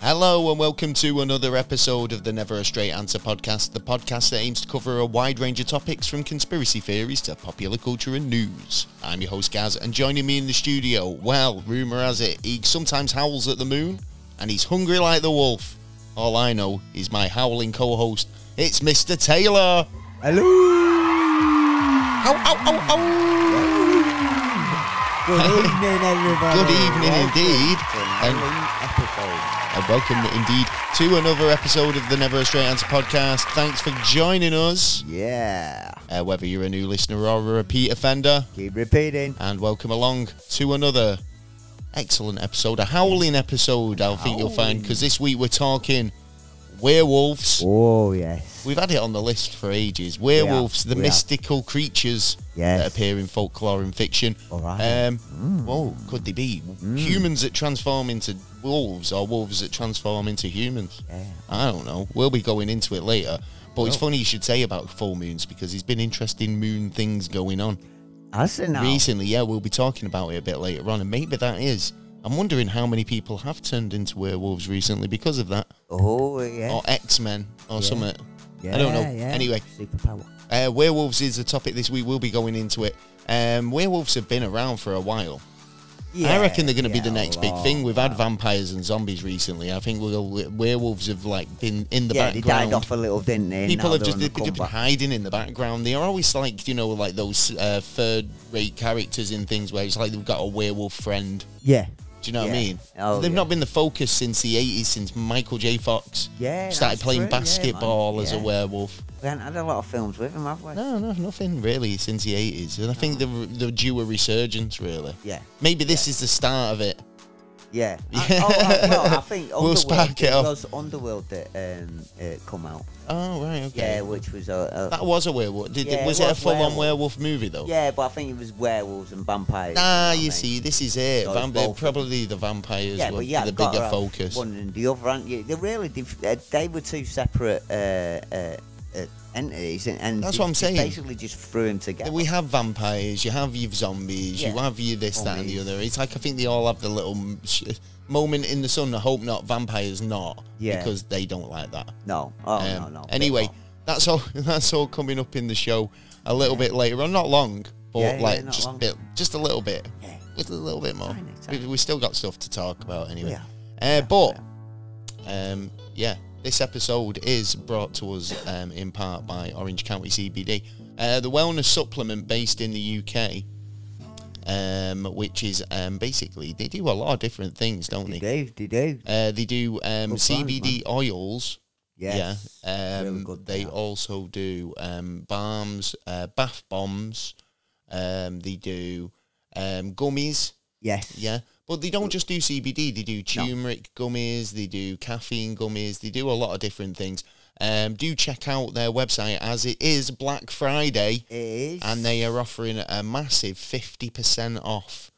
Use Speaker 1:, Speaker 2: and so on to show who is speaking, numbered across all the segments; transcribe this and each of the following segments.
Speaker 1: Hello and welcome to another episode of the Never a Straight Answer podcast, the podcast that aims to cover a wide range of topics from conspiracy theories to popular culture and news. I'm your host Gaz and joining me in the studio, well, rumour has it, he sometimes howls at the moon and he's hungry like the wolf. All I know is my howling co-host, it's Mr. Taylor.
Speaker 2: Hello.
Speaker 1: Ow, ow, ow, ow.
Speaker 2: Good evening, everybody.
Speaker 1: Good evening
Speaker 2: Welcome
Speaker 1: indeed.
Speaker 2: to
Speaker 1: And-
Speaker 2: another episode.
Speaker 1: And welcome indeed to another episode of the Never a Straight Answer podcast. Thanks for joining us.
Speaker 2: Yeah.
Speaker 1: uh, whether you're a new listener or a repeat offender,
Speaker 2: Keep repeating.
Speaker 1: and welcome along to another excellent episode, a howling episode, I think you'll find, because this week we're talking werewolves.
Speaker 2: Oh yes.
Speaker 1: We've had it on the list for ages.
Speaker 2: have,
Speaker 1: Werewolves, the
Speaker 2: we have.
Speaker 1: mystical creatures
Speaker 2: Yes.
Speaker 1: that appear in folklore and fiction.
Speaker 2: All right. Mm.
Speaker 1: Um, Whoa, could they be humans that transform into wolves or wolves that transform into humans?
Speaker 2: Yeah.
Speaker 1: I don't know. We'll be going into it later. But it's
Speaker 2: Well.
Speaker 1: funny you should say about full moons because there's been interesting moon things going on
Speaker 2: That's enough.
Speaker 1: recently. Yeah, we'll be talking about it a bit later on, and maybe that is. I'm wondering how many people have turned into werewolves recently because of that,
Speaker 2: Oh yeah.
Speaker 1: or X Men, or something.
Speaker 2: yeah.
Speaker 1: I don't know.
Speaker 2: Yeah.
Speaker 1: Anyway,
Speaker 2: Superpower.
Speaker 1: uh, werewolves is the topic this week. We'll be going into it. Um, werewolves have been around for a while. I reckon they're going to
Speaker 2: yeah,
Speaker 1: be the next big
Speaker 2: well,
Speaker 1: thing. We've had vampires and zombies recently. I think we'll, werewolves have like been in the
Speaker 2: yeah, they
Speaker 1: background.
Speaker 2: died off a little, didn't they? and
Speaker 1: People
Speaker 2: now
Speaker 1: have
Speaker 2: they're
Speaker 1: just
Speaker 2: on the
Speaker 1: they've just been
Speaker 2: comeback.
Speaker 1: hiding in the background. They are always like you know like those uh, third-rate characters in things where it's like they've got a werewolf friend.
Speaker 2: Yeah.
Speaker 1: Do you know what I
Speaker 2: Yeah.
Speaker 1: mean?
Speaker 2: Oh,
Speaker 1: they've
Speaker 2: yeah.
Speaker 1: not been the focus since the '80s, since Michael J. Fox
Speaker 2: Yeah,
Speaker 1: started
Speaker 2: that's
Speaker 1: playing
Speaker 2: true, yeah, man.
Speaker 1: basketball as a
Speaker 2: Yeah.
Speaker 1: werewolf.
Speaker 2: We haven't had a lot of films with him, have we?
Speaker 1: No, no, nothing really since the '80s, and I think they're, they're due a resurgence. Really,
Speaker 2: Oh. Yeah.
Speaker 1: maybe this is the start of it.
Speaker 2: Yeah.
Speaker 1: Yeah.
Speaker 2: I, oh, I, well, I think
Speaker 1: We'll spark
Speaker 2: Underworld
Speaker 1: it up.
Speaker 2: because Underworld that um, uh, come out.
Speaker 1: Oh right, okay.
Speaker 2: Yeah, which was a, a
Speaker 1: that was a werewolf. Did,
Speaker 2: Yeah, it
Speaker 1: was it a
Speaker 2: was
Speaker 1: full-on
Speaker 2: werewolf.
Speaker 1: werewolf movie though?
Speaker 2: Yeah, but I think it was werewolves and vampires.
Speaker 1: Ah,
Speaker 2: know
Speaker 1: you
Speaker 2: what I mean?
Speaker 1: see, this is it.
Speaker 2: So it's
Speaker 1: Vamp-
Speaker 2: both of them.
Speaker 1: probably the vampires
Speaker 2: Yeah,
Speaker 1: were
Speaker 2: but yeah,
Speaker 1: the
Speaker 2: got to
Speaker 1: bigger
Speaker 2: have
Speaker 1: focus.
Speaker 2: One and the other, aren't you? They really, dif- uh, they were two separate uh, uh, uh, entities, and, and
Speaker 1: That's
Speaker 2: they
Speaker 1: what I'm
Speaker 2: just
Speaker 1: saying.
Speaker 2: Basically, just threw them together.
Speaker 1: We have vampires, you have your zombies, you
Speaker 2: Yeah.
Speaker 1: have your this, that, and the
Speaker 2: Zombies.
Speaker 1: other. It's like I think they all have the little m- sh- moment in the sun. I hope not. Vampires not,
Speaker 2: Yeah.
Speaker 1: because they don't like that.
Speaker 2: no, oh
Speaker 1: Um,
Speaker 2: no, no.
Speaker 1: Anyway,
Speaker 2: But,
Speaker 1: that's all. That's all coming up in the show a little bit later on. Not long, but
Speaker 2: Yeah, yeah,
Speaker 1: like
Speaker 2: not
Speaker 1: just
Speaker 2: long.
Speaker 1: bit, just a little bit,
Speaker 2: Yeah.
Speaker 1: just a little bit more.
Speaker 2: Tiny,
Speaker 1: We,
Speaker 2: tiny.
Speaker 1: we still got stuff to talk about anyway.
Speaker 2: Yeah.
Speaker 1: Uh, but um, yeah, this episode is brought to us um, in part by Orange County CBD, uh, the wellness supplement based in the UK. Um, which is um, basically they do a lot of different things, don't
Speaker 2: well,
Speaker 1: they?
Speaker 2: they do, they do.
Speaker 1: Uh, they do um,
Speaker 2: Good times,
Speaker 1: CBD oils,
Speaker 2: Yes.
Speaker 1: yeah. Um,
Speaker 2: Really good
Speaker 1: they
Speaker 2: that.
Speaker 1: also do um, balms, uh, bath bombs. Um, they do um, gummies.
Speaker 2: Yes.
Speaker 1: Yeah. But they don't just do CBD. They do turmeric gummies. They do caffeine gummies. They do a lot of different things. Um, do check out their website as it is Black Friday
Speaker 2: It is.
Speaker 1: and they are offering a massive 50% off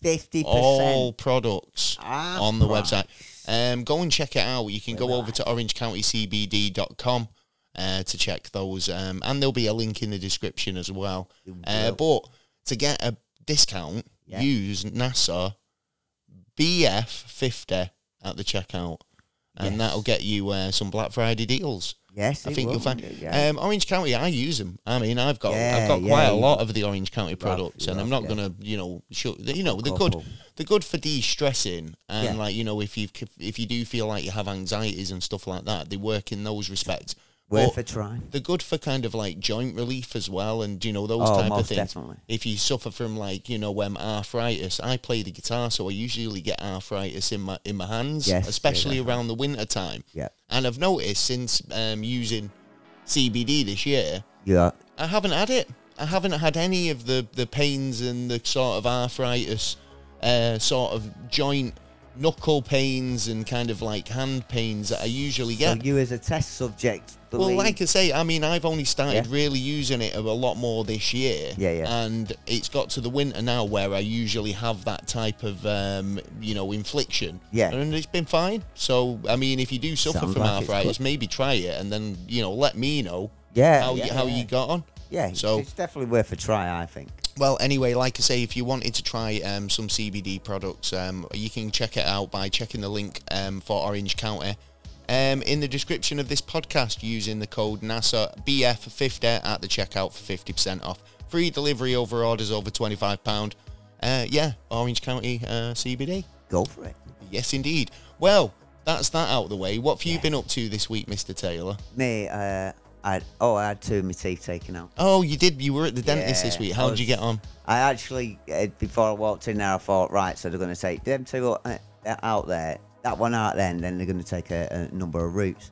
Speaker 2: fifty
Speaker 1: all
Speaker 2: percent.
Speaker 1: products
Speaker 2: Ah,
Speaker 1: on the
Speaker 2: right.
Speaker 1: website. Um, go and check it out. You can go over to orangecountycbd.com uh, to check those, um, and there'll be a link in the description as well. Uh,
Speaker 2: There
Speaker 1: but to get a discount,
Speaker 2: Yeah.
Speaker 1: use NASA BF50 at the checkout, and
Speaker 2: Yes.
Speaker 1: that'll get you uh, some Black Friday deals.
Speaker 2: Yes,
Speaker 1: I
Speaker 2: it
Speaker 1: think
Speaker 2: will,
Speaker 1: you'll find
Speaker 2: won't it? Yeah.
Speaker 1: um, Orange County. I use them. I mean, I've got I've
Speaker 2: Yeah,
Speaker 1: got quite
Speaker 2: yeah,
Speaker 1: a
Speaker 2: you
Speaker 1: lot of the Orange County products,
Speaker 2: you
Speaker 1: and I'm not
Speaker 2: have, yeah.
Speaker 1: gonna, you know, show, you know, they're good.
Speaker 2: couple.
Speaker 1: They're good for de-stressing, and
Speaker 2: Yeah.
Speaker 1: like you know, if you if you do feel like you have anxieties and stuff like that, they work in those respects.
Speaker 2: Worth
Speaker 1: But
Speaker 2: a try.
Speaker 1: they're good for kind of like joint relief as well, and you know those
Speaker 2: Oh,
Speaker 1: type of
Speaker 2: most
Speaker 1: things.
Speaker 2: definitely.
Speaker 1: If you suffer from like you know um, arthritis, I play the guitar, so I usually get arthritis in my in my hands,
Speaker 2: Yes, yeah,
Speaker 1: especially
Speaker 2: yeah.
Speaker 1: around the winter time.
Speaker 2: Yeah.
Speaker 1: And I've noticed since um, using CBD this year,
Speaker 2: Yeah.
Speaker 1: I haven't had it. I haven't had any of the, the pains and the sort of arthritis, uh, sort of joint knuckle pains and kind of like hand pains that I usually
Speaker 2: So
Speaker 1: get.
Speaker 2: you as a test subject.
Speaker 1: well,
Speaker 2: believe-
Speaker 1: like I say, I mean, I've only started
Speaker 2: Yeah.
Speaker 1: really using it a lot more this year.
Speaker 2: Yeah, yeah.
Speaker 1: And it's got to the winter now where I usually have that type of, um, you know, infliction.
Speaker 2: Yeah.
Speaker 1: And it's been fine. So, I mean, if you do suffer
Speaker 2: Sounds
Speaker 1: from
Speaker 2: like it's
Speaker 1: arthritis,
Speaker 2: good.
Speaker 1: maybe try it and then, you know, let me know
Speaker 2: yeah,
Speaker 1: how,
Speaker 2: yeah,
Speaker 1: you, how
Speaker 2: yeah.
Speaker 1: you got on.
Speaker 2: Yeah, it's-
Speaker 1: So-
Speaker 2: it's definitely worth a try, I think.
Speaker 1: Well, anyway, like I say, if you wanted to try um, some CBD products, um, you can check it out by checking the link um, for Orange County um, in the description of this podcast using the code NASA BF50 at the checkout for 50% off. Free delivery over orders over £25. Uh, yeah, Orange County uh, CBD.
Speaker 2: Go for it.
Speaker 1: Yes, indeed. Well, that's that out of the way. What have you
Speaker 2: Yeah.
Speaker 1: been up to this week, Mr. Taylor?
Speaker 2: Me, uh, I oh, I had two of my teeth taken out.
Speaker 1: Oh, you did. You were at the dentist this
Speaker 2: Yeah,
Speaker 1: week.
Speaker 2: I
Speaker 1: How did you
Speaker 2: was-
Speaker 1: get on?
Speaker 2: I actually, uh, before I walked in there, I thought, right, so they're going to take them two uh, out there, that one out there, and then they're going to take a, a number of routes.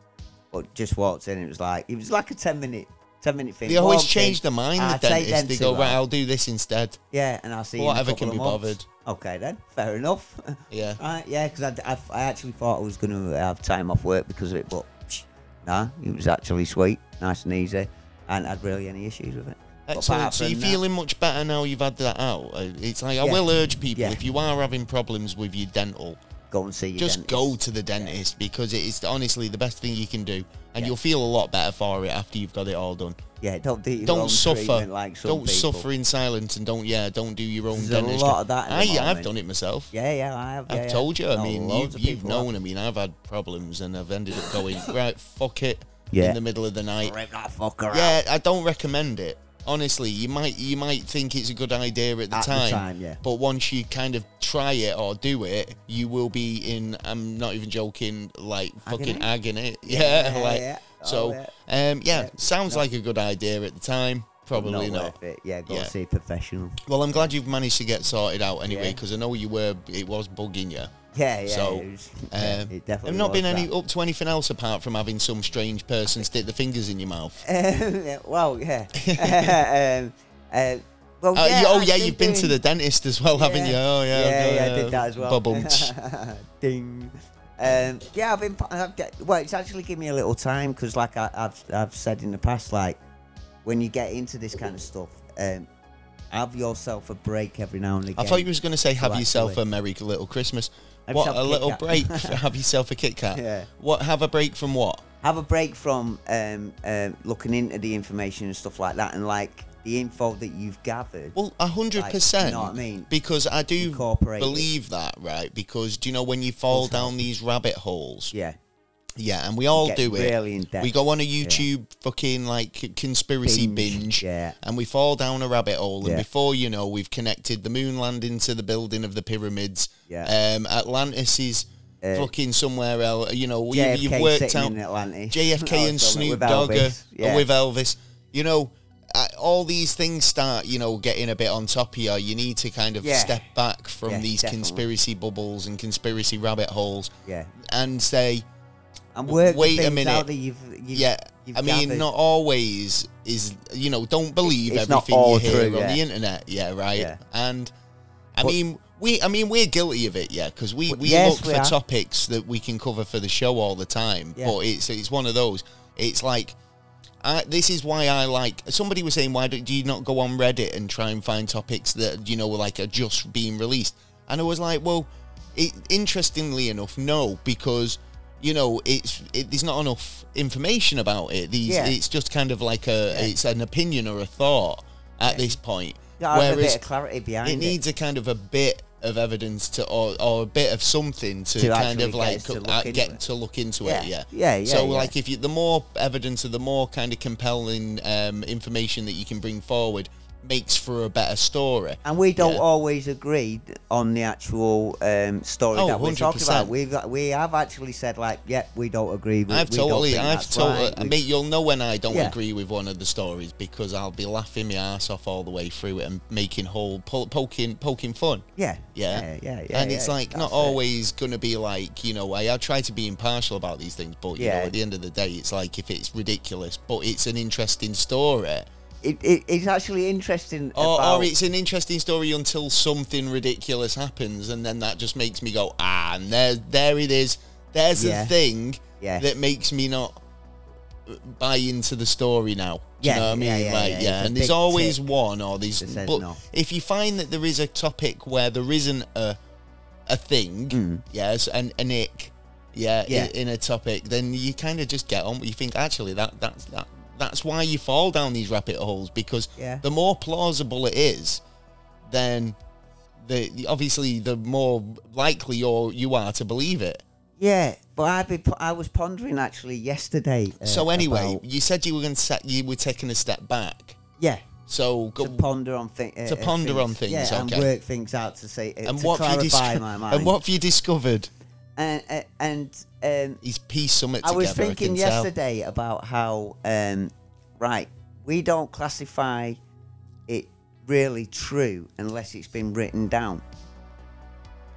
Speaker 2: But just walked in, it was like, it was like a 10 minute, 10 minute thing.
Speaker 1: They always
Speaker 2: Walked in,
Speaker 1: change their mind,
Speaker 2: I
Speaker 1: the
Speaker 2: take
Speaker 1: dentist.
Speaker 2: them
Speaker 1: They
Speaker 2: two
Speaker 1: go,
Speaker 2: out.
Speaker 1: right, I'll do this instead.
Speaker 2: Yeah, and I'll see
Speaker 1: Whatever
Speaker 2: you in
Speaker 1: can
Speaker 2: a couple
Speaker 1: be
Speaker 2: of months. Okay, then, fair enough.
Speaker 1: Yeah.
Speaker 2: right, yeah, because I, I, I actually thought I was going to have time off work because of it, but psh, nah, it was actually sweet, nice and easy, and had really any issues with it. But
Speaker 1: Excellent.
Speaker 2: apart
Speaker 1: So you're
Speaker 2: from that-
Speaker 1: feeling much better now you've had that out. Uh, It's like I
Speaker 2: Yeah.
Speaker 1: will urge people
Speaker 2: Yeah.
Speaker 1: if you are having problems with your dental,
Speaker 2: Go and see your
Speaker 1: just
Speaker 2: dentist.
Speaker 1: go to the dentist because it is honestly the best thing you can do, and
Speaker 2: Yeah.
Speaker 1: you'll feel a lot better for it after you've got it all done.
Speaker 2: Yeah, don't do your own
Speaker 1: Don't suffer.
Speaker 2: treatment like some
Speaker 1: don't
Speaker 2: people.
Speaker 1: suffer in silence, and don't yeah, don't do your own
Speaker 2: There's a
Speaker 1: dentist.
Speaker 2: lot of that at
Speaker 1: I,
Speaker 2: the
Speaker 1: I've
Speaker 2: moment.
Speaker 1: done it myself.
Speaker 2: Yeah, yeah, I have.
Speaker 1: I've
Speaker 2: yeah, yeah.
Speaker 1: told you. I
Speaker 2: No,
Speaker 1: mean, you,
Speaker 2: loads of
Speaker 1: you've
Speaker 2: people have.
Speaker 1: known. I mean, I've had problems, and I've ended up going right. Fuck it.
Speaker 2: Yeah.
Speaker 1: In the middle of the night,
Speaker 2: Rip that fucker out
Speaker 1: Yeah, I don't recommend it. Honestly, you might you might think it's a good idea at the
Speaker 2: At the
Speaker 1: time,
Speaker 2: time, yeah.
Speaker 1: but once you kind of try it or do it, you will be in. I'm not even joking. Like fucking agony. Yeah,
Speaker 2: yeah,
Speaker 1: like
Speaker 2: yeah. Oh,
Speaker 1: so. Um, yeah,
Speaker 2: Yeah.
Speaker 1: sounds like a good idea at the time. Probably not.
Speaker 2: Worth it. Yeah, go
Speaker 1: Yeah.
Speaker 2: and see a professional.
Speaker 1: Well, I'm glad you've managed to get sorted out anyway,
Speaker 2: Yeah.
Speaker 1: because I know you were. It was bugging you.
Speaker 2: Yeah, yeah.
Speaker 1: So,
Speaker 2: it was,
Speaker 1: Um,
Speaker 2: yeah, it definitely
Speaker 1: I've not
Speaker 2: was
Speaker 1: been any
Speaker 2: that.
Speaker 1: up to anything else apart from having some strange person stick the fingers in your mouth.
Speaker 2: Um, yeah, well, yeah. um, uh, well,
Speaker 1: Uh,
Speaker 2: yeah,
Speaker 1: you- oh
Speaker 2: I've
Speaker 1: yeah, you've been to
Speaker 2: doing-
Speaker 1: the dentist as well, haven't you? Oh yeah,
Speaker 2: yeah,
Speaker 1: okay,
Speaker 2: yeah, I did that as well.
Speaker 1: Ba-bumts.
Speaker 2: Ding. Um, yeah, I've been. I've get, well, it's actually given me a little time because, like I, I've I've said in the past, like when you get into this kind of stuff, um, have yourself a break every now and again.
Speaker 1: I thought you was going to say have
Speaker 2: Well,
Speaker 1: yourself
Speaker 2: actually-
Speaker 1: a merry little Christmas.
Speaker 2: Have
Speaker 1: what
Speaker 2: yourself
Speaker 1: a
Speaker 2: a Kit
Speaker 1: little
Speaker 2: Kat.
Speaker 1: break. have yourself a Kit Kat.
Speaker 2: Yeah.
Speaker 1: What? Have a break from what?
Speaker 2: have a break from um, um, looking into the information and stuff like that, and like the info that you've gathered.
Speaker 1: Well, a hundred
Speaker 2: Like, you
Speaker 1: percent.
Speaker 2: know what I mean?
Speaker 1: Because I do
Speaker 2: Incorporate it.
Speaker 1: believe that, right? Because do you know when you fall
Speaker 2: Does
Speaker 1: down these rabbit holes?
Speaker 2: yeah,
Speaker 1: Yeah, and we all
Speaker 2: get
Speaker 1: do it.
Speaker 2: really in depth.
Speaker 1: We go on a YouTube fucking like c- conspiracy binge,
Speaker 2: Binge, yeah.
Speaker 1: and we fall down a rabbit hole, and
Speaker 2: Yeah.
Speaker 1: before you know, we've connected the moon landing to the building of the pyramids.
Speaker 2: Yeah.
Speaker 1: Um, Atlantis is
Speaker 2: Uh,
Speaker 1: fucking somewhere else. You know, you,
Speaker 2: JFK
Speaker 1: you've worked
Speaker 2: sitting
Speaker 1: out
Speaker 2: in Atlantis.
Speaker 1: JFK
Speaker 2: Oh,
Speaker 1: and
Speaker 2: sorry,
Speaker 1: Snoop
Speaker 2: with
Speaker 1: Dogg are-
Speaker 2: Elvis,
Speaker 1: are
Speaker 2: yeah.
Speaker 1: with Elvis. You know, uh, all these things start, you know, getting a bit on top of you. You need to kind of
Speaker 2: Yeah.
Speaker 1: step back from
Speaker 2: Yeah,
Speaker 1: these
Speaker 2: definitely.
Speaker 1: conspiracy bubbles and conspiracy rabbit holes
Speaker 2: Yeah,
Speaker 1: and say,
Speaker 2: and work the
Speaker 1: wait a
Speaker 2: things
Speaker 1: minute.
Speaker 2: out that you've, you've
Speaker 1: yeah,
Speaker 2: you've
Speaker 1: I mean,
Speaker 2: gathered.
Speaker 1: not always is, you know, don't believe
Speaker 2: It's not
Speaker 1: everything you
Speaker 2: all
Speaker 1: hear
Speaker 2: true,
Speaker 1: on
Speaker 2: yeah.
Speaker 1: the internet. Yeah, right.
Speaker 2: Yeah.
Speaker 1: And I
Speaker 2: But-
Speaker 1: mean, we, I mean, we're guilty of it, yeah, because we,
Speaker 2: Well,
Speaker 1: we
Speaker 2: yes,
Speaker 1: look
Speaker 2: we
Speaker 1: for
Speaker 2: are.
Speaker 1: topics that we can cover for the show all the time.
Speaker 2: Yeah.
Speaker 1: But it's it's one of those. It's like, I, this is why I like. Somebody was saying, why do, do you not go on Reddit and try and find topics that you know like are just being released? And I was like, well, it, interestingly enough, no, because you know it's it, there's not enough information about it. These
Speaker 2: Yeah.
Speaker 1: it's just kind of like a
Speaker 2: Yeah.
Speaker 1: it's an opinion or a thought at this point.
Speaker 2: Yeah, have a bit of clarity behind
Speaker 1: it needs a kind of a bit of evidence to or, or a bit of something to,
Speaker 2: To
Speaker 1: kind
Speaker 2: actually
Speaker 1: of
Speaker 2: get
Speaker 1: like
Speaker 2: us to
Speaker 1: co-
Speaker 2: look
Speaker 1: uh,
Speaker 2: into
Speaker 1: get
Speaker 2: it.
Speaker 1: to look into it
Speaker 2: Yeah.
Speaker 1: yeah
Speaker 2: Yeah, yeah,
Speaker 1: so
Speaker 2: yeah.
Speaker 1: like if you the more evidence or the more kind of compelling um, information that you can bring forward makes for a better story
Speaker 2: And we don't
Speaker 1: Yeah.
Speaker 2: always agree on the actual um, story
Speaker 1: Oh,
Speaker 2: that we're talking
Speaker 1: 100%.
Speaker 2: about. We've got- we have actually said like, yeah, we don't agree. with
Speaker 1: I've
Speaker 2: we
Speaker 1: totally,
Speaker 2: Don't think
Speaker 1: I've
Speaker 2: that's
Speaker 1: totally,
Speaker 2: right.
Speaker 1: I
Speaker 2: we-
Speaker 1: mean, you'll know when I don't
Speaker 2: Yeah.
Speaker 1: agree with one of the stories because I'll be laughing my ass off all the way through it and making whole, po- poking, poking fun.
Speaker 2: yeah,
Speaker 1: Yeah.
Speaker 2: yeah, yeah, yeah.
Speaker 1: and it's
Speaker 2: yeah,
Speaker 1: like not
Speaker 2: that's it.
Speaker 1: always going to be like, you know, I, I try to be impartial about these things, but, you know,
Speaker 2: Yeah.
Speaker 1: at the end of the day, it's like if it's ridiculous, but it's an interesting story.
Speaker 2: It, it, it's actually interesting.
Speaker 1: Or,
Speaker 2: about,
Speaker 1: or it's an interesting story until something ridiculous happens, and then that just makes me go, ah, and there, there it is. There's
Speaker 2: Yeah.
Speaker 1: the thing
Speaker 2: Yeah.
Speaker 1: that makes me not uh, buy into the story now. Do
Speaker 2: Yeah,
Speaker 1: you know what I mean?
Speaker 2: yeah, yeah,
Speaker 1: like,
Speaker 2: yeah,
Speaker 1: yeah.
Speaker 2: it's a
Speaker 1: And there's
Speaker 2: big
Speaker 1: always
Speaker 2: tick
Speaker 1: one or these.
Speaker 2: that says
Speaker 1: But
Speaker 2: no.
Speaker 1: if you find that there is a topic where there isn't a a thing, yes, and an ick, yeah, i-
Speaker 2: Hmm. Yeah.
Speaker 1: In, a topic, then you kind of just get on. You think actually that that's that that's why you fall down these rabbit holes because
Speaker 2: Yeah.
Speaker 1: the more plausible it is, then the, the obviously the more likely you're, you are to believe it.
Speaker 2: Yeah, but I be I was pondering actually yesterday. uh,
Speaker 1: so anyway,
Speaker 2: about-
Speaker 1: you said you were going to set, you were taking a step back.
Speaker 2: yeah,
Speaker 1: So go,
Speaker 2: to ponder on uh, things.
Speaker 1: To ponder on things,
Speaker 2: yeah,
Speaker 1: okay.
Speaker 2: and work things out to see uh,
Speaker 1: and
Speaker 2: to
Speaker 1: what have you
Speaker 2: clarify
Speaker 1: disco-
Speaker 2: my mind.
Speaker 1: and what have you discovered?
Speaker 2: and uh, and um,
Speaker 1: He's pieced something
Speaker 2: I
Speaker 1: together.
Speaker 2: was thinking
Speaker 1: can tell.
Speaker 2: yesterday about how um, right we don't classify it really true unless it's been written down,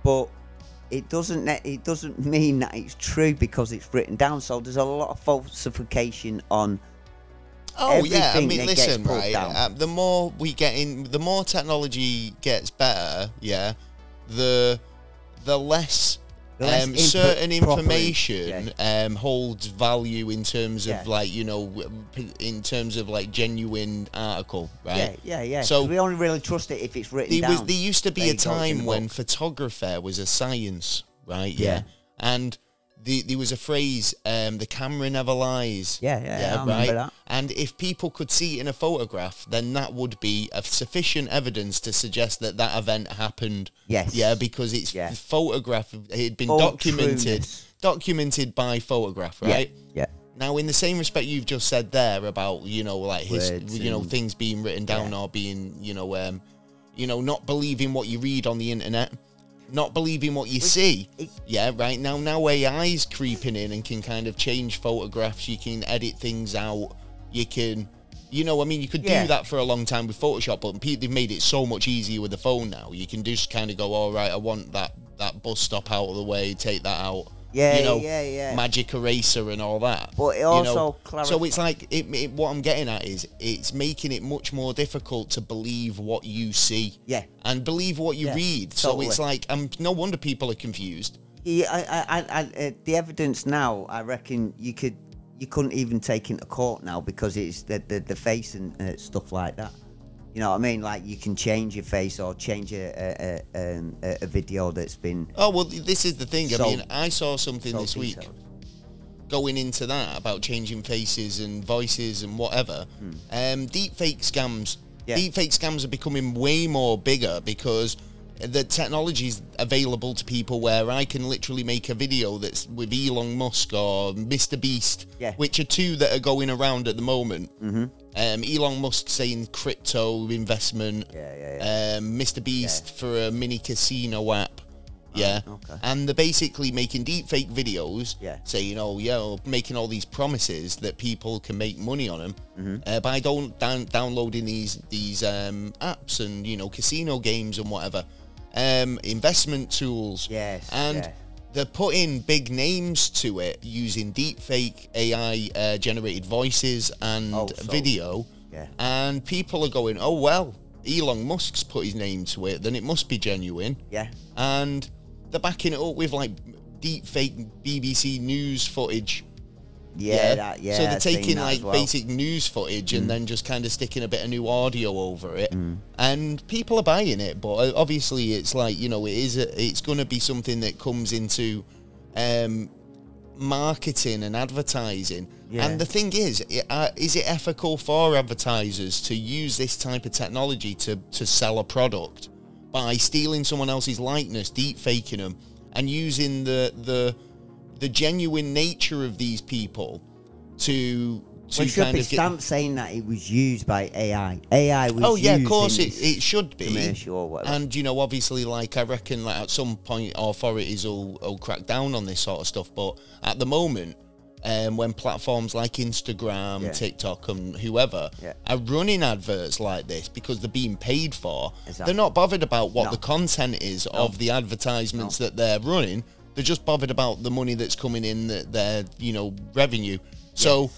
Speaker 2: but it doesn't ne- it doesn't mean that it's true because it's written down. So there's a lot of falsification on.
Speaker 1: Oh yeah, I
Speaker 2: everything
Speaker 1: mean,
Speaker 2: that gets
Speaker 1: listen,
Speaker 2: pulled
Speaker 1: right.
Speaker 2: down.
Speaker 1: Uh, the more we get in, the more technology gets better. Yeah, the the less,
Speaker 2: The less
Speaker 1: um,
Speaker 2: input
Speaker 1: certain
Speaker 2: properly,
Speaker 1: information um, holds value in terms of
Speaker 2: Yeah.
Speaker 1: like you know, w- p- in terms of like genuine article, right?
Speaker 2: Yeah, yeah, yeah.
Speaker 1: So-
Speaker 2: So we only really trust it if it's written
Speaker 1: There
Speaker 2: down.
Speaker 1: was there used to be a
Speaker 2: They told you
Speaker 1: time
Speaker 2: the
Speaker 1: when
Speaker 2: book.
Speaker 1: photography was a science, right? Yeah,
Speaker 2: Yeah.
Speaker 1: and. The, there was a phrase, um, the camera never lies.
Speaker 2: Yeah, yeah, I remember that.
Speaker 1: And if people could see it in a photograph, then that would be of sufficient evidence to suggest that that event happened.
Speaker 2: Yes.
Speaker 1: Yeah, because it's
Speaker 2: Yeah.
Speaker 1: photograph. It had been
Speaker 2: Full
Speaker 1: documented,
Speaker 2: trueness.
Speaker 1: documented by photograph,
Speaker 2: Yeah,
Speaker 1: right?
Speaker 2: Yeah.
Speaker 1: Now, in the same respect you've just said there about you know like his
Speaker 2: Words
Speaker 1: you know
Speaker 2: and-
Speaker 1: things being written down
Speaker 2: Yeah.
Speaker 1: or being you know um you know not believing what you read on the internet, not believing what you see.
Speaker 2: it-
Speaker 1: yeah, right now now AI's creeping in and can kind of change photographs. You can edit things out. You can. You know, I mean, you could
Speaker 2: Yeah.
Speaker 1: do that for a long time with Photoshop, but pe- they've made it so much easier with the phone now. You can just kind of go, all right, I want that that bus stop out of the way, take that out.
Speaker 2: Yeah,
Speaker 1: you know,
Speaker 2: yeah, yeah.
Speaker 1: magic eraser and all that.
Speaker 2: But it
Speaker 1: you
Speaker 2: also
Speaker 1: know? so
Speaker 2: clarif-
Speaker 1: it's like it, it, what I'm getting at is it's making it much more difficult to believe what you see.
Speaker 2: Yeah.
Speaker 1: And believe what you
Speaker 2: Yeah,
Speaker 1: read. So it's
Speaker 2: totally.
Speaker 1: like, um, no wonder people are confused.
Speaker 2: Yeah, I, I, I, I, uh, the evidence now, I reckon you could, you couldn't even take into court now because it's the the, the face and uh, stuff like that. You know what I mean? Like you can change your face or change a a, a, um, a, a video that's been
Speaker 1: Oh well, this is the thing. I
Speaker 2: So-
Speaker 1: mean, I saw something
Speaker 2: so
Speaker 1: this week
Speaker 2: detailed.
Speaker 1: going into that about changing faces and voices and whatever. Um, deep fake scams.
Speaker 2: Hmm. Yeah.
Speaker 1: Deep fake scams are becoming way more bigger because the technology's available to people where I can literally make a video that's with Elon Musk or Mr. Beast,
Speaker 2: Yeah.
Speaker 1: which are two that are going around at the moment. Mm-hmm. Um, Elon Musk saying crypto investment.
Speaker 2: Yeah, yeah,
Speaker 1: Um, Mr. Beast for a mini casino app. Yeah.
Speaker 2: Oh, okay.
Speaker 1: And they're basically making deep fake videos
Speaker 2: Yeah.
Speaker 1: saying, oh, yeah, or making all these promises that people can make money on them
Speaker 2: Mm-hmm.
Speaker 1: uh, by don- down- downloading these these um, apps and, you know, casino games and whatever, um, investment tools.
Speaker 2: Yes,
Speaker 1: And
Speaker 2: yeah.
Speaker 1: they're putting big names to it using deep fake AI uh, generated voices and
Speaker 2: Oh, so-
Speaker 1: video.
Speaker 2: Yeah.
Speaker 1: And people are going, oh, well, Elon Musk's put his name to it, then it must be genuine
Speaker 2: yeah,
Speaker 1: and they're backing it up with like deep fake BBC news footage.
Speaker 2: yeah, that, yeah.
Speaker 1: so they're
Speaker 2: I've seen
Speaker 1: taking
Speaker 2: that as
Speaker 1: like
Speaker 2: well. Mm.
Speaker 1: basic news footage and then just kind of sticking a bit of new audio over it, and people are buying it. But uh, obviously, it's like you know, it is. A, it's going to be something that comes into um, marketing and advertising.
Speaker 2: Yeah.
Speaker 1: And the thing is, i- uh, is it ethical for advertisers to use this type of technology to, to sell a product by stealing someone else's likeness, deep faking them, and using the the the genuine nature of these people to to
Speaker 2: Well, it should
Speaker 1: kind
Speaker 2: be
Speaker 1: of get-
Speaker 2: stamped saying that it was used by AI. AI was.
Speaker 1: Oh yeah, of
Speaker 2: used
Speaker 1: course
Speaker 2: in
Speaker 1: it,
Speaker 2: this
Speaker 1: it should be.
Speaker 2: commercial or whatever.
Speaker 1: And you know, obviously, like I reckon, like at some point, authorities will, will crack down on this sort of stuff. But at the moment, um, when platforms like Instagram,
Speaker 2: Yeah.
Speaker 1: TikTok, and whoever
Speaker 2: Yeah.
Speaker 1: are running adverts like this because they're being paid for,
Speaker 2: Exactly.
Speaker 1: they're not bothered about what
Speaker 2: No.
Speaker 1: the content is of the advertisements that they're running. They're just bothered about the money that's coming in, that their you know revenue. So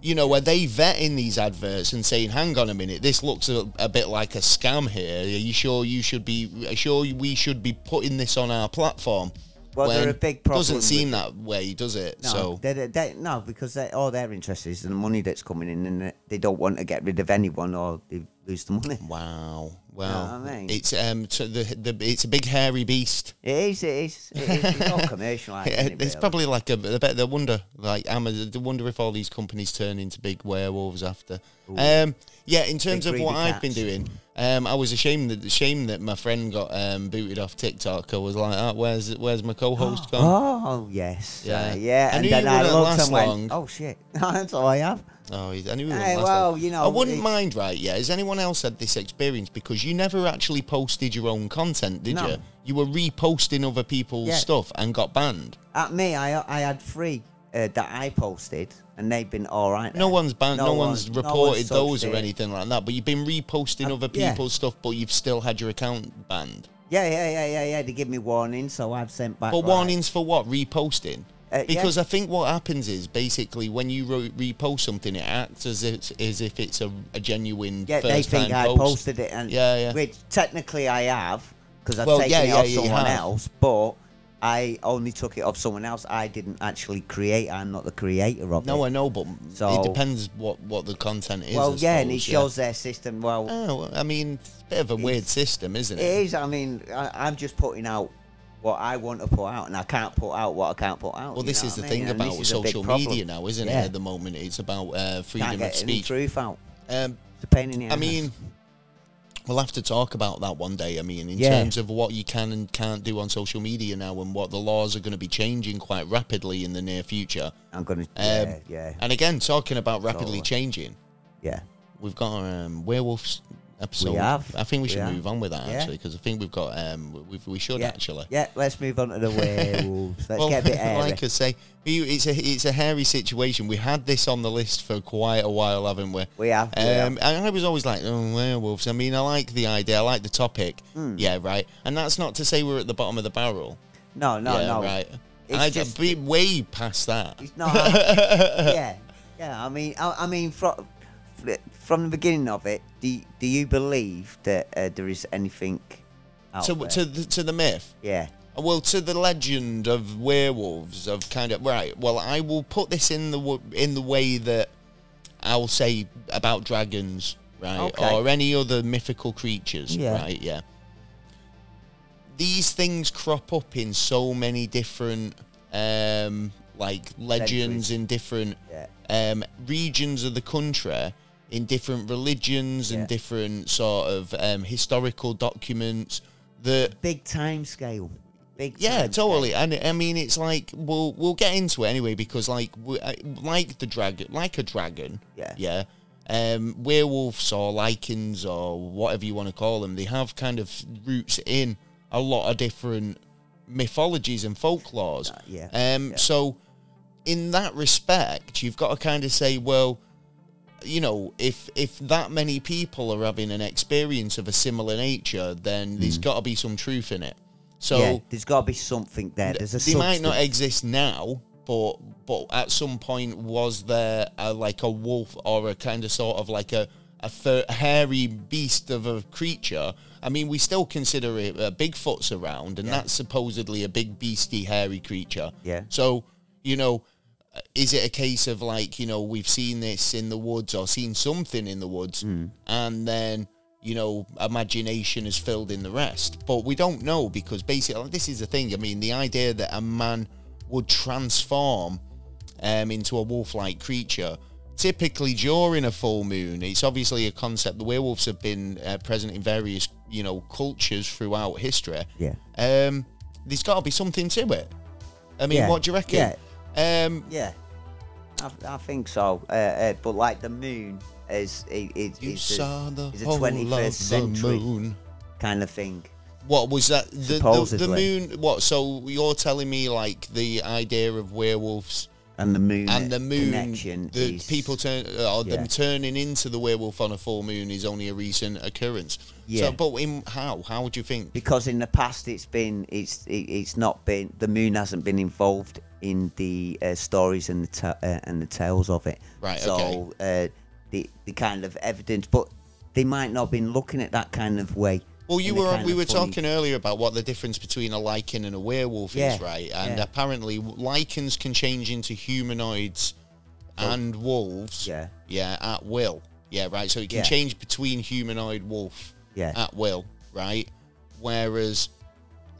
Speaker 1: you know, are they vetting these adverts and saying, "Hang on a minute, this looks a, a bit like a scam here. Are you sure you should be? Are you sure we should be putting this on our platform?"
Speaker 2: Well, they're
Speaker 1: When
Speaker 2: a big problem
Speaker 1: Doesn't
Speaker 2: with
Speaker 1: seem that way, does it?
Speaker 2: No,
Speaker 1: so
Speaker 2: they they- they- no, because they, all their interest is in the money that's coming in, and they don't want to get rid of anyone, or they, lose the money.
Speaker 1: Wow. Well,
Speaker 2: what I mean?
Speaker 1: it's um, so the, the it's a big hairy beast.
Speaker 2: It is, it is. It is it's all commercialised.
Speaker 1: Yeah,
Speaker 2: isn't it,
Speaker 1: it's
Speaker 2: really?
Speaker 1: probably like a. I bet they wonder, like Amazon, they wonder if all these companies turn into big werewolves after. Um, yeah, in terms
Speaker 2: Big
Speaker 1: of what
Speaker 2: greedy
Speaker 1: I've been
Speaker 2: cats.
Speaker 1: doing, um, I was ashamed that ashamed that my friend got um, booted off TikTok. I was like, oh, where's where's my co-host gone?
Speaker 2: Oh yes,
Speaker 1: Yeah.
Speaker 2: yeah, yeah.
Speaker 1: I
Speaker 2: And
Speaker 1: knew
Speaker 2: then
Speaker 1: you
Speaker 2: I
Speaker 1: wouldn't
Speaker 2: looked
Speaker 1: last
Speaker 2: and went,
Speaker 1: long.
Speaker 2: "Oh shit, that's all I have."
Speaker 1: Oh, he- I knew he wouldn't
Speaker 2: Hey,
Speaker 1: last
Speaker 2: well,
Speaker 1: long.
Speaker 2: you know,
Speaker 1: I wouldn't
Speaker 2: it-
Speaker 1: mind, right? Yeah, has anyone else had this experience? Because you never actually posted your own content, did
Speaker 2: No.
Speaker 1: you? You were reposting other people's
Speaker 2: Yeah.
Speaker 1: stuff and got banned.
Speaker 2: At me, I I had three uh, that I posted, and they've been all right.
Speaker 1: No
Speaker 2: then.
Speaker 1: one's banned. No,
Speaker 2: No
Speaker 1: one's
Speaker 2: one- no
Speaker 1: reported
Speaker 2: one's touched
Speaker 1: those or
Speaker 2: it.
Speaker 1: anything like that. But you've been reposting
Speaker 2: Uh,
Speaker 1: other
Speaker 2: yeah.
Speaker 1: people's stuff, but you've still had your account banned.
Speaker 2: Yeah, yeah, yeah, yeah, yeah. They give me warning, so I've sent back.
Speaker 1: But
Speaker 2: right.
Speaker 1: warnings for what? Reposting.
Speaker 2: Uh, yeah.
Speaker 1: because I think what happens is basically when you re- repost something, it acts as if, as if it's a, a genuine
Speaker 2: Yeah, they
Speaker 1: first time
Speaker 2: think I
Speaker 1: post.
Speaker 2: posted it, and
Speaker 1: Yeah, yeah.
Speaker 2: which technically I have because I've
Speaker 1: Well,
Speaker 2: taken
Speaker 1: yeah,
Speaker 2: it
Speaker 1: yeah,
Speaker 2: off
Speaker 1: you
Speaker 2: someone
Speaker 1: have.
Speaker 2: else, but. I only took it off someone else. I didn't actually create. I'm not the creator of
Speaker 1: No, I
Speaker 2: it.
Speaker 1: know, but
Speaker 2: So-
Speaker 1: it depends what, what the content is.
Speaker 2: well,
Speaker 1: I
Speaker 2: yeah, and it
Speaker 1: suppose, yeah.
Speaker 2: shows their system. Well,
Speaker 1: Oh, well, I mean, it's a bit of a weird system, isn't it?
Speaker 2: It is. I mean, I, I'm just putting out what I want to put out, and I can't put out what I can't put
Speaker 1: Well,
Speaker 2: out. you
Speaker 1: this
Speaker 2: know
Speaker 1: is the
Speaker 2: what I mean?
Speaker 1: thing
Speaker 2: And this
Speaker 1: about
Speaker 2: is a big
Speaker 1: social
Speaker 2: problem.
Speaker 1: media now, isn't
Speaker 2: Yeah.
Speaker 1: it? At the moment, it's about uh,
Speaker 2: Can't
Speaker 1: freedom of
Speaker 2: get any
Speaker 1: speech.
Speaker 2: truth out.
Speaker 1: Um,
Speaker 2: It's a pain in the
Speaker 1: I
Speaker 2: ass.
Speaker 1: mean, we'll have to talk about that one day. I mean, in
Speaker 2: Yeah.
Speaker 1: terms of what you can and can't do on social media now, and what the laws are going to be changing quite rapidly in the near future.
Speaker 2: I'm gonna.
Speaker 1: Um,
Speaker 2: yeah, yeah,
Speaker 1: And again, talking about rapidly
Speaker 2: Totally.
Speaker 1: changing,
Speaker 2: yeah.
Speaker 1: we've got our um, werewolves episode.
Speaker 2: have.
Speaker 1: I think we
Speaker 2: We
Speaker 1: should
Speaker 2: have.
Speaker 1: move on with that
Speaker 2: Yeah.
Speaker 1: actually, because I think we've got um, we, we should
Speaker 2: yeah.
Speaker 1: actually.
Speaker 2: Yeah, let's move on to the werewolves. Let's get a bit airy.
Speaker 1: like I say, you- it's a it's a hairy situation. We had this on the list for quite a while, haven't we?
Speaker 2: we have. we have.
Speaker 1: Um, and I was always like, oh, werewolves. I mean, I like the idea, I like the topic.
Speaker 2: Hmm.
Speaker 1: Yeah, right. And that's not to say we're at the bottom of the barrel.
Speaker 2: no, no,
Speaker 1: yeah,
Speaker 2: no.
Speaker 1: right.
Speaker 2: It's
Speaker 1: I'd
Speaker 2: just-
Speaker 1: be way past that.
Speaker 2: It's not. yeah, yeah. I mean, I, I mean, from from the beginning of it, do you- do you believe that uh, there is anything out
Speaker 1: To
Speaker 2: there?
Speaker 1: to the, to the myth.
Speaker 2: yeah.
Speaker 1: Well, to the legend of werewolves of kind of right. Well, I will put this in the w- in the way that I'll say about dragons, right,
Speaker 2: Okay.
Speaker 1: or any other mythical creatures,
Speaker 2: Yeah.
Speaker 1: right? Yeah. These things crop up in so many different um like legends
Speaker 2: Centuries.
Speaker 1: in different
Speaker 2: Yeah.
Speaker 1: um regions of the country in different religions and
Speaker 2: Yeah.
Speaker 1: different sort of um historical documents that
Speaker 2: big time scale. Big
Speaker 1: Yeah,
Speaker 2: time
Speaker 1: totally. And I mean, it's like we'll we'll get into it anyway because like we, uh, like the dragon, like a dragon.
Speaker 2: Yeah.
Speaker 1: Yeah. Um, werewolves or lichens or whatever you want to call them, they have kind of roots in a lot of different mythologies and folklores.
Speaker 2: Uh, yeah,
Speaker 1: Um. So, in that respect, you've got to kind of say, well, you know, if if that many people are having an experience of a similar nature, then there's got to be some truth in it. So
Speaker 2: Mm. yeah, there's got to be something there. There's a
Speaker 1: they might not
Speaker 2: substance.
Speaker 1: exist now, but but at some point was there a, like a wolf or a kind of sort of like a a fur- hairy beast of a creature. I mean, we still consider it uh, Bigfoot's around, and that's supposedly a big beasty hairy creature.
Speaker 2: Yeah.
Speaker 1: So you know. uh, Is it a case of like you know we've seen this in the woods or seen something in the woods,
Speaker 2: Hmm.
Speaker 1: and then you know, imagination has filled in the rest. But we don't know because basically, this is the thing. I mean, the idea that a man would transform um, into a wolf-like creature, typically during a full moon, it's obviously a concept. The werewolves have been uh, present in various, you know, cultures throughout history.
Speaker 2: Yeah.
Speaker 1: Um, there's got to be something to it. I mean,
Speaker 2: Yeah,
Speaker 1: what do you reckon? Yeah. Um,
Speaker 2: Yeah, I, I think so. Uh, uh, but like the moon is i- i- is,
Speaker 1: you
Speaker 2: is a
Speaker 1: saw the
Speaker 2: it's a
Speaker 1: whole
Speaker 2: 21st
Speaker 1: of the
Speaker 2: century.
Speaker 1: moon.
Speaker 2: kind of thing.
Speaker 1: What was that? The, the, the
Speaker 2: Supposedly.
Speaker 1: moon. What? So you're telling me like the idea of werewolves
Speaker 2: And the moon
Speaker 1: and the moon,
Speaker 2: connection
Speaker 1: the
Speaker 2: is
Speaker 1: people turn or them
Speaker 2: Yeah.
Speaker 1: turning into the werewolf on a full moon is only a recent occurrence. So,
Speaker 2: Yeah.
Speaker 1: but in how? How would you think?
Speaker 2: because in the past it's been it's it, it's not been the moon hasn't been involved in the uh, stories and the ta- uh, and the tales of it.
Speaker 1: Right,
Speaker 2: So uh, the the kind of evidence, but they might not have been looking at that kind of way.
Speaker 1: Well,
Speaker 2: in
Speaker 1: you
Speaker 2: a
Speaker 1: were
Speaker 2: kind
Speaker 1: we
Speaker 2: of
Speaker 1: were
Speaker 2: funny-
Speaker 1: talking earlier about what the difference between a lichen and a werewolf is,
Speaker 2: Yeah,
Speaker 1: right? And
Speaker 2: yeah.
Speaker 1: apparently, lichens can change into humanoids and wolves.
Speaker 2: Yeah.
Speaker 1: Yeah, at will. Yeah, right. So it can
Speaker 2: Yeah.
Speaker 1: change between humanoid wolf
Speaker 2: Yeah.
Speaker 1: at will, right? Whereas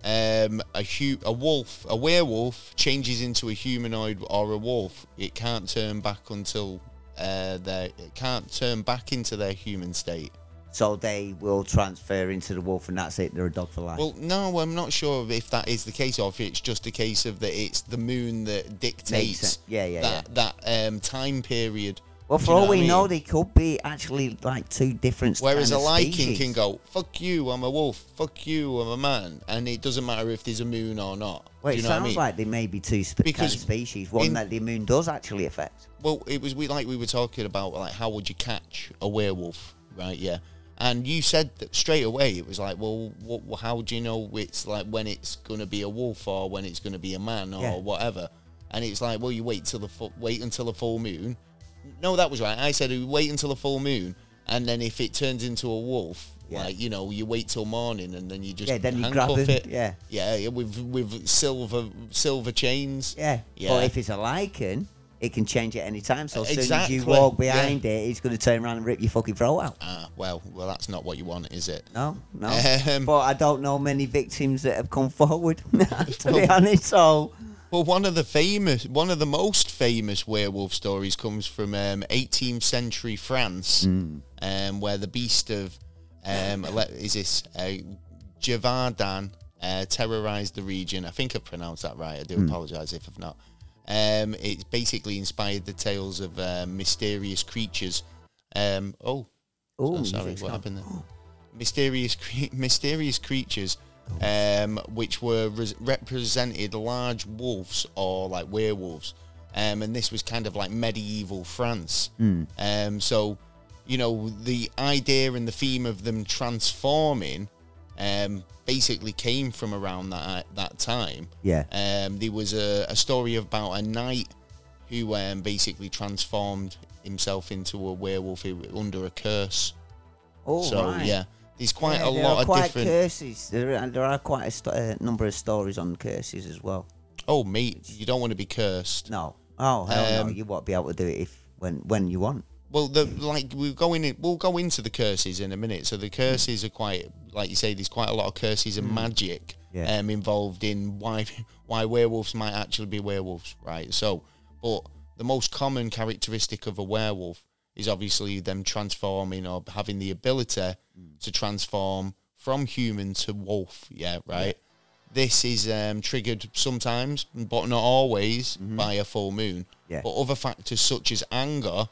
Speaker 1: um, a hu- a wolf, a werewolf changes into a humanoid or a wolf. It can't turn back until uh, they it can't turn back into their human state.
Speaker 2: so they will transfer into the wolf, and that's it. They're a dog for life.
Speaker 1: Well, no, I'm not sure if that is the case or if it's just a case of that it's the moon that
Speaker 2: Makes
Speaker 1: dictates
Speaker 2: sense. Yeah, yeah,
Speaker 1: that that um, time period.
Speaker 2: Well,
Speaker 1: Do
Speaker 2: for
Speaker 1: you know
Speaker 2: all
Speaker 1: what
Speaker 2: we
Speaker 1: I mean?
Speaker 2: know, they could be actually like two different.
Speaker 1: Whereas
Speaker 2: kind
Speaker 1: a
Speaker 2: of
Speaker 1: lichen
Speaker 2: species.
Speaker 1: can go, fuck you, I'm a wolf, fuck you, I'm a man. And it doesn't matter if there's a moon or not.
Speaker 2: Well,
Speaker 1: Do you
Speaker 2: it
Speaker 1: know what
Speaker 2: sounds
Speaker 1: I mean?
Speaker 2: like they may be two sp- kind of
Speaker 1: Because
Speaker 2: species. One
Speaker 1: in-
Speaker 2: that the moon does actually affect.
Speaker 1: Well, it was we like we were talking about, like, how would you catch a werewolf, right? Yeah. And you said that straight away, it was like, well, what, how do you know it's like when it's going to be a wolf or when it's going to be a man or
Speaker 2: Yeah.
Speaker 1: whatever? And it's like, well, you wait till the fu- wait until the full moon. No, that was right. I said we wait until the full moon, and then if it turns into a wolf,
Speaker 2: Yeah.
Speaker 1: like you know, you wait till morning, and then you just
Speaker 2: Yeah, then you grab
Speaker 1: handcuff
Speaker 2: him.
Speaker 1: it.
Speaker 2: Yeah.
Speaker 1: Yeah, yeah, with with silver silver chains.
Speaker 2: Yeah.
Speaker 1: Yeah.
Speaker 2: But if it's a lichen, it can change at any time. So as soon as
Speaker 1: Exactly,
Speaker 2: you walk
Speaker 1: yeah.
Speaker 2: behind it, it's going to turn around and rip your fucking throat out.
Speaker 1: Ah, well, well, that's not what you want, is it?
Speaker 2: No, no.
Speaker 1: Um,
Speaker 2: but I don't know many victims that have come forward, to be honest. So,
Speaker 1: Well, one of the famous, one of the most famous werewolf stories comes from um, 18th century France, um, where the beast of, um, le- is this uh, Javardan uh, terrorized the region. I think I pronounced that right. I do apologize if I've not. Um, it basically inspired the tales of uh, mysterious creatures. Um, oh,
Speaker 2: oh,
Speaker 1: Oh, sorry, what happened there? mysterious, cre- mysterious creatures, um, which were res- represented large wolves or like werewolves, um, and this was kind of like medieval France. Um, so, you know, the idea and the theme of them transforming, um, basically came from around that that time.
Speaker 2: Yeah.
Speaker 1: Um, there was a, a story about a knight who um, basically transformed himself into a werewolf who- under a curse.
Speaker 2: Oh,
Speaker 1: so
Speaker 2: right.
Speaker 1: yeah, there's quite
Speaker 2: Yeah,
Speaker 1: a
Speaker 2: there
Speaker 1: lot
Speaker 2: are
Speaker 1: of
Speaker 2: quite
Speaker 1: different.
Speaker 2: curses. There are, there are quite a st- uh, number of stories on curses as well.
Speaker 1: Oh mate, you don't want to be cursed.
Speaker 2: No. Oh, hell no.
Speaker 1: Um,
Speaker 2: You won't be able to do it if when when you want.
Speaker 1: Well, the like we're going in. We'll go into the curses in a minute.
Speaker 2: Mm.
Speaker 1: So the curses are quite, like you say, there's quite a lot of curses and magic
Speaker 2: Yeah.
Speaker 1: um, involved in why why werewolves might actually be werewolves, right? So, but the most common characteristic of a werewolf is obviously them transforming or having the ability
Speaker 2: Mm.
Speaker 1: to transform from human to wolf. Yeah, right. This is um, triggered sometimes, but not always, by a full moon.
Speaker 2: Mm-hmm. Yeah.
Speaker 1: But other factors such as anger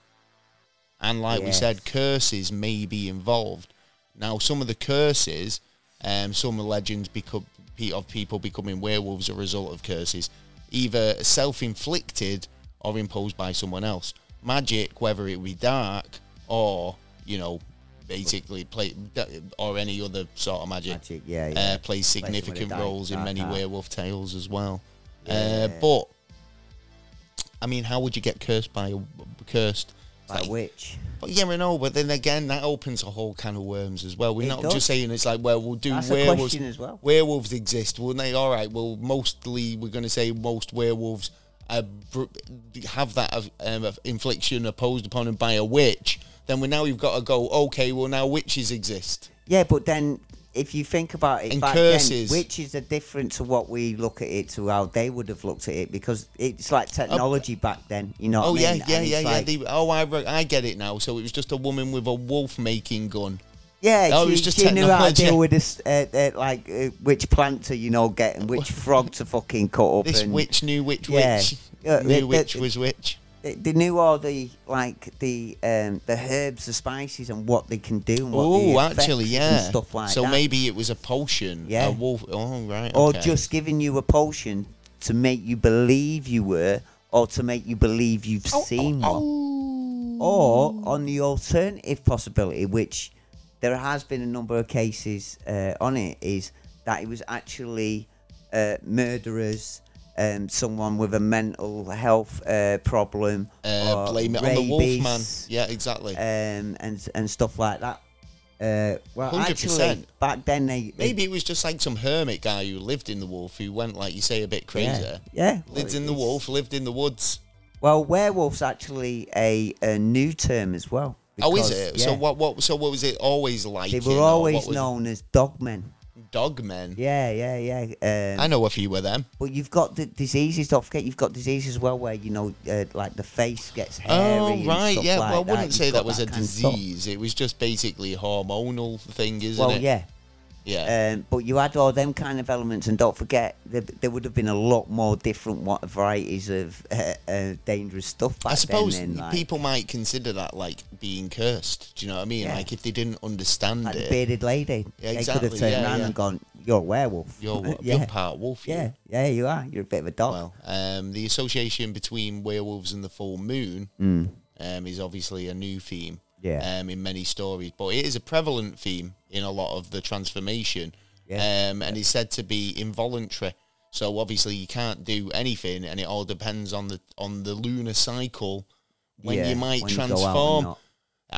Speaker 1: and like we
Speaker 2: Yes.
Speaker 1: said, curses may be involved. Now, some of the curses, um, some legends become pe- of people becoming werewolves are a result of curses, either self-inflicted or imposed by someone else. Magic, whether it be dark or you know, basically play uh, or any other sort of magic,
Speaker 2: Magic, yeah, yeah.
Speaker 1: uh, plays significant
Speaker 2: dark-
Speaker 1: roles in
Speaker 2: dark
Speaker 1: many
Speaker 2: art.
Speaker 1: werewolf tales as well.
Speaker 2: Yeah.
Speaker 1: Uh, but I mean, how would you get cursed by a cursed?
Speaker 2: By
Speaker 1: Like,
Speaker 2: which?
Speaker 1: but yeah, I know. But then again, that opens a whole can of worms as well. We're
Speaker 2: It
Speaker 1: not
Speaker 2: does.
Speaker 1: just saying it's like, well, we'll do
Speaker 2: That's a
Speaker 1: werewolves.
Speaker 2: question as well.
Speaker 1: Werewolves exist, wouldn't they? All right. Well, mostly we're going to say most werewolves are, br- have that of- um, of infliction imposed upon them by a witch. Then we now we've got to go. Okay, well now witches exist.
Speaker 2: Yeah, but then if you think about it,
Speaker 1: And
Speaker 2: back
Speaker 1: curses.
Speaker 2: then, which is the different to what we look at it to how they would have looked at it because it's like technology back then. You know? what
Speaker 1: Oh
Speaker 2: I
Speaker 1: yeah,
Speaker 2: mean?
Speaker 1: yeah,
Speaker 2: And it's
Speaker 1: yeah, yeah.
Speaker 2: like-
Speaker 1: They, oh, I, re- I get it now. So it was just a woman with a wolf-making gun.
Speaker 2: Yeah,
Speaker 1: Oh, it
Speaker 2: she,
Speaker 1: was just
Speaker 2: she knew how to
Speaker 1: technology.
Speaker 2: deal with this, uh, uh, like uh, which plant to you know get and which frog to fucking cut up.
Speaker 1: This
Speaker 2: and
Speaker 1: witch knew which
Speaker 2: Yeah.
Speaker 1: witch
Speaker 2: Yeah,
Speaker 1: knew
Speaker 2: they- they-
Speaker 1: which was which.
Speaker 2: They, they knew all the like the um, the herbs, the spices, and what they can do. and what the
Speaker 1: Oh,
Speaker 2: effects
Speaker 1: actually,
Speaker 2: and
Speaker 1: yeah.
Speaker 2: stuff like
Speaker 1: so
Speaker 2: that.
Speaker 1: maybe it was a potion.
Speaker 2: Yeah.
Speaker 1: A wolf. Oh, right.
Speaker 2: or
Speaker 1: okay.
Speaker 2: just giving you a potion to make you believe you were, or to make you believe you've
Speaker 1: Oh,
Speaker 2: seen one. or on the alternative possibility, which there has been a number of cases uh, on it, is that it was actually uh, murderers, um, someone with a mental health uh, problem,
Speaker 1: Uh,
Speaker 2: or
Speaker 1: blame it on the wolf, man.
Speaker 2: rabies,
Speaker 1: Yeah, exactly.
Speaker 2: um, and and stuff like that. Uh, well,
Speaker 1: 100%.
Speaker 2: actually, back then they they-
Speaker 1: Maybe it was just like some hermit guy who lived in the wolf who went, like you say, a bit crazy.
Speaker 2: yeah, yeah
Speaker 1: Lived
Speaker 2: well,
Speaker 1: in the
Speaker 2: it's-
Speaker 1: wolf, lived in the woods.
Speaker 2: Well, werewolf's actually a, a new term as well.
Speaker 1: oh, is
Speaker 2: because-
Speaker 1: it?
Speaker 2: yeah,
Speaker 1: So what? What? So what was it always like?
Speaker 2: They
Speaker 1: you
Speaker 2: were
Speaker 1: know,
Speaker 2: always
Speaker 1: what was-
Speaker 2: known as dogmen.
Speaker 1: dog men.
Speaker 2: Yeah, yeah, yeah. Um,
Speaker 1: I know a few of them.
Speaker 2: But you've got the diseases. Don't forget, you've got diseases as well where you know, uh, like the face gets hairy.
Speaker 1: Oh
Speaker 2: and
Speaker 1: right,
Speaker 2: stuff
Speaker 1: yeah.
Speaker 2: like
Speaker 1: well, I wouldn't
Speaker 2: You've
Speaker 1: say
Speaker 2: got
Speaker 1: that was a
Speaker 2: kind of stuff.
Speaker 1: disease. It was just basically a hormonal thing, isn't
Speaker 2: Well,
Speaker 1: it?
Speaker 2: yeah.
Speaker 1: Yeah.
Speaker 2: Um, but you had all them kind of elements, and don't forget, there, there would have been a lot more different wa- varieties of uh, uh, dangerous stuff back
Speaker 1: I suppose
Speaker 2: then. then, like,
Speaker 1: people might consider that like being cursed. Do you know what I mean?
Speaker 2: Yeah.
Speaker 1: Like if they didn't understand
Speaker 2: like the
Speaker 1: it,
Speaker 2: bearded lady,
Speaker 1: Yeah,
Speaker 2: they could have
Speaker 1: exactly,
Speaker 2: turned
Speaker 1: yeah,
Speaker 2: around
Speaker 1: yeah.
Speaker 2: and gone, "You're a werewolf."
Speaker 1: you're, wo-
Speaker 2: yeah,
Speaker 1: you're part wolf. you.
Speaker 2: yeah, yeah, you are. You're a bit of a dog.
Speaker 1: Well, um, the association between werewolves and the full moon um, is obviously a new theme
Speaker 2: Mm. Yeah.
Speaker 1: um, in many stories, but it is a prevalent theme in a lot of the transformation
Speaker 2: Yeah.
Speaker 1: um, and is said to be involuntary. So obviously you can't do anything, and it all depends on the on the lunar cycle when
Speaker 2: Yeah,
Speaker 1: you might
Speaker 2: when you go out and
Speaker 1: transform.
Speaker 2: not.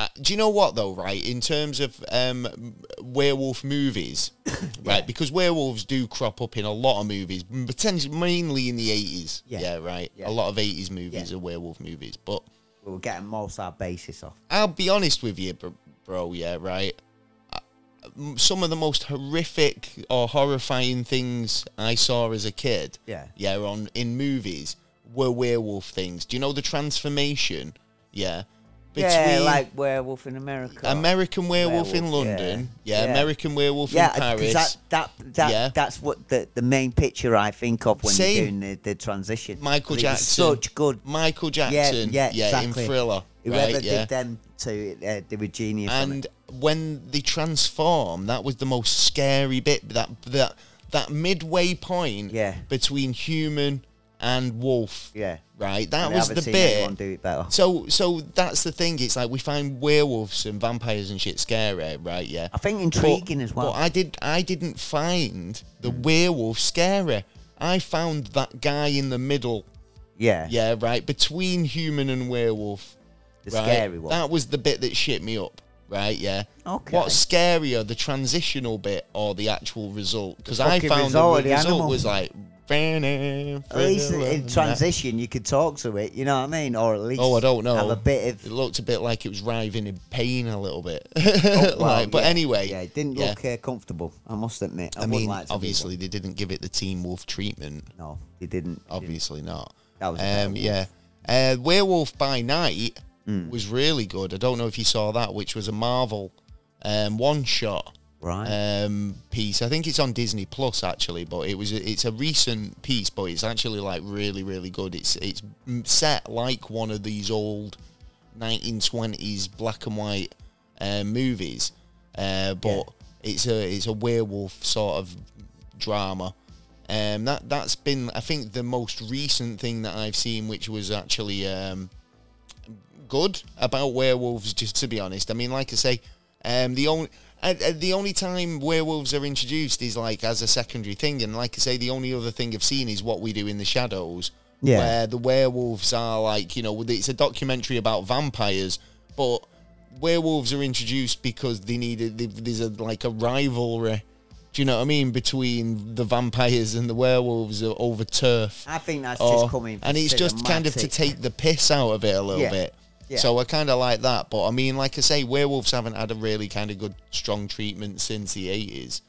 Speaker 1: Uh, do you know what though? Right, in terms of um, m- werewolf movies, right? Because werewolves do crop up in a lot of movies, m- potentially mainly in the eighties. Yeah.
Speaker 2: Yeah.
Speaker 1: right.
Speaker 2: Yeah.
Speaker 1: A lot of eighties movies
Speaker 2: Yeah.
Speaker 1: are werewolf movies. But
Speaker 2: we were getting most of our basis off.
Speaker 1: I'll be honest with you, bro. bro yeah, right. Uh, m- Some of the most horrific or horrifying things I saw as a kid,
Speaker 2: Yeah.
Speaker 1: yeah, on in movies were werewolf things. Do you know the transformation? Yeah,
Speaker 2: yeah, like werewolf in America.
Speaker 1: American Werewolf, in
Speaker 2: Werewolf, yeah.
Speaker 1: London. Yeah,
Speaker 2: Yeah.
Speaker 1: American Werewolf
Speaker 2: yeah,
Speaker 1: in Paris.
Speaker 2: because that that, that
Speaker 1: Yeah.
Speaker 2: that's what the, the main picture I think of when
Speaker 1: Same.
Speaker 2: you're doing the, the transition.
Speaker 1: Michael
Speaker 2: But it was
Speaker 1: Jackson.
Speaker 2: such good.
Speaker 1: Michael Jackson.
Speaker 2: yeah,
Speaker 1: in
Speaker 2: exactly.
Speaker 1: Thriller.
Speaker 2: Whoever
Speaker 1: right,
Speaker 2: did
Speaker 1: yeah.
Speaker 2: them to, uh, they were genius. on it.
Speaker 1: And when they transform, that was the most scary bit. That that that midway point
Speaker 2: Yeah.
Speaker 1: between human and wolf.
Speaker 2: yeah,
Speaker 1: Right? That
Speaker 2: And I
Speaker 1: was
Speaker 2: haven't
Speaker 1: the
Speaker 2: seen
Speaker 1: bit.
Speaker 2: anyone do it better.
Speaker 1: So so that's the thing. It's like we find werewolves and vampires and shit scary, right? Yeah.
Speaker 2: I think intriguing as well.
Speaker 1: But I did I didn't find the werewolf scary. I found that guy in the middle.
Speaker 2: yeah,
Speaker 1: Yeah, right between human and werewolf.
Speaker 2: the
Speaker 1: right?
Speaker 2: scary one.
Speaker 1: That was the bit that shit me up. Right? Yeah.
Speaker 2: Okay.
Speaker 1: What's scarier, the transitional bit or the actual result? Because I
Speaker 2: fucking
Speaker 1: found
Speaker 2: result
Speaker 1: the,
Speaker 2: of the
Speaker 1: result
Speaker 2: animal.
Speaker 1: was like. At
Speaker 2: at least in transition, you could talk to it. You know what I mean? Or at least
Speaker 1: uh, Oh, I don't know.
Speaker 2: Have a bit
Speaker 1: It
Speaker 2: of. Oh,
Speaker 1: looked a bit like it was writhing in pain a little bit.
Speaker 2: well,
Speaker 1: like, but
Speaker 2: yeah,
Speaker 1: anyway,
Speaker 2: yeah, it didn't
Speaker 1: yeah.
Speaker 2: look uh, comfortable. I must admit. I,
Speaker 1: I
Speaker 2: wouldn't
Speaker 1: mean,
Speaker 2: like to be
Speaker 1: obviously they didn't give it the Teen Wolf treatment.
Speaker 2: one. no, they didn't.
Speaker 1: Obviously not.
Speaker 2: That was a better
Speaker 1: um,
Speaker 2: wolf.
Speaker 1: yeah. Uh, Werewolf by Night
Speaker 2: Hmm.
Speaker 1: was really good. I don't know if you saw that, which was a Marvel um, one shot
Speaker 2: Right.
Speaker 1: um, piece. I think it's on Disney Plus actually, but it was it's a recent piece, but it's actually like really really good. It's it's m- set like one of these old 1920s black and white uh, movies, uh, but it's a it's a werewolf sort of drama. Um, that that's been I think the most recent thing that I've seen, which was actually um, good about werewolves. Just to be honest, I mean, like I say, um, the only uh, uh, the only time werewolves are introduced is like as a secondary thing, and like I say, the only other thing I've seen is what we do in the shadows,
Speaker 2: Yeah.
Speaker 1: where the werewolves are like you know it's a documentary about vampires, but werewolves are introduced because they needed they- there's a like a rivalry. Do you know what I mean between the vampires and the werewolves over turf?
Speaker 2: I think that's
Speaker 1: or-
Speaker 2: just coming.
Speaker 1: oh, and it's just kind of to
Speaker 2: cinematic.
Speaker 1: take the piss out of it a little
Speaker 2: Yeah,
Speaker 1: bit.
Speaker 2: yeah.
Speaker 1: So I kind of like that, but I mean, like I say, werewolves haven't had a really kind of good, strong treatment since the eighties.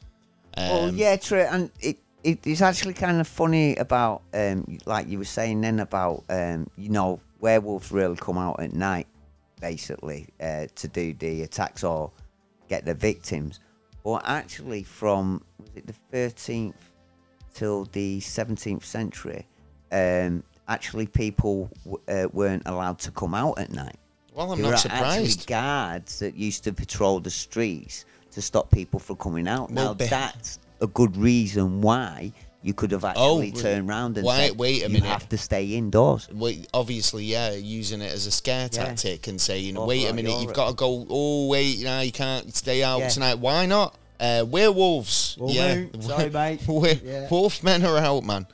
Speaker 1: Um,
Speaker 2: Well, yeah, true, and it, it it's actually kind of funny about um like you were saying then about um you know werewolves really come out at night basically uh, to do the attacks or get the victims, but actually from was it the thirteenth till the 17th century, um, actually people w- uh, weren't allowed to come out at night.
Speaker 1: Well, I'm
Speaker 2: There
Speaker 1: not
Speaker 2: were actually
Speaker 1: surprised.
Speaker 2: guards that used to patrol the streets to stop people from coming out.
Speaker 1: Well,
Speaker 2: now
Speaker 1: be-
Speaker 2: that's a good reason why you could have actually
Speaker 1: Oh, really?
Speaker 2: turned round and
Speaker 1: Why-
Speaker 2: said,
Speaker 1: wait a
Speaker 2: you
Speaker 1: minute."
Speaker 2: have to stay indoors.
Speaker 1: Wait, obviously, yeah, using it as a scare
Speaker 2: Yeah.
Speaker 1: tactic and saying,
Speaker 2: Oh,
Speaker 1: "Wait a
Speaker 2: right,
Speaker 1: minute,
Speaker 2: you're
Speaker 1: you've
Speaker 2: right.
Speaker 1: got to go. Oh, wait, now you can't stay out
Speaker 2: Yeah.
Speaker 1: tonight. Why not? Uh, werewolves.
Speaker 2: Well,
Speaker 1: yeah,
Speaker 2: mate, sorry, mate.
Speaker 1: Wer-
Speaker 2: Yeah.
Speaker 1: Wolf men are out, man.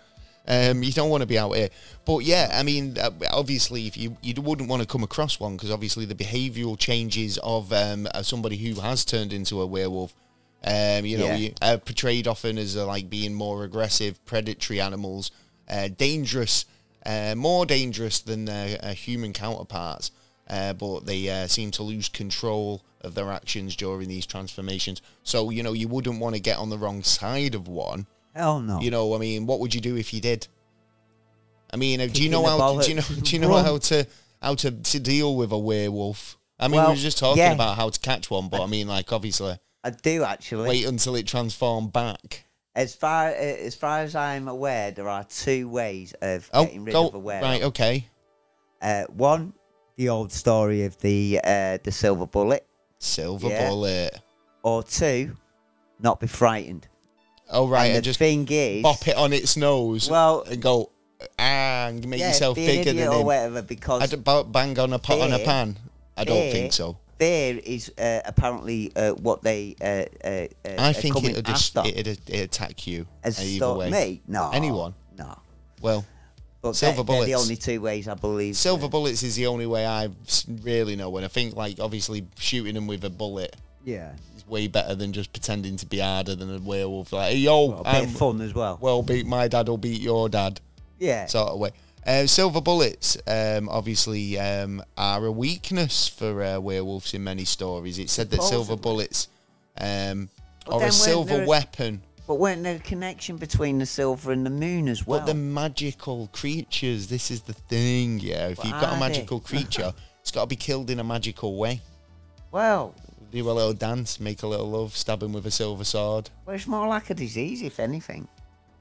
Speaker 1: Um, you don't want to be out here, but yeah, I mean, uh, obviously, if you you wouldn't want to come across one because obviously the behavioural changes of um, uh, somebody who has turned into a werewolf, um, you know,
Speaker 2: Yeah.
Speaker 1: you- uh, portrayed often as uh, like being more aggressive, predatory animals, uh, dangerous, uh, more dangerous than their uh, human counterparts. uh, but they uh, seem to lose control of their actions during these transformations. So, you know, you wouldn't want to get on the wrong side of one.
Speaker 2: Hell no.
Speaker 1: You know, I mean, what would you do if you did? I mean, uh, do you
Speaker 2: Kicking
Speaker 1: know
Speaker 2: the
Speaker 1: how?
Speaker 2: ball
Speaker 1: Do you know?
Speaker 2: at-
Speaker 1: Do you know
Speaker 2: Run.
Speaker 1: how to how to, to deal with a werewolf? I mean,
Speaker 2: Well,
Speaker 1: we were just talking
Speaker 2: yeah.
Speaker 1: about how to catch one, but I mean, like, obviously,
Speaker 2: I do actually.
Speaker 1: wait until it transformed back.
Speaker 2: As far eh, as far as I'm aware, there are two ways of
Speaker 1: Oh,
Speaker 2: getting rid
Speaker 1: go,
Speaker 2: of a werewolf.
Speaker 1: right, okay.
Speaker 2: Uh, one, the old story of the uh, the silver bullet,
Speaker 1: Silver
Speaker 2: Yeah.
Speaker 1: bullet.
Speaker 2: or two, not be frightened.
Speaker 1: Oh, right,
Speaker 2: and
Speaker 1: and,
Speaker 2: the
Speaker 1: just
Speaker 2: thing is,
Speaker 1: bop it on its nose
Speaker 2: well,
Speaker 1: and go ah, and make
Speaker 2: yeah,
Speaker 1: yourself
Speaker 2: be an
Speaker 1: bigger
Speaker 2: idiot
Speaker 1: than
Speaker 2: or
Speaker 1: him.
Speaker 2: whatever, because
Speaker 1: I'd about bang on a pot on a
Speaker 2: Fear-
Speaker 1: pan. I don't
Speaker 2: fear-
Speaker 1: think so.
Speaker 2: fear is uh, apparently uh, what they uh, uh, uh,
Speaker 1: I
Speaker 2: are
Speaker 1: think
Speaker 2: coming
Speaker 1: it'd, just,
Speaker 2: after.
Speaker 1: it'd, it'd attack you
Speaker 2: As
Speaker 1: either
Speaker 2: sto-
Speaker 1: way.
Speaker 2: me, no,
Speaker 1: Anyone.
Speaker 2: no.
Speaker 1: Well,
Speaker 2: But
Speaker 1: Silver
Speaker 2: they're, they're the
Speaker 1: bullets.
Speaker 2: only two ways I believe.
Speaker 1: Silver bullets is the only way I s- really know. And I think, like, obviously, shooting them with a bullet
Speaker 2: Yeah,
Speaker 1: is way better than just pretending to be harder than a werewolf. Like, hey, yo,
Speaker 2: a bit
Speaker 1: I'm
Speaker 2: of fun as well.
Speaker 1: well beat my dad will beat your dad
Speaker 2: yeah,
Speaker 1: sort of way. Uh, silver bullets, um, obviously, um, are a weakness for uh, werewolves in many stories. It's said that silver
Speaker 2: Supposedly.
Speaker 1: bullets um,
Speaker 2: But
Speaker 1: are a
Speaker 2: then weren't
Speaker 1: silver
Speaker 2: there-
Speaker 1: weapon.
Speaker 2: but weren't there a connection between the silver and the moon as well?
Speaker 1: But the magical creatures, this is the thing, yeah. If
Speaker 2: What
Speaker 1: you've got a
Speaker 2: are they?
Speaker 1: magical creature, it's got to be killed in a magical way.
Speaker 2: well,
Speaker 1: Do a little dance, make a little love, stab him with a silver sword.
Speaker 2: well, it's more like a disease, if anything.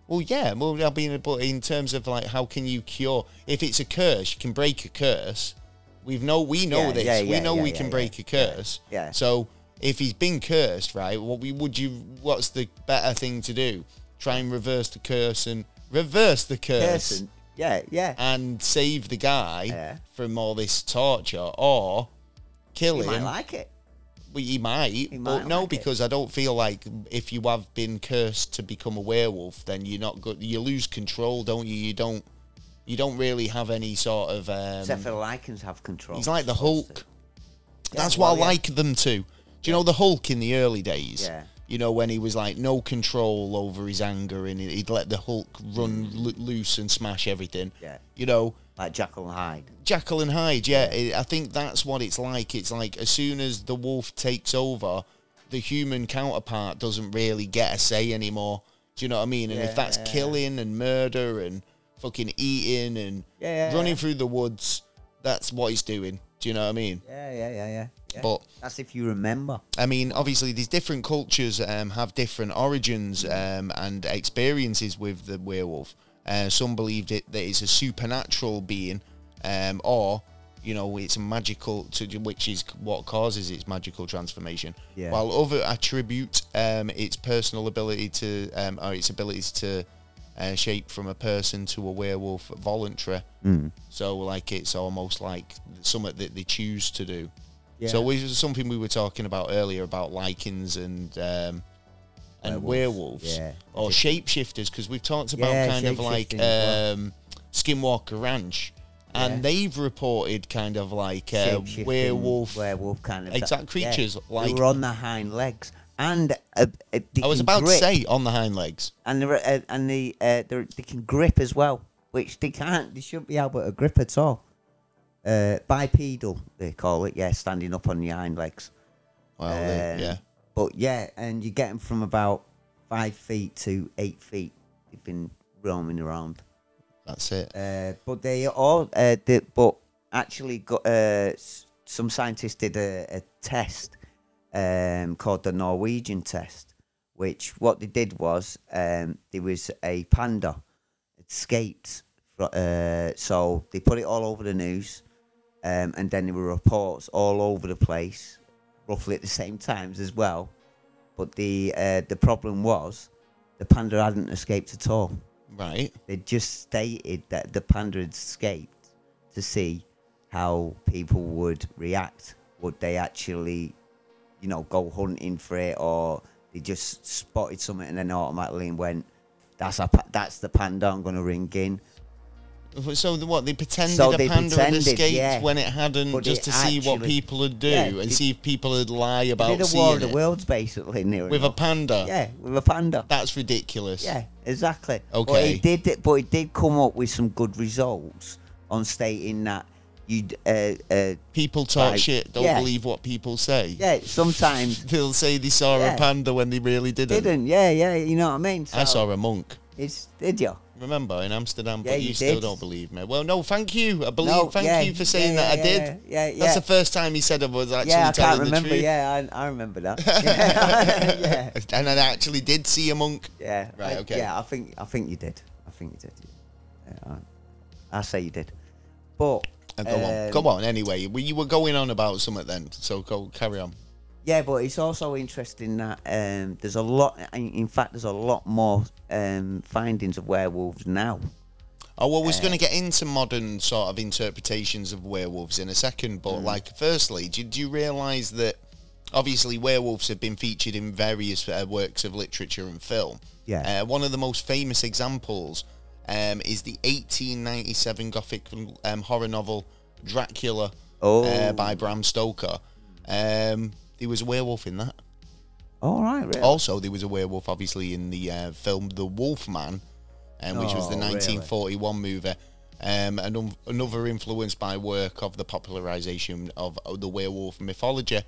Speaker 1: Well, yeah. Well, I mean, but in terms of like, how can you cure? If it's a curse, you can break a curse. We've know we know
Speaker 2: Yeah,
Speaker 1: this.
Speaker 2: yeah,
Speaker 1: we
Speaker 2: yeah,
Speaker 1: know
Speaker 2: yeah,
Speaker 1: we
Speaker 2: yeah,
Speaker 1: can
Speaker 2: yeah,
Speaker 1: break a curse.
Speaker 2: yeah.
Speaker 1: So if he's been cursed, right? What we would you? What's the better thing to do? Try and reverse the curse and reverse the curse
Speaker 2: Person. Yeah, yeah.
Speaker 1: and save the guy
Speaker 2: Yeah.
Speaker 1: from all this torture, or kill
Speaker 2: You
Speaker 1: him.
Speaker 2: might like it.
Speaker 1: Well, you might, but
Speaker 2: might
Speaker 1: no,
Speaker 2: like it.
Speaker 1: because I don't feel like if you have been cursed to become a werewolf, then you're not good. You lose control, don't you? You don't. You don't really have any sort of.
Speaker 2: Except
Speaker 1: Um,
Speaker 2: for the lichens have control.
Speaker 1: he's like the
Speaker 2: Supposed to.
Speaker 1: Hulk.
Speaker 2: Yeah,
Speaker 1: That's what
Speaker 2: well,
Speaker 1: I
Speaker 2: yeah.
Speaker 1: like them to. Do you know the Hulk in the early days?
Speaker 2: Yeah.
Speaker 1: You know when he was like no control over his anger and he'd let the Hulk run lo- loose and smash everything.
Speaker 2: Mm. Yeah.
Speaker 1: You know,
Speaker 2: Like Jackal and Hyde.
Speaker 1: Jackal and Hyde, yeah, it, I think that's what it's like. It's like as soon as the wolf takes over, the human counterpart doesn't really get a say anymore. Do you know what I mean? And if that's
Speaker 2: Yeah.
Speaker 1: killing and murder and fucking eating and
Speaker 2: Yeah.
Speaker 1: running through the woods, that's what he's doing. Do you know what I mean?
Speaker 2: Yeah, yeah, yeah, yeah. yeah.
Speaker 1: But
Speaker 2: That's if you remember.
Speaker 1: I mean, obviously, these different cultures um, have different origins um, and experiences with the werewolf. Uh, some believed it that it's a supernatural being, um, or you know, it's magical, to, which is what causes its magical transformation.
Speaker 2: Yeah.
Speaker 1: While other attribute um, its personal ability to, um, or its abilities to uh, shape from a person to a werewolf voluntary. So, like, it's almost like something that they choose to do.
Speaker 2: Yeah.
Speaker 1: So which is something we were talking about earlier about lichens and um, and werewolves,
Speaker 2: Yeah.
Speaker 1: or shapeshifters because we've talked about
Speaker 2: Yeah,
Speaker 1: kind of like
Speaker 2: shapeshifting as
Speaker 1: um, Skinwalker Ranch, and
Speaker 2: Yeah.
Speaker 1: they've reported kind of like uh,
Speaker 2: Shape-shifting
Speaker 1: werewolf.
Speaker 2: Werewolf kind of.
Speaker 1: exact creatures, like-
Speaker 2: They were on their hind legs. And uh, uh, they
Speaker 1: I was
Speaker 2: can
Speaker 1: about
Speaker 2: grip,
Speaker 1: to say on the hind legs.
Speaker 2: And, they're, uh, and they, uh, they're, they can grip as well, which they can't. They shouldn't be able to grip at all. Uh, bipedal, they call it. Yeah, standing up on the hind legs.
Speaker 1: Well, they-
Speaker 2: Um,
Speaker 1: Oh, yeah,
Speaker 2: But yeah, and you get them from about five feet to eight feet. They've been roaming around.
Speaker 1: that's it.
Speaker 2: Uh, but they all, uh, the but actually, got uh, s- some scientists did a, a test um, called the Norwegian test, which what they did was um, there was a panda escaped. fro- Uh, so they put it all over the news, um, and then there were reports all over the place, roughly at the same times as well. But the uh, the problem was the panda hadn't escaped at all.
Speaker 1: Right.
Speaker 2: They just stated that the panda had escaped to see how people would react. Would they actually, you know, go hunting for it, or they just spotted something and then automatically went, "That's a pa- that's the panda. I'm going to ring in."
Speaker 1: So the, what they pretended
Speaker 2: So
Speaker 1: a
Speaker 2: they
Speaker 1: panda had
Speaker 2: pretended,
Speaker 1: escaped
Speaker 2: yeah.
Speaker 1: when it hadn't,
Speaker 2: But
Speaker 1: just to
Speaker 2: it
Speaker 1: see what
Speaker 2: actually-
Speaker 1: people would do
Speaker 2: Yeah,
Speaker 1: and
Speaker 2: they-
Speaker 1: see if people would lie
Speaker 2: They
Speaker 1: about
Speaker 2: did a war
Speaker 1: seeing
Speaker 2: of the
Speaker 1: it
Speaker 2: worlds basically near
Speaker 1: uh, with a
Speaker 2: enough.
Speaker 1: panda.
Speaker 2: yeah with a panda.
Speaker 1: That's ridiculous.
Speaker 2: Yeah, exactly. But
Speaker 1: Okay.
Speaker 2: it did, but it did come up with some good results on stating that you uh, uh,
Speaker 1: People talk
Speaker 2: Right.
Speaker 1: shit. Don't
Speaker 2: Yeah.
Speaker 1: believe what people say.
Speaker 2: yeah sometimes
Speaker 1: They'll say they saw a
Speaker 2: Yeah.
Speaker 1: panda when they really didn't.
Speaker 2: didn't yeah yeah you know what I mean so
Speaker 1: I saw a monk.
Speaker 2: it's did you
Speaker 1: Remember in Amsterdam,
Speaker 2: Yeah,
Speaker 1: but you,
Speaker 2: you
Speaker 1: still
Speaker 2: did.
Speaker 1: don't believe me. Well, no, thank you. I believe.
Speaker 2: No,
Speaker 1: thank
Speaker 2: yeah,
Speaker 1: you for saying
Speaker 2: yeah,
Speaker 1: that. I
Speaker 2: yeah,
Speaker 1: did.
Speaker 2: yeah, yeah,
Speaker 1: That's
Speaker 2: yeah.
Speaker 1: the first time he said I was actually
Speaker 2: yeah I
Speaker 1: telling
Speaker 2: can't remember
Speaker 1: the truth.
Speaker 2: yeah I, I remember that yeah yeah,
Speaker 1: And I actually did see a monk.
Speaker 2: yeah.
Speaker 1: Right,
Speaker 2: I-
Speaker 1: okay.
Speaker 2: yeah I think I think you did I think you did yeah, I, I say you did but
Speaker 1: Uh, go on,
Speaker 2: um,
Speaker 1: go on. Anyway, we, you were going on about something then, so go carry on.
Speaker 2: Yeah, but it's also interesting that um, there's a lot. In in fact, there's a lot more um, findings of werewolves now.
Speaker 1: Oh, well, we're going to get into modern sort of interpretations of werewolves in a second,
Speaker 2: Mm.
Speaker 1: but like, firstly, do, do you realise that obviously werewolves have been featured in various uh, works of literature and film?
Speaker 2: Yeah.
Speaker 1: Uh, one of the most famous examples um, is the 1897 Gothic um, horror novel Dracula uh,
Speaker 2: Oh.
Speaker 1: by Bram Stoker. Um, there was a werewolf in that.
Speaker 2: All right, really.
Speaker 1: Also, there was a werewolf, obviously, in the uh, film The Wolf Man, um, which was the
Speaker 2: Oh, really?
Speaker 1: 1941 movie. Um, and un- another influence by work of the popularization of uh, the werewolf mythology.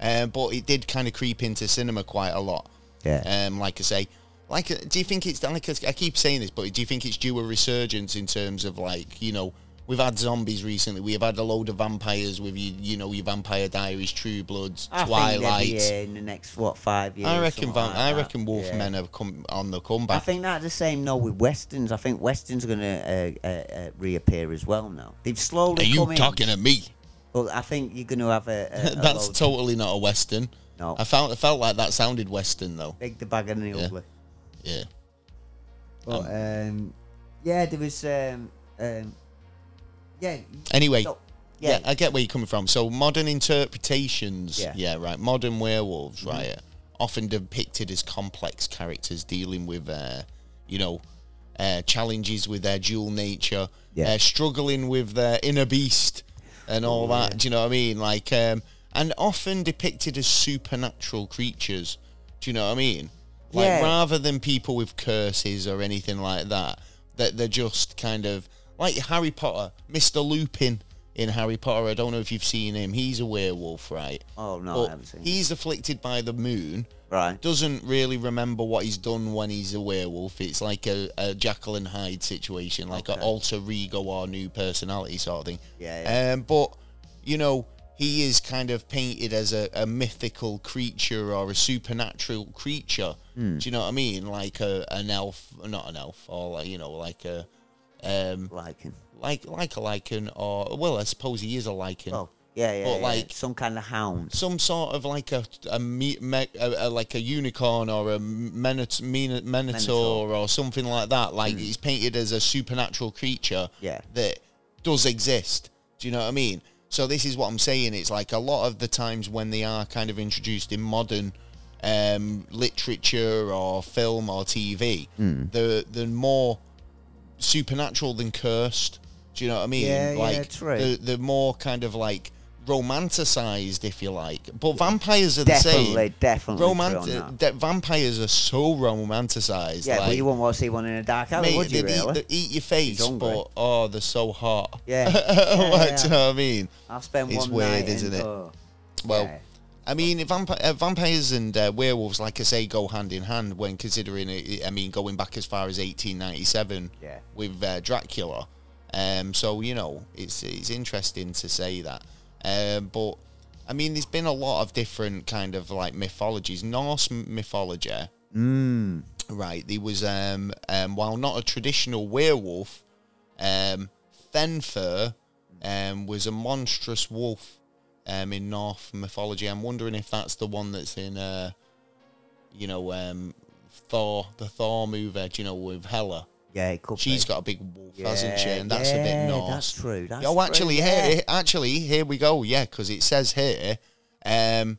Speaker 1: Um, but it did kind of creep into cinema quite a lot.
Speaker 2: Yeah.
Speaker 1: Um, like I say, like, uh, do you think it's like I I keep saying this, but do you think it's due a resurgence in terms of like you know we've had zombies recently, we've had a load of vampires with you, you know your Vampire Diaries, True Bloods,
Speaker 2: I think
Speaker 1: Twilight.
Speaker 2: every year in the next what five years.
Speaker 1: I reckon
Speaker 2: something
Speaker 1: Van,
Speaker 2: like
Speaker 1: I
Speaker 2: that.
Speaker 1: reckon
Speaker 2: Yeah.
Speaker 1: Wolfmen have come on the
Speaker 2: I
Speaker 1: comeback.
Speaker 2: think that's the same. No, with westerns, I think westerns are going to uh, uh, uh, reappear as well now. They've slowly
Speaker 1: Are you
Speaker 2: come in,
Speaker 1: talking at me?
Speaker 2: but I think you're going to have a. a, a
Speaker 1: That's
Speaker 2: load-
Speaker 1: totally not a western.
Speaker 2: No.
Speaker 1: I felt I felt like that sounded western though.
Speaker 2: big the bag and the
Speaker 1: Yeah. Um,
Speaker 2: ugly.
Speaker 1: Yeah.
Speaker 2: But um, yeah, there was um, um, yeah.
Speaker 1: Anyway,
Speaker 2: so-
Speaker 1: yeah. um, I get where you're coming from. So modern interpretations, yeah,
Speaker 2: Yeah.
Speaker 1: right. Modern werewolves, right, often depicted as complex characters dealing with, uh, you know, uh, challenges with their dual nature,
Speaker 2: Yeah.
Speaker 1: uh, struggling with their inner beast, and all that. Do you know what I mean? Like, um, and often depicted as supernatural creatures. Do you know what I mean? Like
Speaker 2: Yeah.
Speaker 1: rather than people with curses or anything like that, that they're just kind of like Harry Potter, Mr. Lupin in Harry Potter. I don't know if you've seen him. He's a werewolf, right?
Speaker 2: Oh no, I
Speaker 1: But
Speaker 2: haven't seen. it.
Speaker 1: he's afflicted by the moon.
Speaker 2: Right.
Speaker 1: Doesn't really remember what he's done when he's a werewolf. It's like a, a Jackal and Hyde situation, like an
Speaker 2: Okay.
Speaker 1: alter ego or new personality sort of thing.
Speaker 2: Yeah, yeah.
Speaker 1: Um, but you know, he is kind of painted as a, a mythical creature or a supernatural creature.
Speaker 2: Hmm.
Speaker 1: Do you know what I mean? Like a an elf, not an elf, or like, you know, like a um,
Speaker 2: Lichen.
Speaker 1: like like a lichen, or well, I suppose he is a lichen.
Speaker 2: Oh, yeah, yeah.
Speaker 1: But,
Speaker 2: yeah,
Speaker 1: like-
Speaker 2: some kind of hound.
Speaker 1: some sort of like a a, me, me, a, a like a unicorn or a menat, menat, minotaur
Speaker 2: Minotaur. Hmm.
Speaker 1: or something like that. Like he's painted as a supernatural creature
Speaker 2: Yeah.
Speaker 1: that does exist. Do you know what I mean? So this is what I'm saying. It's like a lot of the times when they are kind of introduced in modern um, literature or film or TV,
Speaker 2: Hmm.
Speaker 1: the the more supernatural than cursed. Do you know what I mean?
Speaker 2: Yeah, yeah,
Speaker 1: like
Speaker 2: true.
Speaker 1: the the more kind of like romanticized, if you like. But vampires are the
Speaker 2: Definitely,
Speaker 1: same.
Speaker 2: definitely. true on
Speaker 1: Romantic
Speaker 2: that.
Speaker 1: de- vampires are so romanticized.
Speaker 2: Yeah,
Speaker 1: like,
Speaker 2: but you wouldn't want to see one in a dark alley,
Speaker 1: mate,
Speaker 2: would you?
Speaker 1: they'd eat-
Speaker 2: Really?
Speaker 1: they'd eat your face,
Speaker 2: He's hungry.
Speaker 1: but oh, they're so hot.
Speaker 2: Yeah.
Speaker 1: Like,
Speaker 2: yeah,
Speaker 1: Do you
Speaker 2: yeah.
Speaker 1: know what I mean?
Speaker 2: I'll spend
Speaker 1: It's
Speaker 2: one
Speaker 1: weird,
Speaker 2: night. in-
Speaker 1: isn't it?
Speaker 2: oh,
Speaker 1: Well,
Speaker 2: yeah.
Speaker 1: I mean, vampi- uh, vampires and uh, werewolves, like I say, go hand in hand when considering it. I mean, going back as far as 1897
Speaker 2: Yeah.
Speaker 1: with uh, Dracula. Um, so you know, it's it's interesting to say that. Um, but I mean, there's been a lot of different kind of like mythologies. Norse m- mythology
Speaker 2: Hmm.
Speaker 1: right there was um, um while not a traditional werewolf um fenfer um was a monstrous wolf um in north mythology i'm wondering if that's the one that's in uh you know um thor the thor movie do you know with hela
Speaker 2: yeah, it could
Speaker 1: she's
Speaker 2: be.
Speaker 1: got a big wolf hasn't she
Speaker 2: Yeah,
Speaker 1: and that's a
Speaker 2: yeah,
Speaker 1: bit norse
Speaker 2: That's true. That's
Speaker 1: oh,
Speaker 2: true,
Speaker 1: actually,
Speaker 2: yeah.
Speaker 1: here, actually, here we go. Yeah, because it says here, um,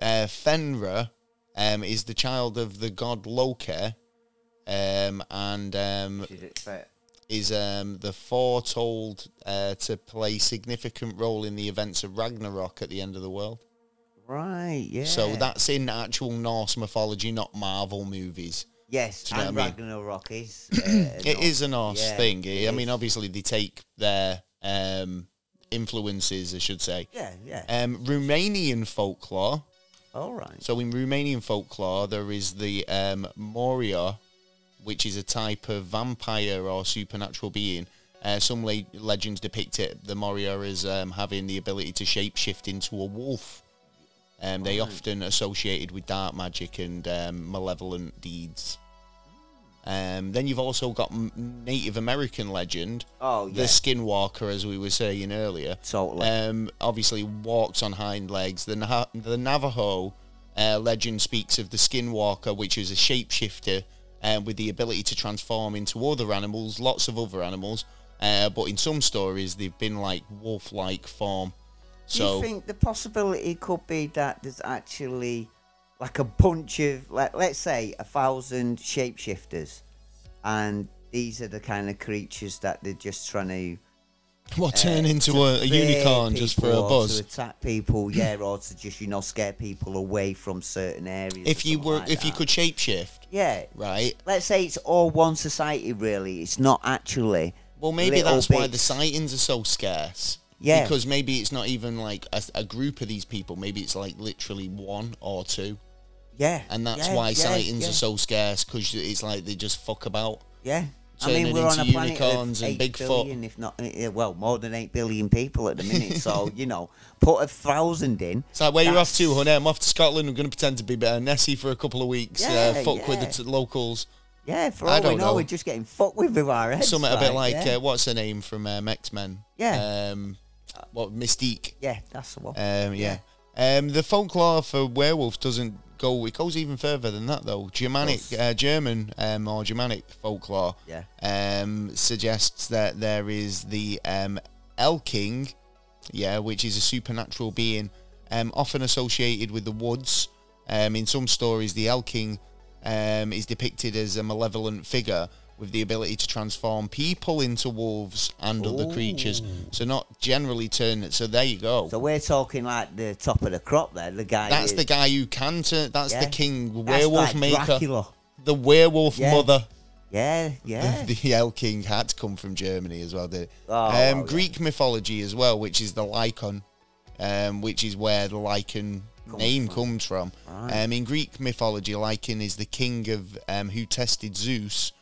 Speaker 1: uh, Fenrir um, is the child of the god Loki, um, and um,
Speaker 2: She'd expect-
Speaker 1: is um, the foretold uh, to play significant role in the events of Ragnarok at the end of the world.
Speaker 2: Right. Yeah.
Speaker 1: So that's in actual Norse mythology, not Marvel movies.
Speaker 2: Yes,
Speaker 1: Do you know
Speaker 2: and
Speaker 1: what I mean?
Speaker 2: Ragnarok is. Uh,
Speaker 1: It is a Norse
Speaker 2: Yeah,
Speaker 1: thing.
Speaker 2: it
Speaker 1: I mean,
Speaker 2: is.
Speaker 1: obviously they take their um, influences, I should say.
Speaker 2: Yeah, yeah.
Speaker 1: Um, Romanian folklore.
Speaker 2: All right.
Speaker 1: So in Romanian folklore, there is the um, Moria, which is a type of vampire or supernatural being. Uh, some le- legends depict it, the Moria, as um, having the ability to shapeshift into a wolf. Um, they often associated with dark magic and um, malevolent deeds. Um, then you've also got m- Native American legend,
Speaker 2: Oh,
Speaker 1: the
Speaker 2: yeah.
Speaker 1: skinwalker, as we were saying earlier
Speaker 2: Totally.
Speaker 1: um, obviously walks on hind legs. The, Nah the Navajo uh, legend speaks of the skinwalker, which is a shapeshifter um, with the ability to transform into other animals, lots of other animals. Uh, but in some stories, they've been like wolf-like form.
Speaker 2: Do
Speaker 1: So
Speaker 2: you think the possibility could be that there's actually like a bunch of like let's say a thousand shapeshifters, and these are the kind of creatures that they're just trying to
Speaker 1: what turn into
Speaker 2: uh, to
Speaker 1: a, a
Speaker 2: fear
Speaker 1: unicorn just for a
Speaker 2: people or
Speaker 1: buzz?
Speaker 2: to attack people, yeah, or to just you know scare people away from certain areas.
Speaker 1: If
Speaker 2: or
Speaker 1: you
Speaker 2: something
Speaker 1: were,
Speaker 2: like
Speaker 1: if you
Speaker 2: that.
Speaker 1: could shapeshift,
Speaker 2: yeah.
Speaker 1: right?
Speaker 2: Let's say it's all one society. Really, it's not actually.
Speaker 1: Well, maybe
Speaker 2: little
Speaker 1: that's why the
Speaker 2: bits.
Speaker 1: sightings are so scarce.
Speaker 2: Yeah.
Speaker 1: Because maybe it's not even like a, a group of these people. Maybe it's like literally one or two,
Speaker 2: yeah,
Speaker 1: and that's
Speaker 2: yeah,
Speaker 1: why
Speaker 2: yeah,
Speaker 1: sightings
Speaker 2: yeah,
Speaker 1: are so scarce. Because it's like they just fuck about.
Speaker 2: Yeah. I
Speaker 1: turning
Speaker 2: mean, we're on a
Speaker 1: into
Speaker 2: planet
Speaker 1: unicorns
Speaker 2: of
Speaker 1: and
Speaker 2: 8
Speaker 1: Bigfoot.
Speaker 2: billion, if not, eh, well, more than 8 billion people at the minute. so, you know, put a thousand in.
Speaker 1: It's like where you're off
Speaker 2: That's-
Speaker 1: to, honey. I'm off to Scotland. I'm going to pretend to be better Nessie for a couple of weeks. uh,
Speaker 2: Yeah,
Speaker 1: fuck with the
Speaker 2: yeah.
Speaker 1: t- locals.
Speaker 2: Yeah, for
Speaker 1: I
Speaker 2: all we
Speaker 1: don't
Speaker 2: know,
Speaker 1: know.
Speaker 2: we're just getting fucked with with our heads.
Speaker 1: Something a bit like
Speaker 2: yeah,
Speaker 1: uh, what's her name from um, X Men?
Speaker 2: Yeah.
Speaker 1: Um, what Mystique?
Speaker 2: yeah that's the one.
Speaker 1: Um, yeah. Um, the folklore for werewolves doesn't go. It goes even further than that, though. Germanic,
Speaker 2: Of course.
Speaker 1: uh, German, um, or Germanic folklore
Speaker 2: Yeah.
Speaker 1: um, suggests that there is the um, Elking, yeah, which is a supernatural being, um, often associated with the woods. Um, in some stories, the Elking um, is depicted as a malevolent figure with the ability to transform people into wolves and other creatures. So not generally turn. So there you go.
Speaker 2: So we're talking like the top of the crop there. The guy.
Speaker 1: That's
Speaker 2: who-
Speaker 1: the guy who can turn. That's the
Speaker 2: Yeah.
Speaker 1: king, the
Speaker 2: that's
Speaker 1: werewolf
Speaker 2: like
Speaker 1: maker,
Speaker 2: Dracula.
Speaker 1: the werewolf
Speaker 2: Yeah.
Speaker 1: mother.
Speaker 2: Yeah, yeah.
Speaker 1: The El King had to come from Germany as well, did it?
Speaker 2: Oh,
Speaker 1: um,
Speaker 2: well, yeah.
Speaker 1: Greek mythology as well, which is the Lycon, um, which is where the Lycan name comes from. Um, in Greek mythology, Lycan is the king of um, who tested Zeus,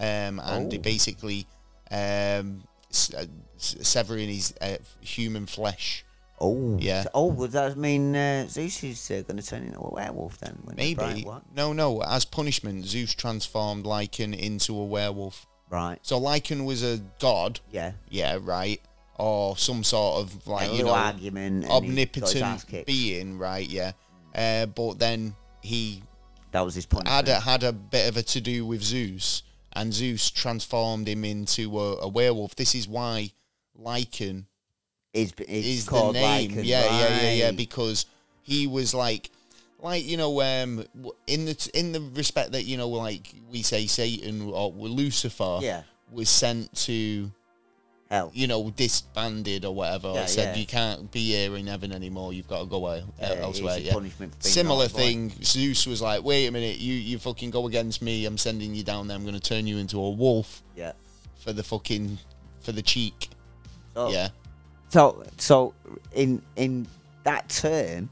Speaker 1: um, and
Speaker 2: Oh.
Speaker 1: he basically um, s- uh, s- severing his uh, human flesh.
Speaker 2: oh.
Speaker 1: Yeah.
Speaker 2: So- oh, would that mean uh, Zeus is uh, going to turn into a werewolf then? when the bright
Speaker 1: Maybe.
Speaker 2: one-
Speaker 1: No, no. As punishment, Zeus transformed Lycan into a werewolf.
Speaker 2: Right.
Speaker 1: So Lycan was a god,
Speaker 2: Yeah.
Speaker 1: yeah, right, or some sort of like
Speaker 2: A
Speaker 1: you
Speaker 2: little
Speaker 1: know
Speaker 2: argument. and he got his ass
Speaker 1: omnipotent
Speaker 2: kicked.
Speaker 1: being, right? Yeah. Uh, but then he
Speaker 2: That was his punishment.
Speaker 1: had a, had a bit of a to do with Zeus, and Zeus transformed him into a, a werewolf. This is why Lycan
Speaker 2: is is,
Speaker 1: is the
Speaker 2: called
Speaker 1: name.
Speaker 2: Lycan,
Speaker 1: yeah, yeah, yeah, yeah.
Speaker 2: right.
Speaker 1: Because he was like, like you know, um, w- in the t- in the respect that you know, like we say, Satan or Lucifer,
Speaker 2: Yeah.
Speaker 1: was sent to
Speaker 2: Hell,
Speaker 1: you know disbanded or whatever.
Speaker 2: Yeah,
Speaker 1: It said
Speaker 2: yeah.
Speaker 1: you can't be here in heaven anymore. You've got to go uh,
Speaker 2: yeah, it's
Speaker 1: elsewhere.
Speaker 2: a
Speaker 1: Yeah.
Speaker 2: punishment for being
Speaker 1: Similar
Speaker 2: naughty boy.
Speaker 1: thing. Zeus was like, "Wait a minute, you you fucking go against me. I'm sending you down there. I'm going to turn you into a wolf
Speaker 2: Yeah.
Speaker 1: for the fucking for the cheek."
Speaker 2: So,
Speaker 1: Yeah.
Speaker 2: So so in in that term,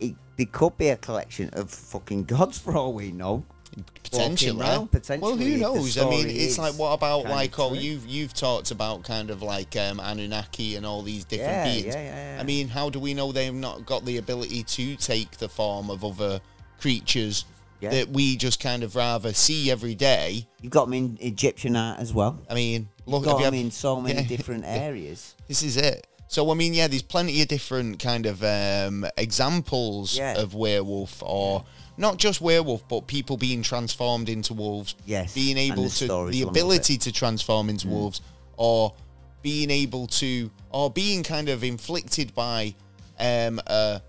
Speaker 2: it there could be a collection of fucking gods for all we know.
Speaker 1: potentially.
Speaker 2: round, potentially,
Speaker 1: well, who
Speaker 2: if the
Speaker 1: knows? I mean,
Speaker 2: story
Speaker 1: it's
Speaker 2: is
Speaker 1: like what about
Speaker 2: kind of
Speaker 1: like oh
Speaker 2: true.
Speaker 1: you've you've talked about kind of like um, Anunnaki and all these different
Speaker 2: Yeah,
Speaker 1: beings.
Speaker 2: yeah, yeah, yeah.
Speaker 1: I mean, how do we know they've not got the ability to take the form of other creatures
Speaker 2: Yeah.
Speaker 1: that we just kind of rather see every day?
Speaker 2: You've got them in Egyptian art as well.
Speaker 1: I mean, look,
Speaker 2: You've
Speaker 1: have
Speaker 2: got
Speaker 1: you
Speaker 2: them
Speaker 1: ever-
Speaker 2: in so many
Speaker 1: Yeah.
Speaker 2: different areas.
Speaker 1: This is it. So I mean, yeah, there's plenty of different kind of um, examples
Speaker 2: Yeah.
Speaker 1: of werewolf, or not just werewolf, but people being transformed into wolves.
Speaker 2: Yes,
Speaker 1: being
Speaker 2: and
Speaker 1: able
Speaker 2: the
Speaker 1: to
Speaker 2: stories
Speaker 1: the
Speaker 2: along with it. Mm.
Speaker 1: ability to transform into wolves, or being able to, or being kind of inflicted by um, a,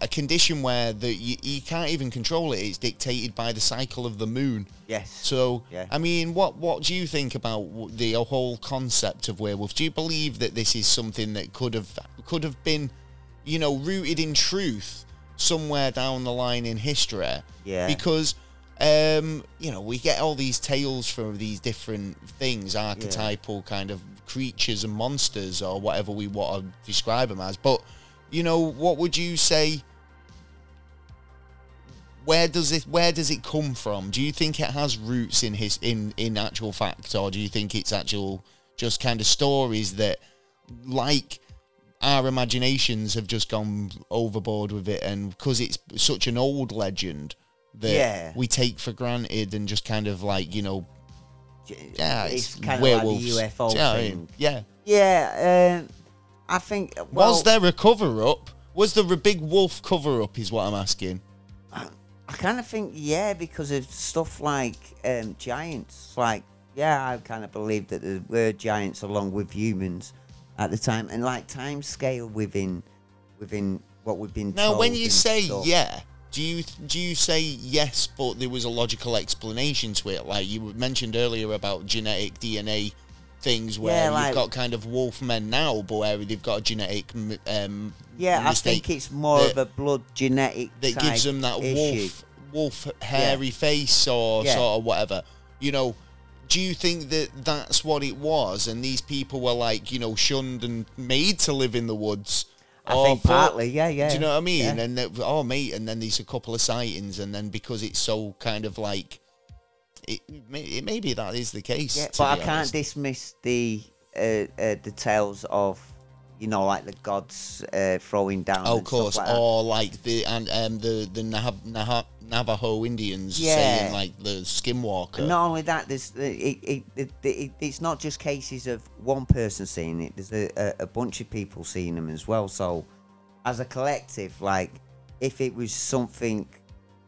Speaker 1: a condition where the you, you can't even control it. It's dictated by the cycle of the moon.
Speaker 2: Yes.
Speaker 1: So,
Speaker 2: Yeah.
Speaker 1: I mean, what what do you think about w- the whole concept of werewolf? Do you believe that this is something that could have could have been, you know, rooted in truth somewhere down the line in history?
Speaker 2: Yeah.
Speaker 1: Because, um, you know, we get all these tales from these different things, archetypal kind of creatures and monsters or whatever we want to describe them as. But you know, what would you say? Where does it where does it come from? Do you think it has roots in his in in actual fact, or do you think it's actual just kind of stories that like our imaginations have just gone overboard with it, and because it's such an old legend that
Speaker 2: Yeah.
Speaker 1: we take for granted and just kind of like you know yeah, it's,
Speaker 2: kind
Speaker 1: werewolves.
Speaker 2: of like the UFO
Speaker 1: Do you know what I
Speaker 2: thing.
Speaker 1: mean? Yeah.
Speaker 2: Yeah, um, I think. Well,
Speaker 1: was there a cover up? Was there a big wolf cover up? Is what I'm asking.
Speaker 2: I kind of think yeah because of stuff like um, giants. Like yeah, I kind of believe that there were giants along with humans at the time, and like time scale within within what we've been.
Speaker 1: Now, when
Speaker 2: told
Speaker 1: you
Speaker 2: and
Speaker 1: say
Speaker 2: stuff.
Speaker 1: yeah, do you do you say yes, but there was a logical explanation to it? Like you mentioned earlier about genetic DNA things where
Speaker 2: Yeah,
Speaker 1: you've
Speaker 2: like-
Speaker 1: got kind of wolf men now, but where they've got a genetic m- um,
Speaker 2: yeah, I
Speaker 1: mistake
Speaker 2: think it's more
Speaker 1: that-
Speaker 2: of a blood genetic
Speaker 1: that
Speaker 2: type
Speaker 1: gives them that
Speaker 2: issue.
Speaker 1: wolf wolf hairy face or
Speaker 2: Yeah.
Speaker 1: sort of whatever. You know, do you think that that's what it was, and these people were like you know shunned and made to live in the woods?
Speaker 2: I
Speaker 1: Or
Speaker 2: think
Speaker 1: thought-
Speaker 2: partly, yeah, yeah.
Speaker 1: Do you know what I mean?
Speaker 2: yeah.
Speaker 1: And that, oh mate, and then there's a couple of sightings, and then because it's so kind of like. It may, it may be that is the case.
Speaker 2: Yeah,
Speaker 1: to
Speaker 2: but I
Speaker 1: be
Speaker 2: can't
Speaker 1: honest.
Speaker 2: dismiss the uh, uh, the tales of, you know, like the gods uh, throwing down.
Speaker 1: Oh,
Speaker 2: and
Speaker 1: of course,
Speaker 2: stuff like that.
Speaker 1: or like the and um, the the Nav- Nah- Navajo Indians saying
Speaker 2: Yeah.
Speaker 1: like the skinwalker.
Speaker 2: And not only that, there's it, it, it, it, it's not just cases of one person seeing it. There's a, a, a bunch of people seeing them as well. So, as a collective, like if it was something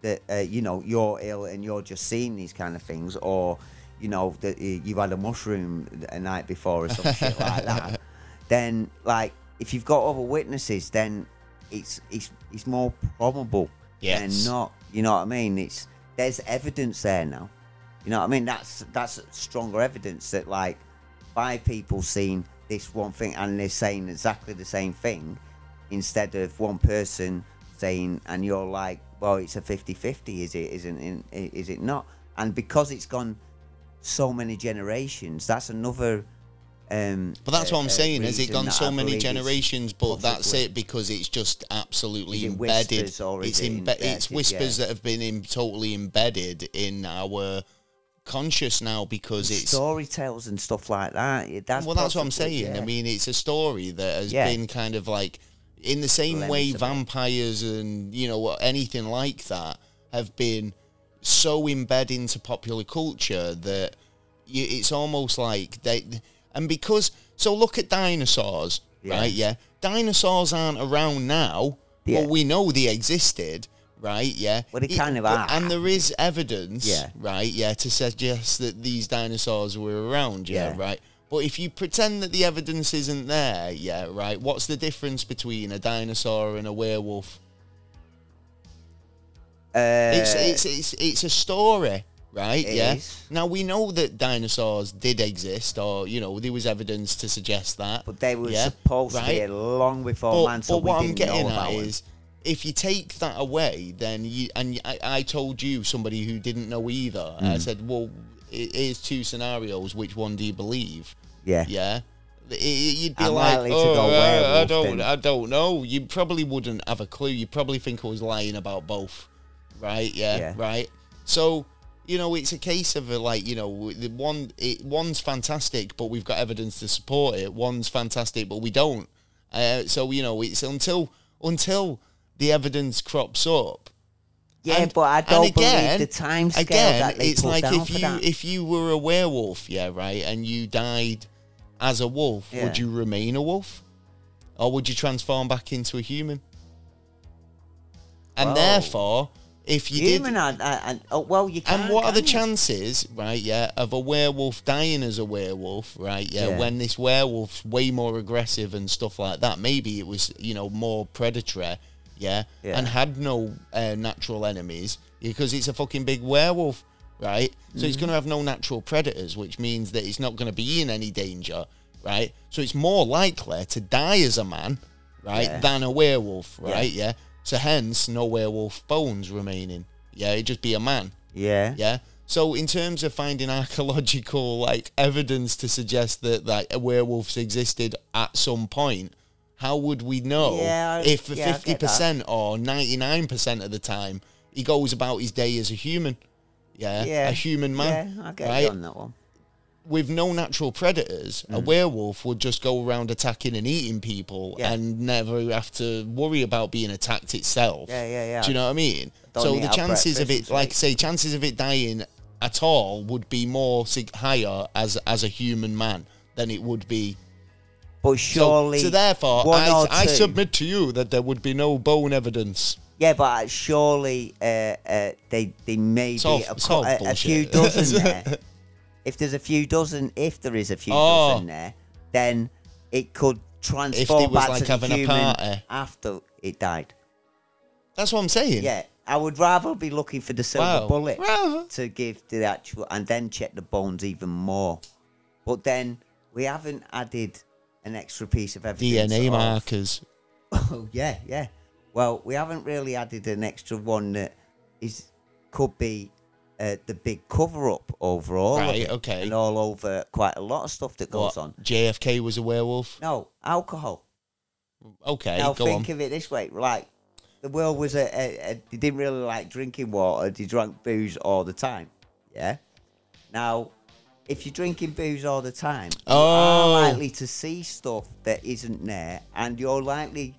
Speaker 2: that uh, you know you're ill and you're just seeing these kind of things, or you know that uh, you've had a mushroom a night before or some shit like that, then like if you've got other witnesses, then it's it's it's more probable
Speaker 1: Yes.
Speaker 2: than not. You know what I mean? It's there's evidence there now. You know what I mean? That's that's stronger evidence that like five people seen this one thing and they're saying exactly the same thing instead of one person saying and you're like, well, it's a 50-50, is it? Isn't in, is it not? And because it's gone so many generations, that's another. Um,
Speaker 1: But that's what
Speaker 2: uh,
Speaker 1: I'm
Speaker 2: uh,
Speaker 1: saying. Has it
Speaker 2: reason
Speaker 1: gone
Speaker 2: that
Speaker 1: so
Speaker 2: I
Speaker 1: many
Speaker 2: believe it's-
Speaker 1: generations? But that's
Speaker 2: possibly-
Speaker 1: it because it's just absolutely
Speaker 2: Is it
Speaker 1: embedded.
Speaker 2: whispers or is
Speaker 1: it's
Speaker 2: it
Speaker 1: imbe- it's
Speaker 2: embedded?
Speaker 1: whispers
Speaker 2: Yeah.
Speaker 1: that have been in, totally embedded in our conscious now because it's
Speaker 2: story tales and stuff like that. it- That's
Speaker 1: well, that's what I'm
Speaker 2: possibly-
Speaker 1: saying.
Speaker 2: yeah.
Speaker 1: I mean, it's a story that has
Speaker 2: Yeah.
Speaker 1: been kind of like in the same
Speaker 2: Lens
Speaker 1: way
Speaker 2: of it.
Speaker 1: vampires and you know anything like that have been so embedded into popular culture that you, it's almost like they and because so look at dinosaurs,
Speaker 2: Yeah.
Speaker 1: right? Yeah, dinosaurs aren't around now,
Speaker 2: Yeah.
Speaker 1: but we know they existed. Right, yeah.
Speaker 2: Well, they
Speaker 1: It-
Speaker 2: kind of
Speaker 1: but-
Speaker 2: are.
Speaker 1: And there is evidence,
Speaker 2: Yeah.
Speaker 1: right, yeah, to suggest that these dinosaurs were around, yeah,
Speaker 2: Yeah.
Speaker 1: right? But if you pretend that the evidence isn't there, yeah, right, what's the difference between a dinosaur and a werewolf?
Speaker 2: Uh,
Speaker 1: it's, it's, it's, it's a story, right?
Speaker 2: It
Speaker 1: yeah.
Speaker 2: is.
Speaker 1: Now, we know that dinosaurs did exist, or, you know, there was evidence to suggest that.
Speaker 2: but they were
Speaker 1: yeah,
Speaker 2: supposed to be
Speaker 1: right?
Speaker 2: here long before man. So
Speaker 1: but
Speaker 2: we
Speaker 1: what I'm
Speaker 2: didn't
Speaker 1: getting
Speaker 2: know
Speaker 1: at
Speaker 2: about it.
Speaker 1: is, if you take that away, then you and I, I told you somebody who didn't know either.
Speaker 2: Mm.
Speaker 1: I said, well, it is two scenarios. Which one do you believe?
Speaker 2: yeah,
Speaker 1: Yeah. It- it- You'd be
Speaker 2: I'm
Speaker 1: like,
Speaker 2: likely to
Speaker 1: oh,
Speaker 2: go
Speaker 1: I- I
Speaker 2: werewolf
Speaker 1: don't,
Speaker 2: then."
Speaker 1: I don't know. You probably wouldn't have a clue. You probably think I was lying about both, right? Yeah,
Speaker 2: Yeah.
Speaker 1: right. So you know, it's a case of a, like you know, the one it, one's fantastic, but we've got evidence to support it. One's fantastic, but we don't. Uh, so you know, it's until until the evidence crops up,
Speaker 2: yeah.
Speaker 1: and-
Speaker 2: but I
Speaker 1: and
Speaker 2: don't
Speaker 1: again-
Speaker 2: believe the time scale
Speaker 1: again,
Speaker 2: that they
Speaker 1: it's
Speaker 2: put
Speaker 1: like
Speaker 2: down
Speaker 1: if
Speaker 2: for
Speaker 1: you
Speaker 2: that.
Speaker 1: if you were a werewolf, yeah, right, and you died as a wolf,
Speaker 2: Yeah.
Speaker 1: would you remain a wolf, or would you transform back into a human? And
Speaker 2: Well,
Speaker 1: therefore, if you
Speaker 2: Human,
Speaker 1: did,
Speaker 2: I, I, I, oh, well, you can.
Speaker 1: and what are the
Speaker 2: can't you?
Speaker 1: chances, right? Yeah, of a werewolf dying as a werewolf, right? Yeah,
Speaker 2: Yeah.
Speaker 1: when this werewolf's way more aggressive and stuff like that. Maybe it was, you know, more predatory, yeah,
Speaker 2: Yeah.
Speaker 1: and had no uh, natural enemies because it's a fucking big werewolf, right? So
Speaker 2: Mm-hmm.
Speaker 1: it's going to have no natural predators, which means that it's not going to be in any danger, right? So it's more likely to die as a man, right,
Speaker 2: Yeah.
Speaker 1: than a werewolf, right? yeah. So hence, no werewolf bones remaining. Yeah, it'd just be a man.
Speaker 2: Yeah.
Speaker 1: Yeah. So, in terms of finding archaeological like evidence to suggest that like werewolves existed at some point, how would we know
Speaker 2: Yeah, I-
Speaker 1: if
Speaker 2: yeah, I
Speaker 1: fifty
Speaker 2: get that.
Speaker 1: percent or ninety nine percent of the time he goes about his day as a human? Yeah,
Speaker 2: Yeah,
Speaker 1: a human man.
Speaker 2: yeah, I get
Speaker 1: right?
Speaker 2: you on that one.
Speaker 1: with no natural predators,
Speaker 2: Mm.
Speaker 1: a werewolf would just go around attacking and eating people
Speaker 2: Yeah.
Speaker 1: and never have to worry about being attacked itself.
Speaker 2: Yeah, yeah, yeah.
Speaker 1: Do you know what I mean?
Speaker 2: Don't
Speaker 1: so
Speaker 2: eat
Speaker 1: the
Speaker 2: our
Speaker 1: chances of it,
Speaker 2: breakfast,
Speaker 1: like
Speaker 2: mate.
Speaker 1: say, chances of it dying at all would be more sig- higher as as a human man than it would be.
Speaker 2: But
Speaker 1: So-
Speaker 2: surely,
Speaker 1: so, therefore,
Speaker 2: one
Speaker 1: I,
Speaker 2: or
Speaker 1: I
Speaker 2: two-
Speaker 1: submit to you that there would be no bone evidence.
Speaker 2: Yeah, but surely uh, uh, they they may
Speaker 1: It's
Speaker 2: be
Speaker 1: all-
Speaker 2: a,
Speaker 1: it's
Speaker 2: cou-
Speaker 1: all
Speaker 2: a, a few
Speaker 1: bullshit.
Speaker 2: dozen there. If there's a few dozen, if there is a few
Speaker 1: Oh.
Speaker 2: dozen there, then it could
Speaker 1: it
Speaker 2: transform
Speaker 1: was
Speaker 2: back
Speaker 1: like
Speaker 2: to the
Speaker 1: having a
Speaker 2: human
Speaker 1: party.
Speaker 2: after it died.
Speaker 1: That's what I'm saying.
Speaker 2: Yeah, I would rather be looking for the silver
Speaker 1: Wow.
Speaker 2: bullet
Speaker 1: Rather.
Speaker 2: to give to the actual, and then check the bones even more. But then we haven't added an extra piece of evidence.
Speaker 1: DNA
Speaker 2: of-
Speaker 1: markers.
Speaker 2: Oh yeah, yeah. Well, we haven't really added an extra one that is could be uh, the big cover up overall,
Speaker 1: Right, okay.
Speaker 2: and all over quite a lot of stuff that goes
Speaker 1: What,
Speaker 2: on.
Speaker 1: JFK was a werewolf.
Speaker 2: No alcohol.
Speaker 1: Okay,
Speaker 2: now
Speaker 1: go
Speaker 2: think
Speaker 1: on.
Speaker 2: of it this way: like the world was a, a, a they didn't really like drinking water. They drank booze all the time. Yeah. Now, if you're drinking booze all the time,
Speaker 1: Oh.
Speaker 2: you are likely to see stuff that isn't there, and you're likely,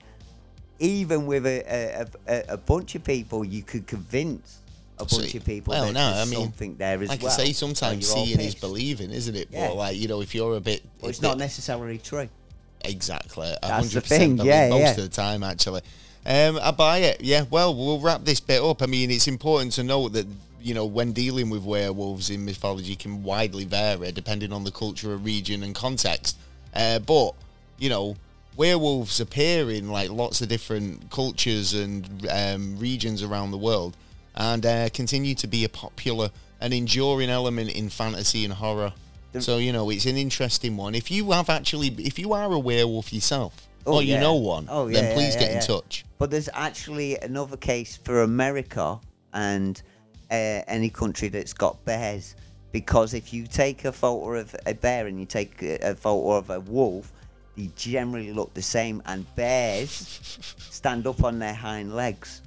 Speaker 2: even with a a, a, a bunch of people, you could convince. A
Speaker 1: So-
Speaker 2: bunch of people.
Speaker 1: well,
Speaker 2: that
Speaker 1: no,
Speaker 2: there's
Speaker 1: I mean,
Speaker 2: something there as
Speaker 1: Like
Speaker 2: well.
Speaker 1: I say,
Speaker 2: and
Speaker 1: sometimes
Speaker 2: you're all
Speaker 1: seeing is
Speaker 2: pissed.
Speaker 1: believing, isn't it?
Speaker 2: Yeah.
Speaker 1: But like you know, if you're a bit,
Speaker 2: But it's
Speaker 1: a
Speaker 2: not
Speaker 1: bit-
Speaker 2: necessarily true.
Speaker 1: exactly. a
Speaker 2: That's the
Speaker 1: 100%
Speaker 2: thing,
Speaker 1: believe
Speaker 2: yeah,
Speaker 1: most
Speaker 2: yeah.
Speaker 1: of the time actually. Um, I buy it. Yeah. Well, we'll wrap this bit up. I mean, it's important to note that you know when dealing with werewolves in mythology can widely vary depending on the culture, region, and context. Uh, but you know, werewolves appear in like lots of different cultures and um, regions around the world, and uh, continue to be a popular and enduring element in fantasy and horror. So you know, it's an interesting one. If you have actually, if you are a werewolf yourself,
Speaker 2: Oh,
Speaker 1: or you
Speaker 2: yeah.
Speaker 1: know one,
Speaker 2: Oh, yeah,
Speaker 1: then
Speaker 2: yeah,
Speaker 1: please
Speaker 2: yeah,
Speaker 1: get in
Speaker 2: yeah.
Speaker 1: touch.
Speaker 2: But there's actually another case for America and uh, any country that's got bears, because if you take a photo of a bear and you take a a photo of a wolf, they generally look the same, and bears stand up on their hind legs.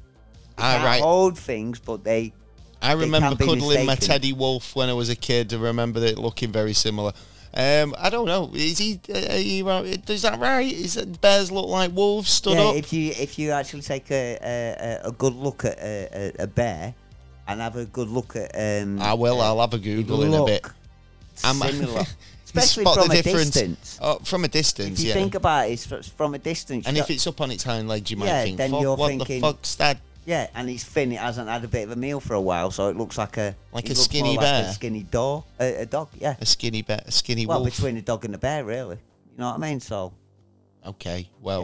Speaker 2: They
Speaker 1: Ah,
Speaker 2: can't
Speaker 1: right.
Speaker 2: hold things, but they
Speaker 1: I
Speaker 2: they
Speaker 1: remember
Speaker 2: can be
Speaker 1: cuddling my
Speaker 2: mistaken.
Speaker 1: teddy wolf when I was a kid. I remember it looking very similar. Um, I don't know. Is he? Uh, are you, uh, is that right? Is that bears look like wolves stood
Speaker 2: yeah,
Speaker 1: up?
Speaker 2: if you if you actually take a a, a- a good look at a, a, a bear, and have a good look at um,
Speaker 1: I will. Ah, I'll have a Google in a
Speaker 2: look
Speaker 1: bit. I'm-
Speaker 2: similar,
Speaker 1: you
Speaker 2: especially
Speaker 1: spot the
Speaker 2: from a
Speaker 1: difference.
Speaker 2: distance.
Speaker 1: Oh, from a distance,
Speaker 2: If you
Speaker 1: yeah.
Speaker 2: think about it, it's fr- from a distance.
Speaker 1: and
Speaker 2: you
Speaker 1: if it's up on its hind legs, you might
Speaker 2: Yeah,
Speaker 1: think,
Speaker 2: then
Speaker 1: "Fuck,
Speaker 2: you're
Speaker 1: what
Speaker 2: thinking-
Speaker 1: the fuck's that?
Speaker 2: yeah, and its fin it hasn't had a bit of a meal for a while, so it looks like a
Speaker 1: Like
Speaker 2: it
Speaker 1: a
Speaker 2: looks
Speaker 1: skinny
Speaker 2: more like
Speaker 1: bear.
Speaker 2: a skinny dog, a, a dog. Yeah,
Speaker 1: A skinny bear, a skinny
Speaker 2: well,
Speaker 1: wolf.
Speaker 2: between a dog and a bear, really. You know what I mean? So
Speaker 1: Okay, well,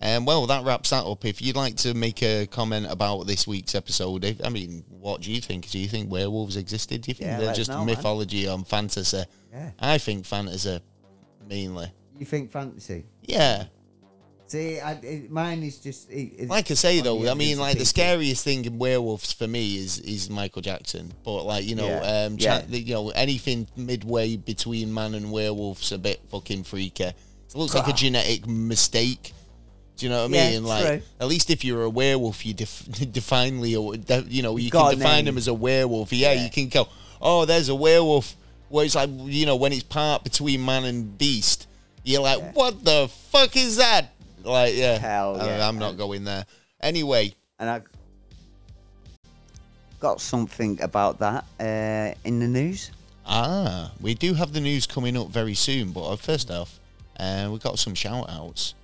Speaker 2: Yeah.
Speaker 1: um, well, that wraps that up. If you'd like to make a comment about this week's episode, if, I mean, what do you think? Do you think werewolves existed? Do you think
Speaker 2: Yeah, let
Speaker 1: they're
Speaker 2: us
Speaker 1: just
Speaker 2: know, man.
Speaker 1: mythology and fantasy?
Speaker 2: yeah,
Speaker 1: I think fantasy mainly.
Speaker 2: you think fantasy?
Speaker 1: Yeah,
Speaker 2: See, I, it, mine is just it,
Speaker 1: like I say though,
Speaker 2: yeah,
Speaker 1: I mean,
Speaker 2: it's
Speaker 1: like the
Speaker 2: creepy.
Speaker 1: scariest thing in werewolves for me is is Michael Jackson. But like you know,
Speaker 2: Yeah,
Speaker 1: um, cha-
Speaker 2: yeah.
Speaker 1: the- you know, anything midway between man and werewolf's a bit fucking freaky. It looks like a
Speaker 2: Wow.
Speaker 1: genetic mistake. Do you know what I
Speaker 2: Yeah,
Speaker 1: mean? like,
Speaker 2: true.
Speaker 1: at least if you're a werewolf, you def- definely, or de- you know, you
Speaker 2: got
Speaker 1: can
Speaker 2: a
Speaker 1: define
Speaker 2: name.
Speaker 1: them as a werewolf. Yeah,
Speaker 2: Yeah.
Speaker 1: you can go, oh, there's a werewolf. Where it's like, you know, when it's part between man and beast, you're like,
Speaker 2: Yeah.
Speaker 1: what the fuck is that? Like, yeah,
Speaker 2: Hell
Speaker 1: I-
Speaker 2: yeah.
Speaker 1: Uh, I'm not going there. Anyway,
Speaker 2: and I got something about that uh, in the news.
Speaker 1: ah, we do have the news coming up very soon. But uh, first off, uh, we got some shout outs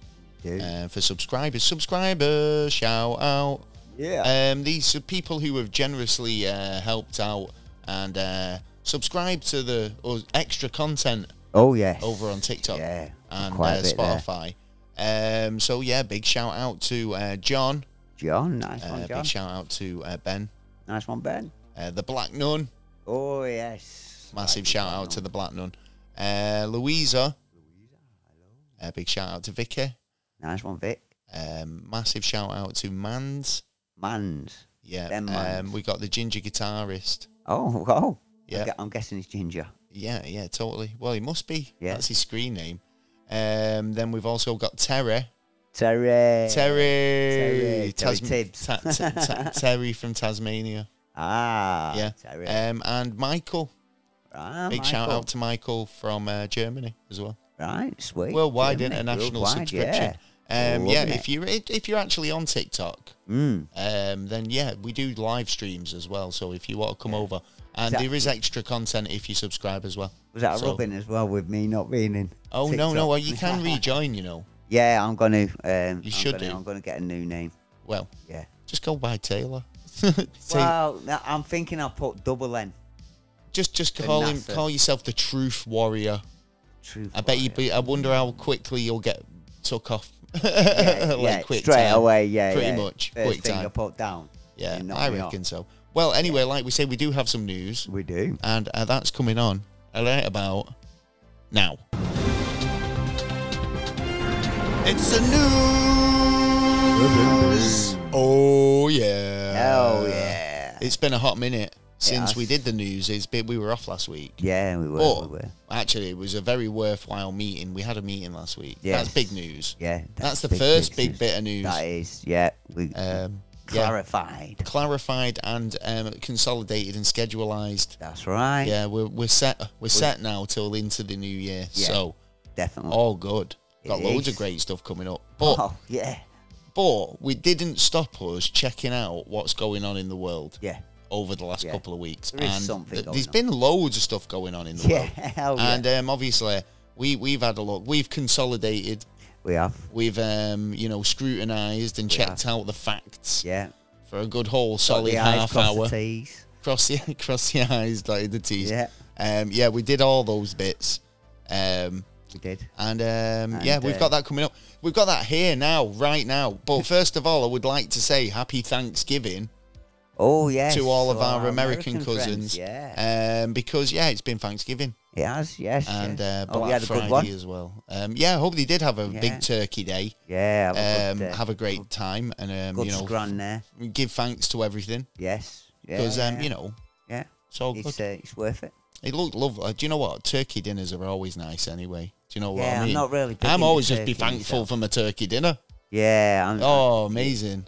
Speaker 2: Dude.
Speaker 1: uh, for subscribers. Subscriber shout out.
Speaker 2: yeah.
Speaker 1: Um, these are people who have generously uh, helped out and uh, subscribed to the us- extra content
Speaker 2: oh yeah.
Speaker 1: over on TikTok
Speaker 2: Yeah,
Speaker 1: and
Speaker 2: quite a
Speaker 1: uh,
Speaker 2: bit there.
Speaker 1: Spotify. Um, so yeah, big shout out to uh, John.
Speaker 2: John, nice
Speaker 1: Uh,
Speaker 2: one, John.
Speaker 1: Big shout out to uh, Ben,
Speaker 2: Nice one, Ben.
Speaker 1: uh, the Black Nun.
Speaker 2: Oh yes.
Speaker 1: Massive shout out to the Black Nun. Uh, Louisa. Uh, big shout out to Vicky.
Speaker 2: Nice one, Vic.
Speaker 1: Um, massive shout out to Mans.
Speaker 2: Mans.
Speaker 1: Yeah.
Speaker 2: Them
Speaker 1: Um,
Speaker 2: Mans.
Speaker 1: we got the Ginger guitarist.
Speaker 2: Oh, oh.
Speaker 1: Yeah.
Speaker 2: gu- I'm guessing it's Ginger.
Speaker 1: Yeah, yeah, totally. Well, he must be.
Speaker 2: Yeah.
Speaker 1: That's his screen name. Um, then we've also got Terry.
Speaker 2: Terry.
Speaker 1: Terry.
Speaker 2: Terry Tibbs.
Speaker 1: Ta- ta- ta- Terry from Tasmania.
Speaker 2: Ah.
Speaker 1: yeah.
Speaker 2: Terry.
Speaker 1: Um, and Michael.
Speaker 2: Ah,
Speaker 1: Big shout
Speaker 2: Michael.
Speaker 1: out to Michael from uh, Germany as well.
Speaker 2: Right, sweet.
Speaker 1: Worldwide
Speaker 2: Didn't it?
Speaker 1: international
Speaker 2: Worldwide,
Speaker 1: subscription. Yeah, um,
Speaker 2: Loving
Speaker 1: yeah
Speaker 2: it.
Speaker 1: if you're if if you're actually on TikTok,
Speaker 2: Yeah. Mm.
Speaker 1: um, then yeah, we do live streams as well. So if you want to come over, and
Speaker 2: Exactly.
Speaker 1: there is extra content if you subscribe as well.
Speaker 2: Was that a
Speaker 1: So-
Speaker 2: rubbing as well with me not being in?
Speaker 1: Oh no, no,
Speaker 2: TikTok?
Speaker 1: well, you can rejoin. You know,
Speaker 2: yeah, I'm gonna. Um,
Speaker 1: You
Speaker 2: I'm
Speaker 1: should
Speaker 2: gonna,
Speaker 1: do.
Speaker 2: I'm gonna get a new name.
Speaker 1: well,
Speaker 2: Yeah.
Speaker 1: just go by Taylor. Say-
Speaker 2: Well, no, I'm thinking I'll put double N.
Speaker 1: just just
Speaker 2: the
Speaker 1: call him,
Speaker 2: NASA.
Speaker 1: call yourself the Truth Warrior.
Speaker 2: Truth.
Speaker 1: I bet you.
Speaker 2: Warrior.
Speaker 1: Be, I wonder how quickly you'll get took off.
Speaker 2: Yeah,
Speaker 1: like
Speaker 2: yeah,
Speaker 1: quick
Speaker 2: straight
Speaker 1: time.
Speaker 2: away. Yeah,
Speaker 1: Pretty
Speaker 2: yeah.
Speaker 1: much,
Speaker 2: First
Speaker 1: quick
Speaker 2: thing I
Speaker 1: time.
Speaker 2: put down.
Speaker 1: Yeah,
Speaker 2: you knock
Speaker 1: I
Speaker 2: me
Speaker 1: reckon so. Well, anyway, like we say, we do have some news,
Speaker 2: We do.
Speaker 1: and uh, that's coming on right about now. It's the news. Oh yeah.
Speaker 2: Hell yeah.
Speaker 1: It's been a hot minute since
Speaker 2: Yes.
Speaker 1: we did the news. It's been, we were off last week.
Speaker 2: Yeah, we were.
Speaker 1: But
Speaker 2: we were.
Speaker 1: actually, it was a very worthwhile meeting. We had a meeting last week.
Speaker 2: Yes.
Speaker 1: That's big news.
Speaker 2: Yeah.
Speaker 1: That's the
Speaker 2: big,
Speaker 1: first big bit of news.
Speaker 2: That is. Yeah. We
Speaker 1: Um, yeah,
Speaker 2: clarified.
Speaker 1: clarified and um, consolidated and schedulized.
Speaker 2: That's right.
Speaker 1: Yeah, we're we're set. We're, set now till into the new year.
Speaker 2: Yeah.
Speaker 1: So
Speaker 2: Definitely.
Speaker 1: all good. Got
Speaker 2: It
Speaker 1: loads
Speaker 2: is.
Speaker 1: of great stuff coming up. But
Speaker 2: oh yeah.
Speaker 1: but we didn't stop us checking out what's going on in the world
Speaker 2: Yeah.
Speaker 1: over the last
Speaker 2: Yeah.
Speaker 1: couple of weeks.
Speaker 2: There is
Speaker 1: and
Speaker 2: something
Speaker 1: th-
Speaker 2: going
Speaker 1: there's
Speaker 2: on.
Speaker 1: been loads of stuff going on in the
Speaker 2: Yeah.
Speaker 1: world.
Speaker 2: Hell yeah.
Speaker 1: And um, obviously, we we've had a look. We've consolidated.
Speaker 2: we have.
Speaker 1: We've um, you know scrutinised and checked out the facts
Speaker 2: Yeah.
Speaker 1: for a good whole solid
Speaker 2: the
Speaker 1: half hour.
Speaker 2: The T's.
Speaker 1: Cross the cross the eyes, dotted the t's.
Speaker 2: Yeah.
Speaker 1: um, yeah, we did all those bits. Um,
Speaker 2: We did.
Speaker 1: and um, yeah,
Speaker 2: And,
Speaker 1: we've
Speaker 2: uh,
Speaker 1: got that coming up. We've got that here now, right now. But first of all, I would like to say happy Thanksgiving
Speaker 2: Oh yes.
Speaker 1: to all of
Speaker 2: so
Speaker 1: our American,
Speaker 2: friends,
Speaker 1: cousins.
Speaker 2: Yeah.
Speaker 1: Um, because yeah, it's been Thanksgiving
Speaker 2: it has. Yes.
Speaker 1: and
Speaker 2: yes.
Speaker 1: uh,
Speaker 2: oh, we
Speaker 1: Black
Speaker 2: had a
Speaker 1: Friday
Speaker 2: good one.
Speaker 1: as well. Um, yeah, I hope they did have a
Speaker 2: Yeah.
Speaker 1: big turkey day.
Speaker 2: Yeah. Have
Speaker 1: Um,
Speaker 2: a good, uh,
Speaker 1: have a great time and um,
Speaker 2: good
Speaker 1: you know
Speaker 2: scran there.
Speaker 1: give thanks to everything
Speaker 2: Yes.
Speaker 1: because
Speaker 2: yeah,
Speaker 1: um, you know
Speaker 2: Yeah.
Speaker 1: it's all good.
Speaker 2: It's, uh, it's worth it.
Speaker 1: It looked lovely. Do you know what? Turkey dinners are always nice anyway. Do you know what
Speaker 2: yeah,
Speaker 1: I mean?
Speaker 2: am not really. big
Speaker 1: I'm
Speaker 2: into
Speaker 1: always just be
Speaker 2: turkey
Speaker 1: thankful
Speaker 2: myself.
Speaker 1: for my turkey dinner.
Speaker 2: Yeah. I'm,
Speaker 1: Oh, amazing.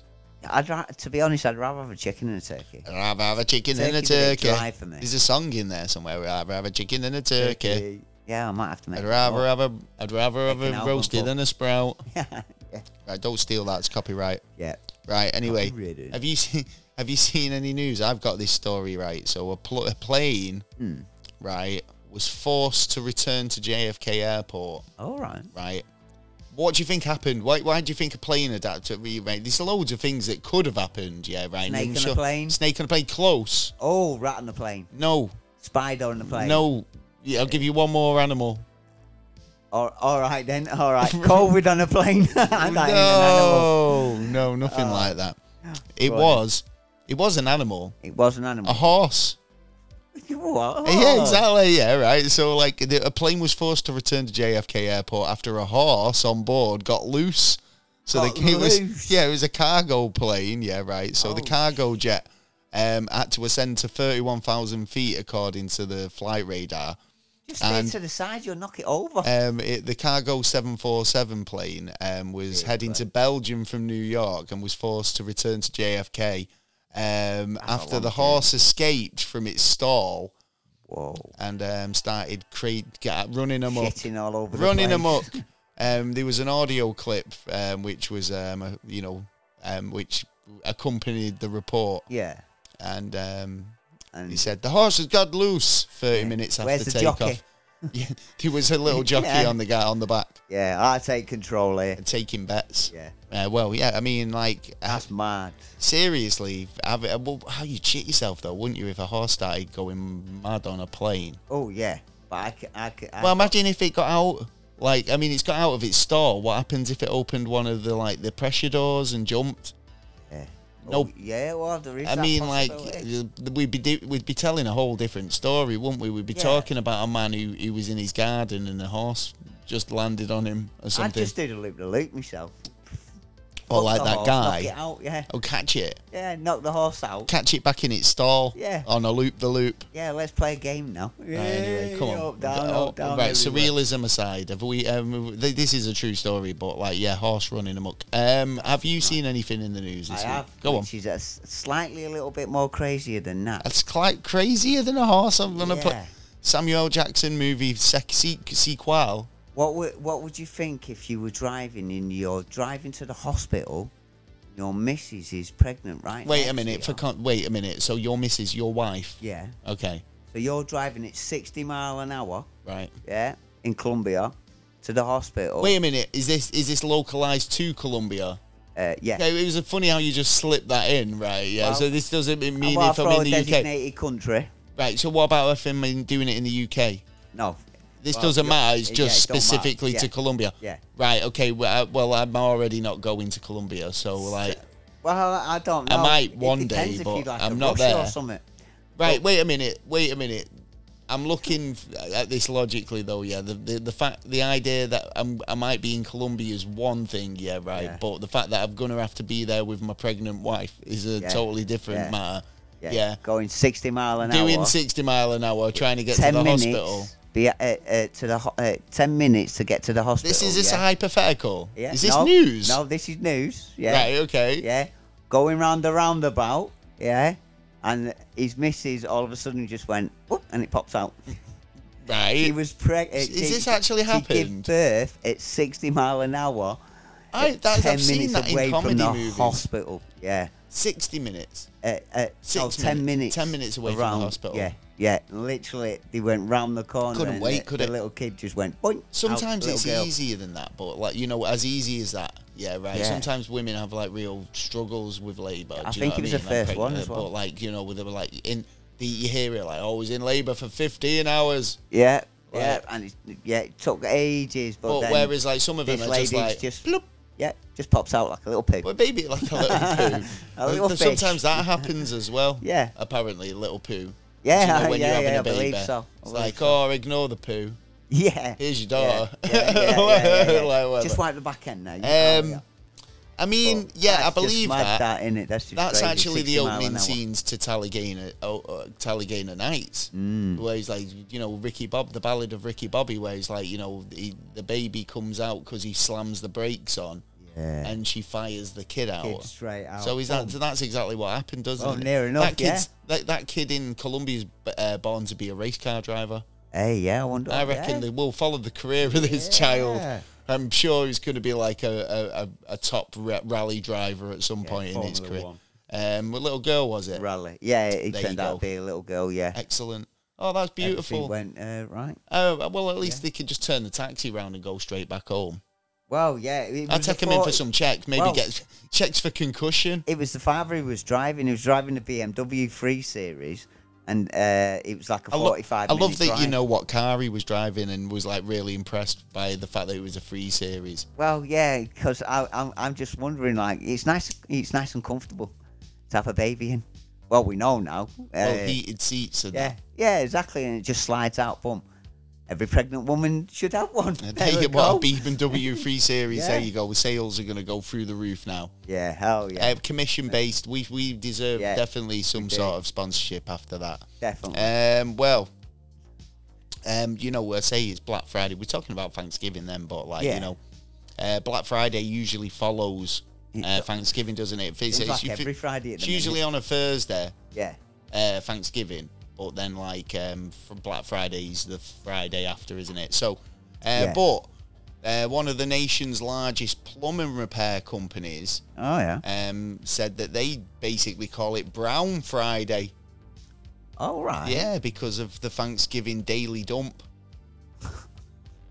Speaker 2: I'd ra- to be honest, I'd rather have a chicken than a turkey.
Speaker 1: I'd rather have a chicken than a
Speaker 2: Turkey's a bit
Speaker 1: turkey.
Speaker 2: dry for me.
Speaker 1: There's a song in there somewhere. I'd rather have a chicken than a turkey.
Speaker 2: Yeah, I might have to make.
Speaker 1: I'd
Speaker 2: it
Speaker 1: rather
Speaker 2: more.
Speaker 1: have a I'd rather have
Speaker 2: Make an
Speaker 1: a
Speaker 2: album
Speaker 1: roasted
Speaker 2: for-
Speaker 1: than a sprout.
Speaker 2: yeah.
Speaker 1: Right, don't steal that. It's copyright.
Speaker 2: Yeah.
Speaker 1: Right. Anyway,
Speaker 2: Copyrighted.
Speaker 1: have you seen Have you seen any news? I've got this story right. So a, pl- a plane, right, was forced to return to JFK Airport.
Speaker 2: All right.
Speaker 1: Right. What do you think happened? Why, why do you think a plane adapted? Right? There's loads of things that could have happened. Yeah, right.
Speaker 2: Snake
Speaker 1: I'm
Speaker 2: on a plane?
Speaker 1: Snake on a plane. Close.
Speaker 2: Oh, rat on the plane.
Speaker 1: No.
Speaker 2: Spider on the plane.
Speaker 1: No. Yeah, I'll give you one more animal.
Speaker 2: Or, all right then. All right. COVID on a plane. and that ain't an animal. Oh.
Speaker 1: no. No. Nothing like that. It
Speaker 2: Right.
Speaker 1: was. It was an animal.
Speaker 2: It was an
Speaker 1: A
Speaker 2: animal.
Speaker 1: horse.
Speaker 2: What?
Speaker 1: Oh. Yeah, exactly. Yeah, right. So, like, the, a plane was forced to return to JFK Airport after a horse on board got loose. So
Speaker 2: Got
Speaker 1: the, it was
Speaker 2: loose.
Speaker 1: yeah, it was a cargo plane. Yeah, right. So the
Speaker 2: Oh,
Speaker 1: cargo jet um, had to ascend to thirty-one thousand feet according to the flight radar.
Speaker 2: Just stay
Speaker 1: And-
Speaker 2: to the side. You'll knock it over.
Speaker 1: Um, it, the cargo seven four seven plane um, was heading to Belgium from New York and was forced to return to JFK um, after
Speaker 2: long
Speaker 1: the horse escaped from its stall
Speaker 2: Whoa.
Speaker 1: and um, started cre- ga- running amok.
Speaker 2: Shitting all over.
Speaker 1: running
Speaker 2: the
Speaker 1: amok.
Speaker 2: place.
Speaker 1: Um, there was an audio clip um, which was, um, a- you know, um, which accompanied the report,
Speaker 2: Yeah.
Speaker 1: and um, he
Speaker 2: And
Speaker 1: said the horse has got loose. Thirty minutes after
Speaker 2: Where's the
Speaker 1: takeoff,
Speaker 2: jockey?
Speaker 1: Yeah, there was a little jockey
Speaker 2: Yeah.
Speaker 1: on the guy on the back uh,
Speaker 2: yeah, I take control here.
Speaker 1: taking bets.
Speaker 2: Yeah.
Speaker 1: Uh, well, yeah, I mean, like, uh,
Speaker 2: That's mad.
Speaker 1: seriously, have it, uh, well, how you cheat yourself though, wouldn't you, if a horse started going mad on a plane?
Speaker 2: Oh yeah. But I can. I can I,
Speaker 1: Well, imagine if it got out. Like, I mean, it's got out of its stall. What happens if it opened one of the like the pressure doors and jumped?
Speaker 2: yeah.
Speaker 1: no.
Speaker 2: Oh, yeah. Well, there is.
Speaker 1: I
Speaker 2: that
Speaker 1: mean, like,
Speaker 2: possibility.
Speaker 1: uh, we'd be di- we'd be telling a whole different story, wouldn't we? We'd be
Speaker 2: Yeah.
Speaker 1: talking about a man who, who was in his garden and a horse just landed on him or
Speaker 2: I
Speaker 1: something.
Speaker 2: just did a loop the loop myself.
Speaker 1: Or
Speaker 2: Fuck
Speaker 1: like
Speaker 2: the
Speaker 1: that
Speaker 2: horse,
Speaker 1: guy.
Speaker 2: Knock it out, yeah.
Speaker 1: Oh, catch it.
Speaker 2: Yeah, knock the horse out.
Speaker 1: Catch it back in its stall.
Speaker 2: Yeah.
Speaker 1: On a loop the loop.
Speaker 2: Yeah, let's play a game now.
Speaker 1: Anyway, come on.
Speaker 2: Up, down,
Speaker 1: Oh,
Speaker 2: up, down,
Speaker 1: right,
Speaker 2: everywhere.
Speaker 1: surrealism aside, have we? Um, th- this is a true story, but like, yeah, horse running amok. Um, have you seen anything in the news
Speaker 2: I
Speaker 1: this week?
Speaker 2: have.
Speaker 1: Go on.
Speaker 2: which is a s- slightly a little bit more crazier than that.
Speaker 1: That's quite crazier than a horse. I'm gonna put
Speaker 2: Yeah.
Speaker 1: Samuel Jackson movie sec- sequ- sequel.
Speaker 2: What would what would you think if you were driving and you're driving to the hospital? Your missus is pregnant, right?
Speaker 1: Wait a
Speaker 2: next
Speaker 1: minute.
Speaker 2: to
Speaker 1: For
Speaker 2: you?
Speaker 1: con- wait a minute. So your missus, your wife.
Speaker 2: yeah.
Speaker 1: Okay.
Speaker 2: So you're driving at 60 mile an hour,
Speaker 1: Right.
Speaker 2: yeah, in Colombia, to the hospital.
Speaker 1: Wait a minute. Is this is this localized to Colombia?
Speaker 2: Uh, yeah.
Speaker 1: Yeah, it was funny how you just slipped that in, right? Yeah.
Speaker 2: Well-
Speaker 1: so this doesn't mean
Speaker 2: Well,
Speaker 1: if I'm
Speaker 2: for
Speaker 1: in
Speaker 2: a
Speaker 1: the UK,
Speaker 2: designated country.
Speaker 1: right? So what about if I'm in- doing it in the UK?
Speaker 2: No.
Speaker 1: This
Speaker 2: Well,
Speaker 1: doesn't
Speaker 2: yeah,
Speaker 1: matter. It's
Speaker 2: yeah,
Speaker 1: just
Speaker 2: it don't matter.
Speaker 1: specifically to
Speaker 2: Yeah.
Speaker 1: Colombia.
Speaker 2: Yeah.
Speaker 1: Right. Okay. Well, I, well, I'm already not going to Colombia, so like,
Speaker 2: Well, I don't
Speaker 1: I
Speaker 2: know.
Speaker 1: might
Speaker 2: It
Speaker 1: one day,
Speaker 2: depends if
Speaker 1: but
Speaker 2: you'd like
Speaker 1: I'm
Speaker 2: a
Speaker 1: not
Speaker 2: Russia
Speaker 1: there.
Speaker 2: Or something.
Speaker 1: right. Wait a minute. Wait a minute. I'm looking f- at this logically, though. Yeah. The the, the fact, the idea that I'm, I might be in Colombia is one thing. Yeah. Right.
Speaker 2: Yeah.
Speaker 1: But the fact that I'm gonna have to be there with my pregnant wife is a
Speaker 2: Yeah,
Speaker 1: totally different
Speaker 2: yeah,
Speaker 1: matter.
Speaker 2: Yeah.
Speaker 1: Yeah.
Speaker 2: Going 60 mile an
Speaker 1: Doing
Speaker 2: hour.
Speaker 1: 60 mile an hour, trying to get to
Speaker 2: 10
Speaker 1: the
Speaker 2: minutes.
Speaker 1: hospital.
Speaker 2: Be uh, uh, to the ho- uh, 10 minutes to get to the hospital.
Speaker 1: This is this a
Speaker 2: yeah.
Speaker 1: hypothetical.
Speaker 2: Yeah.
Speaker 1: Is this
Speaker 2: No,
Speaker 1: news?
Speaker 2: No, this is news. Yeah.
Speaker 1: Right. Okay.
Speaker 2: Yeah. Going round the roundabout. Yeah. And his missus all of a sudden just went, whoop, and it pops out.
Speaker 1: Right.
Speaker 2: He was pregnant.
Speaker 1: Is this actually
Speaker 2: She gave
Speaker 1: happened?
Speaker 2: birth at 60 mile an hour.
Speaker 1: I, that,
Speaker 2: 10
Speaker 1: I've seen
Speaker 2: minutes
Speaker 1: that
Speaker 2: away
Speaker 1: in
Speaker 2: from
Speaker 1: comedy
Speaker 2: the
Speaker 1: movies.
Speaker 2: hospital. Yeah.
Speaker 1: 60 minutes.
Speaker 2: Uh, uh,
Speaker 1: Six
Speaker 2: no, 10
Speaker 1: minutes.
Speaker 2: minutes.
Speaker 1: 10 minutes away from the
Speaker 2: around,
Speaker 1: hospital.
Speaker 2: Yeah. Yeah. Literally, they went round the corner.
Speaker 1: Couldn't
Speaker 2: and
Speaker 1: wait,
Speaker 2: the,
Speaker 1: could
Speaker 2: the
Speaker 1: it?
Speaker 2: little kid just went, boink. out,
Speaker 1: Sometimes
Speaker 2: little
Speaker 1: it's
Speaker 2: girl.
Speaker 1: easier than that, but like you know, as easy as that. Yeah, right.
Speaker 2: Yeah.
Speaker 1: Sometimes women have like real struggles with labour.
Speaker 2: I
Speaker 1: do you
Speaker 2: think
Speaker 1: know
Speaker 2: it
Speaker 1: what
Speaker 2: was
Speaker 1: mean?
Speaker 2: the
Speaker 1: Like,
Speaker 2: first one
Speaker 1: pregnant,
Speaker 2: as well.
Speaker 1: But like you know, where they were like in the you hear it like oh, I was in labour for 15 hours.
Speaker 2: Yeah.
Speaker 1: Right.
Speaker 2: Yeah. And it's, yeah, it took ages. But,
Speaker 1: But,
Speaker 2: then,
Speaker 1: whereas like some of them
Speaker 2: this
Speaker 1: are just
Speaker 2: lady's
Speaker 1: like
Speaker 2: just-
Speaker 1: bloop,
Speaker 2: Yeah, just pops out like a little pig.
Speaker 1: well, maybe like a little poo.
Speaker 2: A little
Speaker 1: But
Speaker 2: fish.
Speaker 1: Sometimes that happens as well.
Speaker 2: Yeah.
Speaker 1: Apparently, little poo.
Speaker 2: Yeah,
Speaker 1: you know, when
Speaker 2: yeah,
Speaker 1: you're having
Speaker 2: yeah,
Speaker 1: a
Speaker 2: I believe
Speaker 1: baby,
Speaker 2: so. I
Speaker 1: it's
Speaker 2: believe
Speaker 1: like,
Speaker 2: so.
Speaker 1: oh, ignore the poo.
Speaker 2: Yeah.
Speaker 1: Here's your
Speaker 2: Yeah,
Speaker 1: daughter.
Speaker 2: yeah, yeah, yeah, yeah, yeah.
Speaker 1: Like, whatever.
Speaker 2: just wipe the back end there. you know, Oh, yeah.
Speaker 1: Um, I mean,
Speaker 2: But
Speaker 1: yeah, I
Speaker 2: that's just
Speaker 1: believe
Speaker 2: mad
Speaker 1: that.
Speaker 2: that in it. That's just
Speaker 1: That's
Speaker 2: crazy,
Speaker 1: actually the
Speaker 2: 60 mile an
Speaker 1: opening
Speaker 2: hour.
Speaker 1: scenes to Tallygainer, oh, uh, Tallygainer Nights,
Speaker 2: Mm.
Speaker 1: where he's like, you know, Ricky Bob, the ballad of Ricky Bobby, where he's like, you know, he, the baby comes out because he slams the brakes on,
Speaker 2: Yeah.
Speaker 1: and she fires the kid out.
Speaker 2: Kid straight out.
Speaker 1: So is that that's exactly what happened, doesn't
Speaker 2: Well,
Speaker 1: it?
Speaker 2: near enough,
Speaker 1: That kid's that, that kid in Colombia's uh, born to be a race car driver.
Speaker 2: Hey, yeah, I wonder.
Speaker 1: I reckon they
Speaker 2: yeah.
Speaker 1: will follow the career of this
Speaker 2: Yeah.
Speaker 1: child. I'm sure he's going to be like a, a, a, a top ra- rally driver at some point in his
Speaker 2: Formula
Speaker 1: career.
Speaker 2: One.
Speaker 1: Um, a little girl was it?
Speaker 2: rally. Yeah, it
Speaker 1: There you
Speaker 2: turned out
Speaker 1: go.
Speaker 2: to be a little girl. Yeah,
Speaker 1: Excellent. Oh, that's
Speaker 2: Everything
Speaker 1: beautiful.
Speaker 2: went uh, right.
Speaker 1: Oh, well, at least they can just turn the taxi round and go straight back home.
Speaker 2: Well, yeah. It
Speaker 1: I'll
Speaker 2: was the
Speaker 1: take him in for
Speaker 2: thought-
Speaker 1: some checks. Maybe
Speaker 2: Well-
Speaker 1: get checks for concussion.
Speaker 2: It was the father who was driving. He was driving the BMW 3 Series, and uh, it was like a
Speaker 1: I, lo-
Speaker 2: 45
Speaker 1: I love
Speaker 2: minute
Speaker 1: that you
Speaker 2: drive.
Speaker 1: know what car he was driving and was like really impressed by the fact that it was a free series.
Speaker 2: Well, yeah, because I'm, I'm just wondering, like, it's nice, it's nice and comfortable to have a baby in. Well, we know now.
Speaker 1: Well,
Speaker 2: uh,
Speaker 1: heated seats and
Speaker 2: yeah, yeah, exactly, and it just slides out. Boom. Every pregnant woman should have one.
Speaker 1: Uh,
Speaker 2: There
Speaker 1: There
Speaker 2: we
Speaker 1: you go.
Speaker 2: go.
Speaker 1: BMW 3 Series.
Speaker 2: Yeah.
Speaker 1: There you go. Sales are going to go through the roof now.
Speaker 2: Yeah, hell yeah,
Speaker 1: Uh, commission based. We we deserve
Speaker 2: Yeah,
Speaker 1: definitely some
Speaker 2: do.
Speaker 1: sort of sponsorship after that.
Speaker 2: definitely.
Speaker 1: Um, well, um, you know, I say it's Black Friday. We're talking about Thanksgiving then, but like
Speaker 2: Yeah.
Speaker 1: you know, uh, Black Friday usually follows
Speaker 2: It-
Speaker 1: uh, Thanksgiving, doesn't it? If
Speaker 2: it's like
Speaker 1: if you-
Speaker 2: every Friday at the
Speaker 1: it's usually on a Thursday.
Speaker 2: minute.
Speaker 1: uh, Thanksgiving, but then like um, for Black Friday's the Friday after, isn't it? So, uh,
Speaker 2: Yeah.
Speaker 1: but uh, one of the nation's largest plumbing repair companies
Speaker 2: Yeah. Oh yeah.
Speaker 1: um, said that they basically call it Brown Friday,
Speaker 2: All right.
Speaker 1: yeah, because of the Thanksgiving daily dump.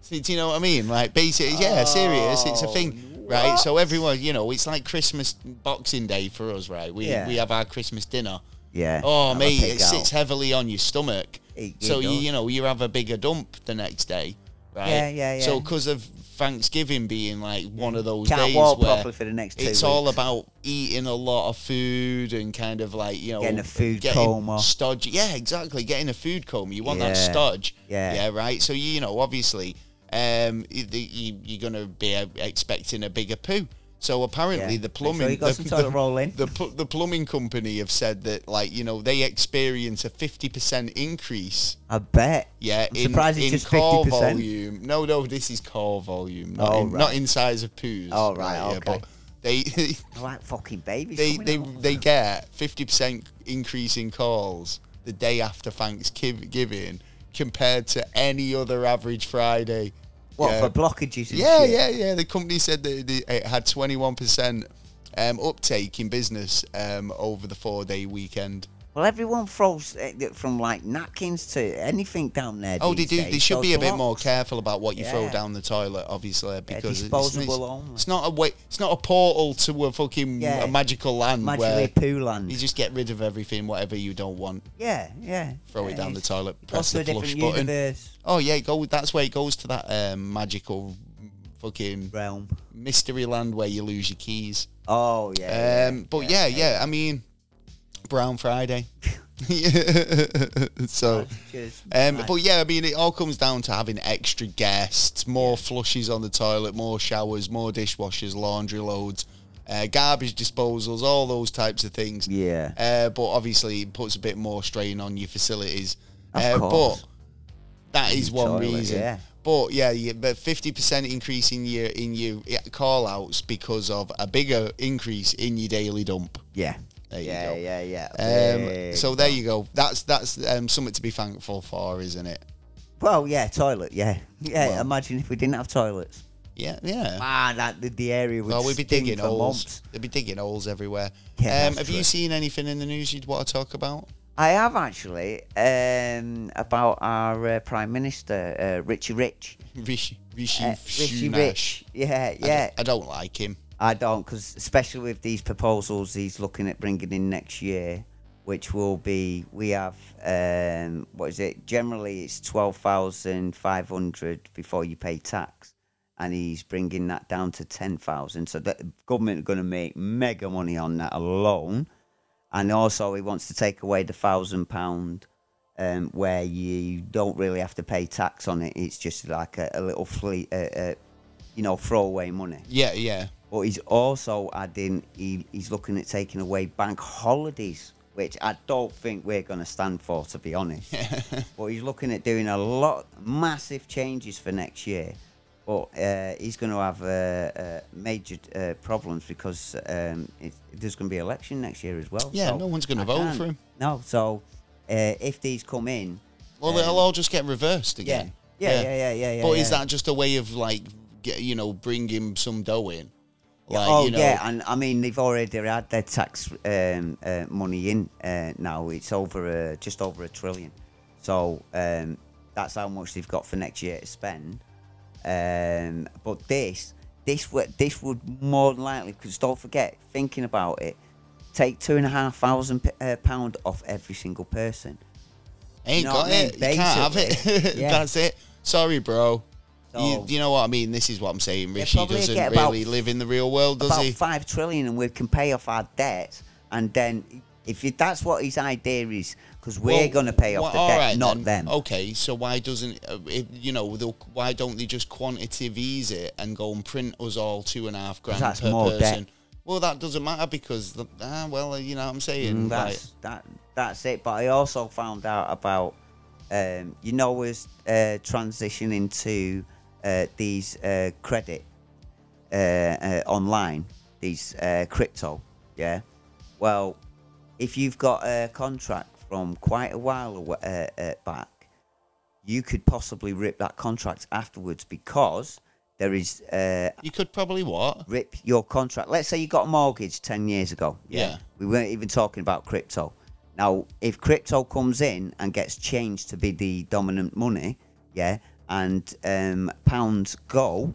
Speaker 1: See, do you know what I mean? Like, basically, yeah, serious, it's a
Speaker 2: Oh,
Speaker 1: thing, right? So everyone, you know, it's like Christmas Boxing Day for us, right? We
Speaker 2: Yeah.
Speaker 1: we have our Christmas dinner.
Speaker 2: Yeah.
Speaker 1: Oh,
Speaker 2: have a
Speaker 1: mate,
Speaker 2: pig
Speaker 1: it sits
Speaker 2: out.
Speaker 1: heavily on your stomach.
Speaker 2: It- it
Speaker 1: so you,
Speaker 2: does.
Speaker 1: you know you have a bigger dump the next day, right?
Speaker 2: Yeah, yeah,
Speaker 1: So
Speaker 2: yeah. Mm.
Speaker 1: because of Thanksgiving being like one of those
Speaker 2: Can't
Speaker 1: days
Speaker 2: walk
Speaker 1: where
Speaker 2: properly for the next two
Speaker 1: it's all
Speaker 2: weeks.
Speaker 1: about eating a lot of food and kind of like you know
Speaker 2: Getting a food
Speaker 1: getting
Speaker 2: coma.
Speaker 1: stodgy. Yeah, exactly. Getting a food coma. You want that
Speaker 2: Yeah,
Speaker 1: stodge.
Speaker 2: yeah.
Speaker 1: Yeah. Right. So you know obviously um, you, you, you're gonna be uh, expecting a bigger poo. So apparently,
Speaker 2: Yeah.
Speaker 1: the
Speaker 2: Make sure
Speaker 1: plumbing,
Speaker 2: you got
Speaker 1: the,
Speaker 2: some toilet
Speaker 1: the-
Speaker 2: roll in.
Speaker 1: the pl- the plumbing company have said that, like you know, they experience a fifty percent increase.
Speaker 2: I bet.
Speaker 1: Yeah,
Speaker 2: I'm
Speaker 1: in,
Speaker 2: surprised it's
Speaker 1: in
Speaker 2: just
Speaker 1: core
Speaker 2: 50%.
Speaker 1: volume. No, no, this is core volume, not,
Speaker 2: Oh,
Speaker 1: in,
Speaker 2: right.
Speaker 1: not in size of poos.
Speaker 2: Oh, right, okay.
Speaker 1: but they
Speaker 2: I like fucking babies.
Speaker 1: they
Speaker 2: coming
Speaker 1: they,
Speaker 2: out.
Speaker 1: they get fifty percent increase in calls the day after Thanksgiving compared to any other average Friday.
Speaker 2: what
Speaker 1: yeah.
Speaker 2: for blockages? And
Speaker 1: Yeah,
Speaker 2: shit?
Speaker 1: yeah, yeah. The company said that it- it had 21% um, uptake in business um, over the four-day weekend.
Speaker 2: Well, everyone throws eh, from like napkins to anything down there.
Speaker 1: Oh, they
Speaker 2: these
Speaker 1: do.
Speaker 2: Days.
Speaker 1: They should
Speaker 2: Those
Speaker 1: be a bit more
Speaker 2: blocks.
Speaker 1: careful about what you throw
Speaker 2: Yeah.
Speaker 1: down the toilet, obviously, because it's- it's,
Speaker 2: disposable only.
Speaker 1: it's not a way. It's not a portal to a fucking
Speaker 2: Yeah.
Speaker 1: a magical land
Speaker 2: Magically
Speaker 1: where
Speaker 2: poo land.
Speaker 1: you just get rid of everything, whatever you don't want.
Speaker 2: yeah, yeah.
Speaker 1: Throw it
Speaker 2: yeah,
Speaker 1: down the
Speaker 2: it's-
Speaker 1: toilet.
Speaker 2: it
Speaker 1: Press
Speaker 2: goes to
Speaker 1: the
Speaker 2: a different
Speaker 1: flush button.
Speaker 2: universe
Speaker 1: Oh yeah, go. That's where it goes to that um, magical fucking
Speaker 2: realm.
Speaker 1: mystery land where you lose your keys.
Speaker 2: Oh yeah.
Speaker 1: Um, but yeah, yeah, I mean, Brown Friday. so,
Speaker 2: Cheers.
Speaker 1: um,
Speaker 2: Right.
Speaker 1: but yeah, I mean, it all comes down to having extra guests, more flushes on the toilet, more showers, more dishwashers, laundry loads, uh, garbage disposals, all those types of things.
Speaker 2: yeah.
Speaker 1: Uh, but obviously, it puts a bit more strain on your facilities.
Speaker 2: Of
Speaker 1: uh,
Speaker 2: course.
Speaker 1: But that is one
Speaker 2: toilet,
Speaker 1: reason.
Speaker 2: yeah.
Speaker 1: But yeah, yeah, but fifty percent increase in your in your call outs because of a bigger increase in your daily dump.
Speaker 2: Yeah.
Speaker 1: There you
Speaker 2: yeah,
Speaker 1: go.
Speaker 2: yeah, yeah,
Speaker 1: Um,
Speaker 2: Big
Speaker 1: so there you go. That's that's um, something to be thankful for, isn't it?
Speaker 2: Well, yeah, toilet, yeah, yeah.
Speaker 1: Well-
Speaker 2: imagine if we didn't have toilets.
Speaker 1: Yeah, yeah.
Speaker 2: Ah, that the, the area would
Speaker 1: Well, we'd be
Speaker 2: stink
Speaker 1: digging
Speaker 2: for
Speaker 1: holes.
Speaker 2: months.
Speaker 1: They'd be digging holes everywhere.
Speaker 2: Yeah,
Speaker 1: um,
Speaker 2: that's
Speaker 1: have
Speaker 2: true.
Speaker 1: you seen anything in the news you'd want to talk about?
Speaker 2: I have actually um, about our uh, prime minister uh, Richie Rich.
Speaker 1: Rishi, Rishi,
Speaker 2: Uh, Richie
Speaker 1: Sunak.
Speaker 2: Rich, yeah,
Speaker 1: I
Speaker 2: yeah.
Speaker 1: don't- I don't like him.
Speaker 2: I don't, because especially with these proposals he's looking at bringing in next year, which will be we have um, what is it? Generally, it's twelve thousand five hundred before you pay tax, and he's bringing that down to ten thousand. So the government are going to make mega money on that alone, and also he wants to take away the thousand pound. Um, where you don't really have to pay tax on it, it's just like a, a little fleet, uh, uh, you know, throwaway money.
Speaker 1: Yeah, yeah.
Speaker 2: But he's also adding he, he's looking at taking away bank holidays, which I don't think we're going to stand for, to be honest. but he's looking at doing a lot massive changes for next year. But uh, he's going to have uh, uh, major uh, problems because um, it, there's going to be election next year as well.
Speaker 1: Yeah,
Speaker 2: so
Speaker 1: no one's gonna
Speaker 2: I
Speaker 1: vote
Speaker 2: can't-
Speaker 1: for him.
Speaker 2: No, so uh, if these come in,
Speaker 1: Well, it'll all just get reversed
Speaker 2: Um, yeah,
Speaker 1: again.
Speaker 2: yeah, yeah, yeah, yeah. yeah,
Speaker 1: but is
Speaker 2: yeah.
Speaker 1: that just a way of like, get, you know, bringing some dough in? Like,
Speaker 2: oh
Speaker 1: you know,
Speaker 2: yeah, and I mean they've already had their tax um, uh, money in uh, now. It's over uh, just over a trillion. So um, that's how much they've got for next year to spend. Um, but this, this would this would more than likely because don't forget thinking about it, take two and a half thousand p- uh, pound off every single person.
Speaker 1: ain't
Speaker 2: you know
Speaker 1: got
Speaker 2: what I mean?
Speaker 1: it. You can't have it.
Speaker 2: Basically, yeah.
Speaker 1: That's it. Sorry, bro. you,
Speaker 2: So-
Speaker 1: you know what I mean? This is what I'm saying. Rishi
Speaker 2: probably
Speaker 1: doesn't
Speaker 2: get about-
Speaker 1: really live in the real world, does
Speaker 2: about
Speaker 1: he?
Speaker 2: five trillion, and we can pay off our debt, and then. If you, that's what his idea is, because we're
Speaker 1: Well,
Speaker 2: going to pay off
Speaker 1: well,
Speaker 2: the
Speaker 1: all
Speaker 2: debt,
Speaker 1: right
Speaker 2: not
Speaker 1: then.
Speaker 2: them.
Speaker 1: Okay, so why doesn't uh, if, you know? they'll- Why don't they just quantitative ease it and go and print us all two and a half grand
Speaker 2: that's
Speaker 1: per
Speaker 2: more debt.
Speaker 1: person? Well, that doesn't matter because the, ah, well, you know what I'm saying.
Speaker 2: Mm,
Speaker 1: like-
Speaker 2: that's that that's it but i also found out about um you know was uh transitioning to uh these uh credit uh, uh online these uh crypto yeah well if you've got a contract from quite a while awa- uh, uh, back you could possibly rip that contract afterwards because there is uh
Speaker 1: You could probably what?
Speaker 2: rip your contract. Let's say you got a mortgage 10 years ago.
Speaker 1: Yeah.
Speaker 2: We weren't even talking about crypto. Now, if crypto comes in and gets changed to be the dominant money, yeah, and um, pounds go,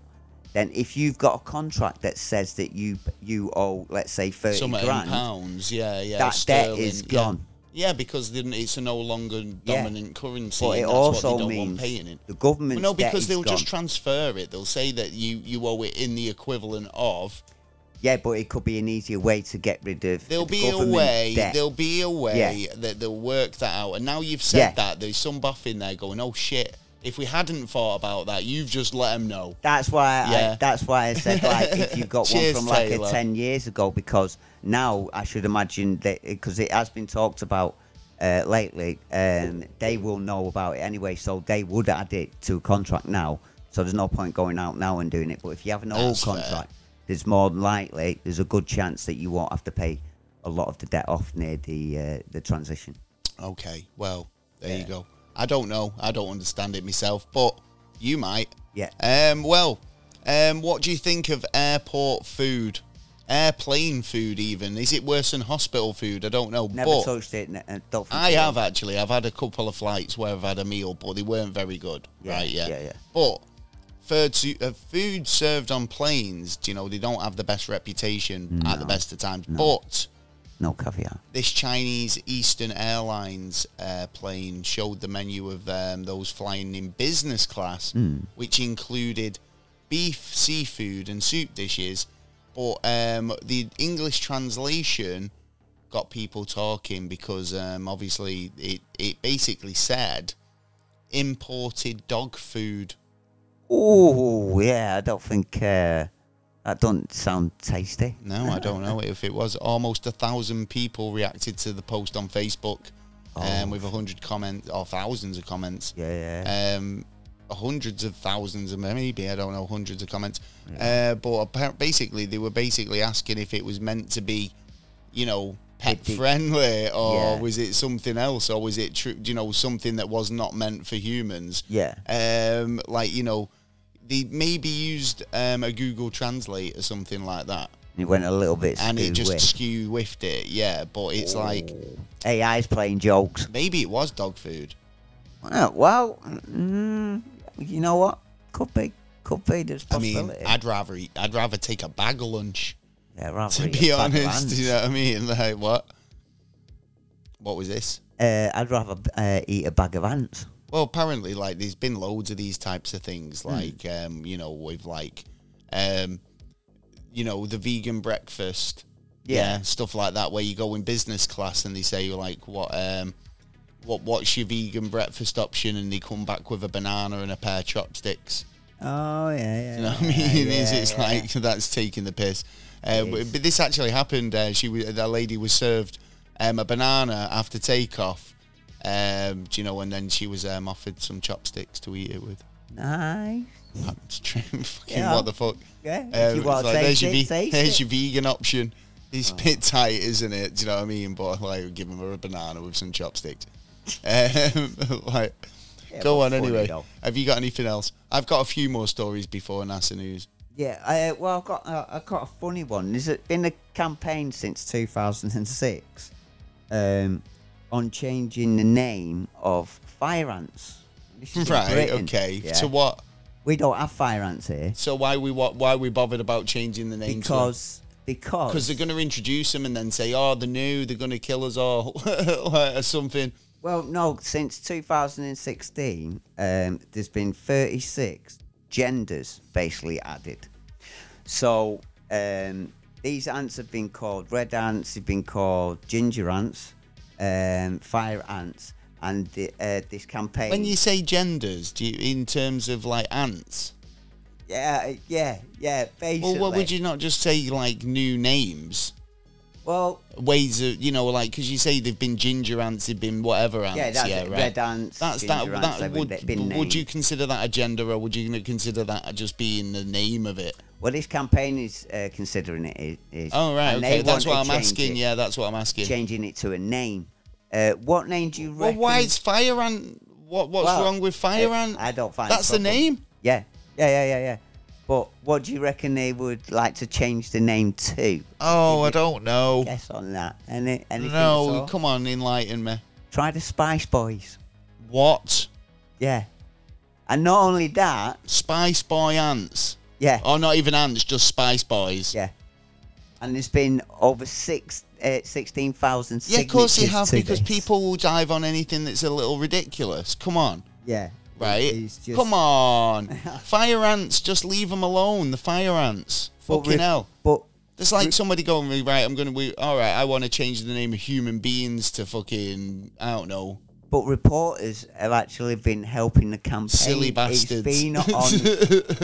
Speaker 2: then if you've got a contract that says that you you owe, let's say, 30
Speaker 1: Some
Speaker 2: grand,
Speaker 1: pounds, yeah, yeah.
Speaker 2: that debt
Speaker 1: sterling,
Speaker 2: is
Speaker 1: yeah.
Speaker 2: gone.
Speaker 1: Yeah, because then it's a no longer
Speaker 2: Yeah.
Speaker 1: dominant currency.
Speaker 2: But
Speaker 1: and
Speaker 2: it
Speaker 1: that's what they
Speaker 2: also
Speaker 1: don't want
Speaker 2: means
Speaker 1: paying it.
Speaker 2: the government's
Speaker 1: Well, no,
Speaker 2: debt
Speaker 1: because
Speaker 2: is
Speaker 1: they'll
Speaker 2: gone.
Speaker 1: just transfer it. They'll say that you, you owe it in the equivalent of.
Speaker 2: yeah, but it could be an easier way to get rid of
Speaker 1: There'll
Speaker 2: the
Speaker 1: be a
Speaker 2: government
Speaker 1: way.
Speaker 2: debt.
Speaker 1: There'll be a way
Speaker 2: Yeah.
Speaker 1: that they'll work that out. And now you've said
Speaker 2: Yeah.
Speaker 1: that, there's some buff in there going, "Oh shit." If we hadn't thought about that, you've just let them know.
Speaker 2: That's why.
Speaker 1: Yeah.
Speaker 2: I, that's why I said like if you got one
Speaker 1: Cheers,
Speaker 2: from like a
Speaker 1: Taylor.
Speaker 2: ten years ago because now I should imagine that because it has been talked about uh, lately and they will know about it anyway, so they would add it to a contract now. So there's no point going out now and doing it. But if you have an old
Speaker 1: That's fair.
Speaker 2: contract, there's more than likely there's a good chance that you won't have to pay a lot of the debt off near the uh, the transition.
Speaker 1: Okay, well, there you go. I don't know. I don't understand it myself, but you might.
Speaker 2: Yeah.
Speaker 1: Um. Well, um. What do you think of airport food? Airplane food, even is it worse than hospital food? I don't know.
Speaker 2: Never
Speaker 1: but
Speaker 2: touched it. n- uh, Don't think
Speaker 1: I
Speaker 2: it is.
Speaker 1: have actually. I've had a couple of flights where I've had a meal, but they weren't very good.
Speaker 2: Yeah,
Speaker 1: right? Yeah.
Speaker 2: yeah, yeah.
Speaker 1: But food, su- uh, food served on planes, do you know, they don't have the best reputation at the best of times. But
Speaker 2: no caviar.
Speaker 1: this Chinese Eastern Airlines uh, plane showed the menu of um, those flying in business class, which included beef, seafood, and soup dishes. But um, the English translation got people talking because um, obviously it, it basically said imported dog food.
Speaker 2: Oh yeah, I don't think uh, that don't sound tasty.
Speaker 1: No, I don't know if it was. Almost a thousand people reacted to the post on Facebook, um, with a hundred comments or thousands of comments.
Speaker 2: Yeah, yeah.
Speaker 1: Um, hundreds of thousands of maybe I don't know hundreds of comments. Uh, but appa- basically, they were basically asking if it was meant to be, you know, pet
Speaker 2: Petty.
Speaker 1: friendly or
Speaker 2: Yeah.
Speaker 1: was it something else or was it tru- you know something that was not meant for humans?
Speaker 2: Yeah.
Speaker 1: Um, like you know, they maybe used um, a Google Translate or something like that
Speaker 2: It went a little bit.
Speaker 1: and it just
Speaker 2: skew-whiff.
Speaker 1: skew whiffed it. Yeah, but it's like
Speaker 2: Oh. AI's playing jokes.
Speaker 1: maybe it was dog food.
Speaker 2: Well, well, mm, you know what? Could be, could be. There's
Speaker 1: I mean,
Speaker 2: possibility.
Speaker 1: I'd rather eat, I'd rather take a bag of lunch
Speaker 2: yeah, rather
Speaker 1: to
Speaker 2: eat a
Speaker 1: be
Speaker 2: bag of
Speaker 1: honest. You know what I mean? Like what? What was this?
Speaker 2: ants. Uh, I'd rather uh, eat a bag of ants.
Speaker 1: Well, apparently, like there's been loads of these types of things,
Speaker 2: Hmm.
Speaker 1: like um, you know, with like, um, you know, the vegan breakfast,
Speaker 2: Yeah.
Speaker 1: stuff like that, where you go in business class and they say like, what, um, what, what's your vegan breakfast option, and they come back with a banana and a pair of chopsticks.
Speaker 2: Oh yeah, yeah.
Speaker 1: You know what I
Speaker 2: yeah,
Speaker 1: mean? It's-
Speaker 2: yeah,
Speaker 1: it's
Speaker 2: yeah.
Speaker 1: like that's taking the piss. Uh,
Speaker 2: It
Speaker 1: but,
Speaker 2: is.
Speaker 1: but this actually happened. Uh, she was, that lady was served um, a banana after takeoff. Um, do you know? And then she was um, offered some chopsticks to eat it with.
Speaker 2: nice.
Speaker 1: That's true. Fucking
Speaker 2: Hmm. Yeah.
Speaker 1: what the fuck?
Speaker 2: Yeah, if
Speaker 1: Um,
Speaker 2: you
Speaker 1: it's
Speaker 2: want to
Speaker 1: like, there's,
Speaker 2: taste
Speaker 1: your
Speaker 2: it,
Speaker 1: ve-
Speaker 2: taste
Speaker 1: there's
Speaker 2: it. Oh.
Speaker 1: your vegan option. It's a bit tight, isn't it? Do you know what I mean? But like, giving her a banana with some chopsticks. um, like,
Speaker 2: Yeah,
Speaker 1: go
Speaker 2: but
Speaker 1: on
Speaker 2: funny
Speaker 1: anyway.
Speaker 2: though.
Speaker 1: Have you got anything else? I've got a few more stories before NASA news.
Speaker 2: Yeah, uh, well, I've got uh, I've got a funny one. There's a- been a campaign since 2006 um, on changing the name of fire ants. This is in
Speaker 1: Right.
Speaker 2: Britain,
Speaker 1: Okay.
Speaker 2: yeah.
Speaker 1: So what?
Speaker 2: we don't have fire ants here
Speaker 1: So why we what? Why we bothered about changing the name?
Speaker 2: because because
Speaker 1: because they're going to introduce them and then say, "Oh, they're new. They're going to kill us all," or something.
Speaker 2: well, no, since 2016, um, there's been 36 genders basically added. So um, these ants have been called red ants, they've been called ginger ants, um, fire ants, and the, uh, this campaign.
Speaker 1: When you say genders, do you, in terms of like ants?
Speaker 2: yeah, uh, yeah, yeah. Basically,
Speaker 1: Well, what would you not just say like new names?
Speaker 2: Well,
Speaker 1: Ways of you know, like because you say they've been ginger ants, they've been whatever ants.
Speaker 2: yeah, that's it.
Speaker 1: right.
Speaker 2: Red ants.
Speaker 1: That's that.
Speaker 2: ginger ants,
Speaker 1: That
Speaker 2: they've
Speaker 1: would
Speaker 2: been
Speaker 1: would
Speaker 2: named.
Speaker 1: you consider that a gender, or would you consider that just being the name of it?
Speaker 2: Well, this campaign is uh, considering it is. is
Speaker 1: Oh right,
Speaker 2: and they
Speaker 1: okay, that's
Speaker 2: want
Speaker 1: what
Speaker 2: to
Speaker 1: I'm
Speaker 2: change
Speaker 1: asking.
Speaker 2: it.
Speaker 1: Yeah, that's what I'm asking.
Speaker 2: changing it to a name. Uh, what name do you
Speaker 1: Well,
Speaker 2: reckon?
Speaker 1: why is fire ant? What what's
Speaker 2: Well,
Speaker 1: wrong with fire
Speaker 2: uh,
Speaker 1: ant?
Speaker 2: I don't find
Speaker 1: That's the
Speaker 2: problem.
Speaker 1: name.
Speaker 2: Yeah, yeah, yeah, yeah, yeah. But what do you reckon they would like to change the name to?
Speaker 1: Oh, I don't know.
Speaker 2: Guess on that. Any, anything
Speaker 1: no,
Speaker 2: at all?
Speaker 1: come on, enlighten me.
Speaker 2: Try the Spice Boys.
Speaker 1: What?
Speaker 2: Yeah. And not only that,
Speaker 1: Spice Boy ants?
Speaker 2: yeah,
Speaker 1: Oh, not even ants, just Spice Boys.
Speaker 2: yeah. And there's been over six, uh, 16,000
Speaker 1: Yeah, of course you
Speaker 2: signatures
Speaker 1: have
Speaker 2: to
Speaker 1: because
Speaker 2: this.
Speaker 1: people will dive on anything that's a little ridiculous. Come on,
Speaker 2: Yeah.
Speaker 1: right?
Speaker 2: It's just-
Speaker 1: Come on, fire ants, just leave them alone. The fire ants,
Speaker 2: but
Speaker 1: fucking
Speaker 2: re-
Speaker 1: hell.
Speaker 2: But
Speaker 1: It's like somebody going, right, I'm going to, all right, I want to change the name of human beings to fucking, I don't know,
Speaker 2: But reporters have actually been helping the campaign.
Speaker 1: Silly bastards.
Speaker 2: It's been on.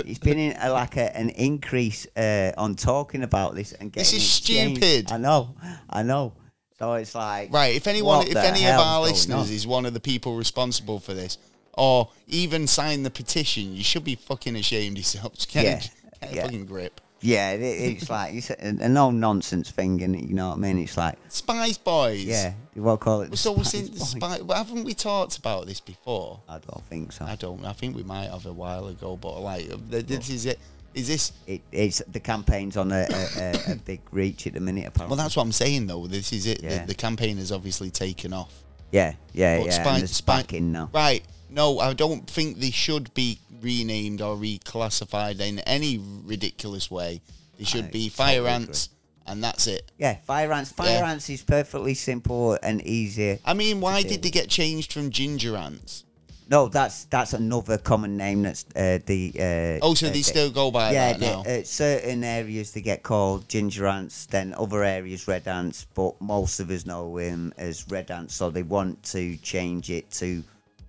Speaker 2: it's been in a, like a, an increase uh, on talking about this and
Speaker 1: This
Speaker 2: getting.
Speaker 1: is
Speaker 2: it changed.
Speaker 1: stupid.
Speaker 2: I know. I know. So it's like
Speaker 1: Right, if anyone,
Speaker 2: What
Speaker 1: if
Speaker 2: the
Speaker 1: any of our
Speaker 2: hell's going
Speaker 1: listeners
Speaker 2: on?
Speaker 1: is one of the people responsible for this, or even sign the petition, you should be fucking ashamed of yourselves. Get,
Speaker 2: Yeah,
Speaker 1: a, get a
Speaker 2: yeah.
Speaker 1: fucking grip.
Speaker 2: Yeah, it, it's like it's a, a no nonsense thing, and you know what I mean. It's like
Speaker 1: Spice Boys.
Speaker 2: yeah, what call it? the
Speaker 1: So was
Speaker 2: Spice
Speaker 1: in
Speaker 2: Boys.
Speaker 1: spy, well, haven't we talked about this before?
Speaker 2: I don't think so.
Speaker 1: I don't. I think we might have a while ago, but like, uh, th- this is it. Is this?
Speaker 2: It, it's the campaign's on a, a, a, a big reach at the minute. Apparently,
Speaker 1: Well, that's what I'm saying though. This is it.
Speaker 2: Yeah.
Speaker 1: The, the campaign has obviously taken off.
Speaker 2: yeah, yeah, yeah.
Speaker 1: Spy-
Speaker 2: and there's
Speaker 1: Spy-
Speaker 2: backing now.
Speaker 1: Right. No, I don't think they should be renamed or reclassified in any ridiculous way. They should
Speaker 2: I
Speaker 1: be fire
Speaker 2: totally
Speaker 1: ants, and that's it.
Speaker 2: Yeah, fire ants. Fire
Speaker 1: Yeah.
Speaker 2: ants is perfectly simple and easy.
Speaker 1: I mean, why
Speaker 2: Okay.
Speaker 1: did they get changed from ginger ants?
Speaker 2: No, that's that's another common name. That's uh, the uh,
Speaker 1: Oh, so
Speaker 2: uh,
Speaker 1: they
Speaker 2: the-
Speaker 1: still go by
Speaker 2: yeah,
Speaker 1: that now.
Speaker 2: the, uh, certain areas they get called ginger ants, then other areas red ants, but most of us know him as red ants, so they want to change it to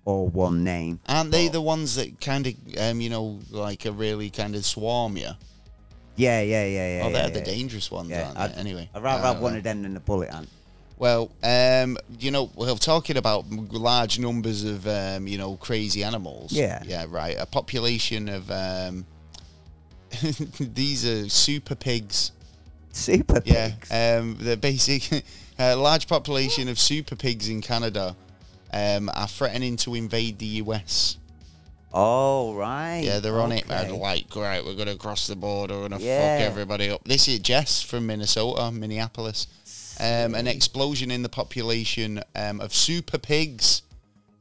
Speaker 2: all one name.
Speaker 1: Aren't they the ones that kind of, um, you know, like a really kind of swarm you?
Speaker 2: Yeah, yeah, yeah, yeah.
Speaker 1: oh,
Speaker 2: yeah,
Speaker 1: they're
Speaker 2: yeah,
Speaker 1: the dangerous ones,
Speaker 2: Yeah,
Speaker 1: aren't
Speaker 2: I'd-
Speaker 1: they? Anyway, Uh,
Speaker 2: I'd rather
Speaker 1: I
Speaker 2: have
Speaker 1: don't
Speaker 2: one
Speaker 1: know.
Speaker 2: of them than the bullet ant.
Speaker 1: Well, um, you know, well, talking about m- large numbers of, um, you know, crazy animals.
Speaker 2: Yeah.
Speaker 1: Yeah, right. A population of, um, these are super pigs.
Speaker 2: Super
Speaker 1: Yeah.
Speaker 2: pigs.
Speaker 1: Um, the basic, a large population of super pigs in Canada um, are threatening to invade the US.
Speaker 2: oh, right.
Speaker 1: Yeah, they're on it, man.
Speaker 2: okay.
Speaker 1: Like, right, we're going to cross the border, we're going to
Speaker 2: Yeah.
Speaker 1: fuck everybody up. This is Jess from Minnesota, Minneapolis. Um, an explosion in the population um, of super pigs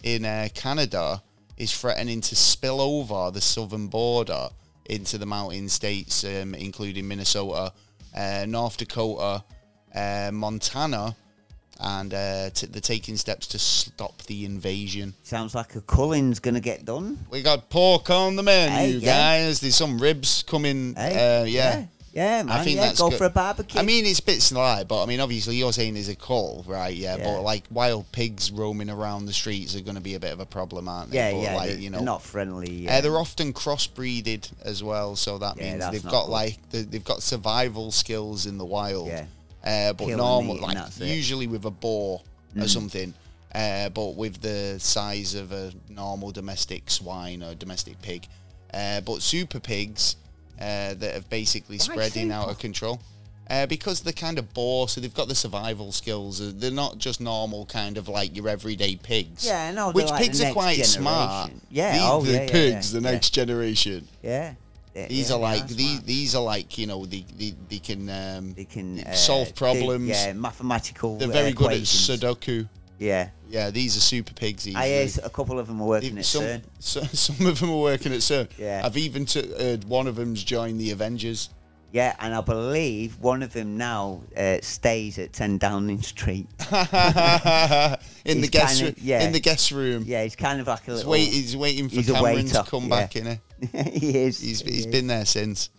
Speaker 1: in uh, Canada is threatening to spill over the southern border into the mountain states, um, including Minnesota, uh, North Dakota, uh, Montana, and uh, t- they're taking steps to stop the invasion.
Speaker 2: Sounds like a Cullen's going to get done.
Speaker 1: We got pork on the menu,
Speaker 2: Hey,
Speaker 1: you
Speaker 2: yeah.
Speaker 1: guys. There's some ribs coming.
Speaker 2: Hey,
Speaker 1: uh, yeah.
Speaker 2: Yeah, man.
Speaker 1: think
Speaker 2: yeah,
Speaker 1: that's
Speaker 2: go
Speaker 1: good.
Speaker 2: for a barbecue.
Speaker 1: I mean, it's a bit sly, but I mean, obviously, you're saying there's a call, right? Yeah,
Speaker 2: Yeah.
Speaker 1: but like wild pigs roaming around the streets are going to be a bit of a problem, aren't they?
Speaker 2: yeah,
Speaker 1: But,
Speaker 2: yeah.
Speaker 1: like,
Speaker 2: they're,
Speaker 1: you
Speaker 2: they're
Speaker 1: know,
Speaker 2: not friendly.
Speaker 1: Uh,
Speaker 2: Yeah.
Speaker 1: they're often crossbreeded as well, so that
Speaker 2: Yeah,
Speaker 1: means
Speaker 2: that's
Speaker 1: they've
Speaker 2: not
Speaker 1: got
Speaker 2: good.
Speaker 1: like the, they've got survival skills in the wild.
Speaker 2: Yeah.
Speaker 1: Uh, but
Speaker 2: Kill and
Speaker 1: normal,
Speaker 2: eat and
Speaker 1: like
Speaker 2: that's it. Mm.
Speaker 1: usually with a boar or something, uh, but with the size of a normal domestic swine or domestic pig. Uh, but super pigs uh, that have basically spreading out of control. Uh, because they're kind of boar, so they've got the survival skills. Uh, They're not just normal kind of like your everyday pigs.
Speaker 2: Yeah, no, they're
Speaker 1: Which
Speaker 2: like the
Speaker 1: pigs are
Speaker 2: next
Speaker 1: quite smart.
Speaker 2: generation. Yeah,
Speaker 1: These
Speaker 2: oh,
Speaker 1: the
Speaker 2: yeah, yeah,
Speaker 1: pigs,
Speaker 2: yeah,
Speaker 1: the
Speaker 2: yeah.
Speaker 1: next generation.
Speaker 2: yeah. They-
Speaker 1: These
Speaker 2: yeah,
Speaker 1: are
Speaker 2: they
Speaker 1: like these,
Speaker 2: smart.
Speaker 1: these are like you know they they, they can um,
Speaker 2: They can
Speaker 1: they
Speaker 2: uh,
Speaker 1: solve
Speaker 2: do-
Speaker 1: problems.
Speaker 2: yeah, mathematical.
Speaker 1: they're
Speaker 2: uh,
Speaker 1: very good at
Speaker 2: equations.
Speaker 1: Sudoku.
Speaker 2: Yeah,
Speaker 1: Yeah, these are super pigs. These
Speaker 2: I
Speaker 1: are-
Speaker 2: hear s- a couple of them are working at
Speaker 1: some,
Speaker 2: CERN.
Speaker 1: so- some of them are working at CERN.
Speaker 2: Yeah.
Speaker 1: I've even t- heard one of them's joined the Avengers.
Speaker 2: Yeah, and I believe one of them now uh, stays at Ten Downing Street.
Speaker 1: in the
Speaker 2: He's
Speaker 1: guest
Speaker 2: kinda-
Speaker 1: room.
Speaker 2: yeah.
Speaker 1: in the guest room.
Speaker 2: Yeah, he's kind of like a
Speaker 1: He's,
Speaker 2: little.
Speaker 1: wait, he's waiting for
Speaker 2: he's a
Speaker 1: Cameron to
Speaker 2: waiter,
Speaker 1: come
Speaker 2: yeah.
Speaker 1: back in.
Speaker 2: he is.
Speaker 1: He's
Speaker 2: he
Speaker 1: he's
Speaker 2: is.
Speaker 1: been there since.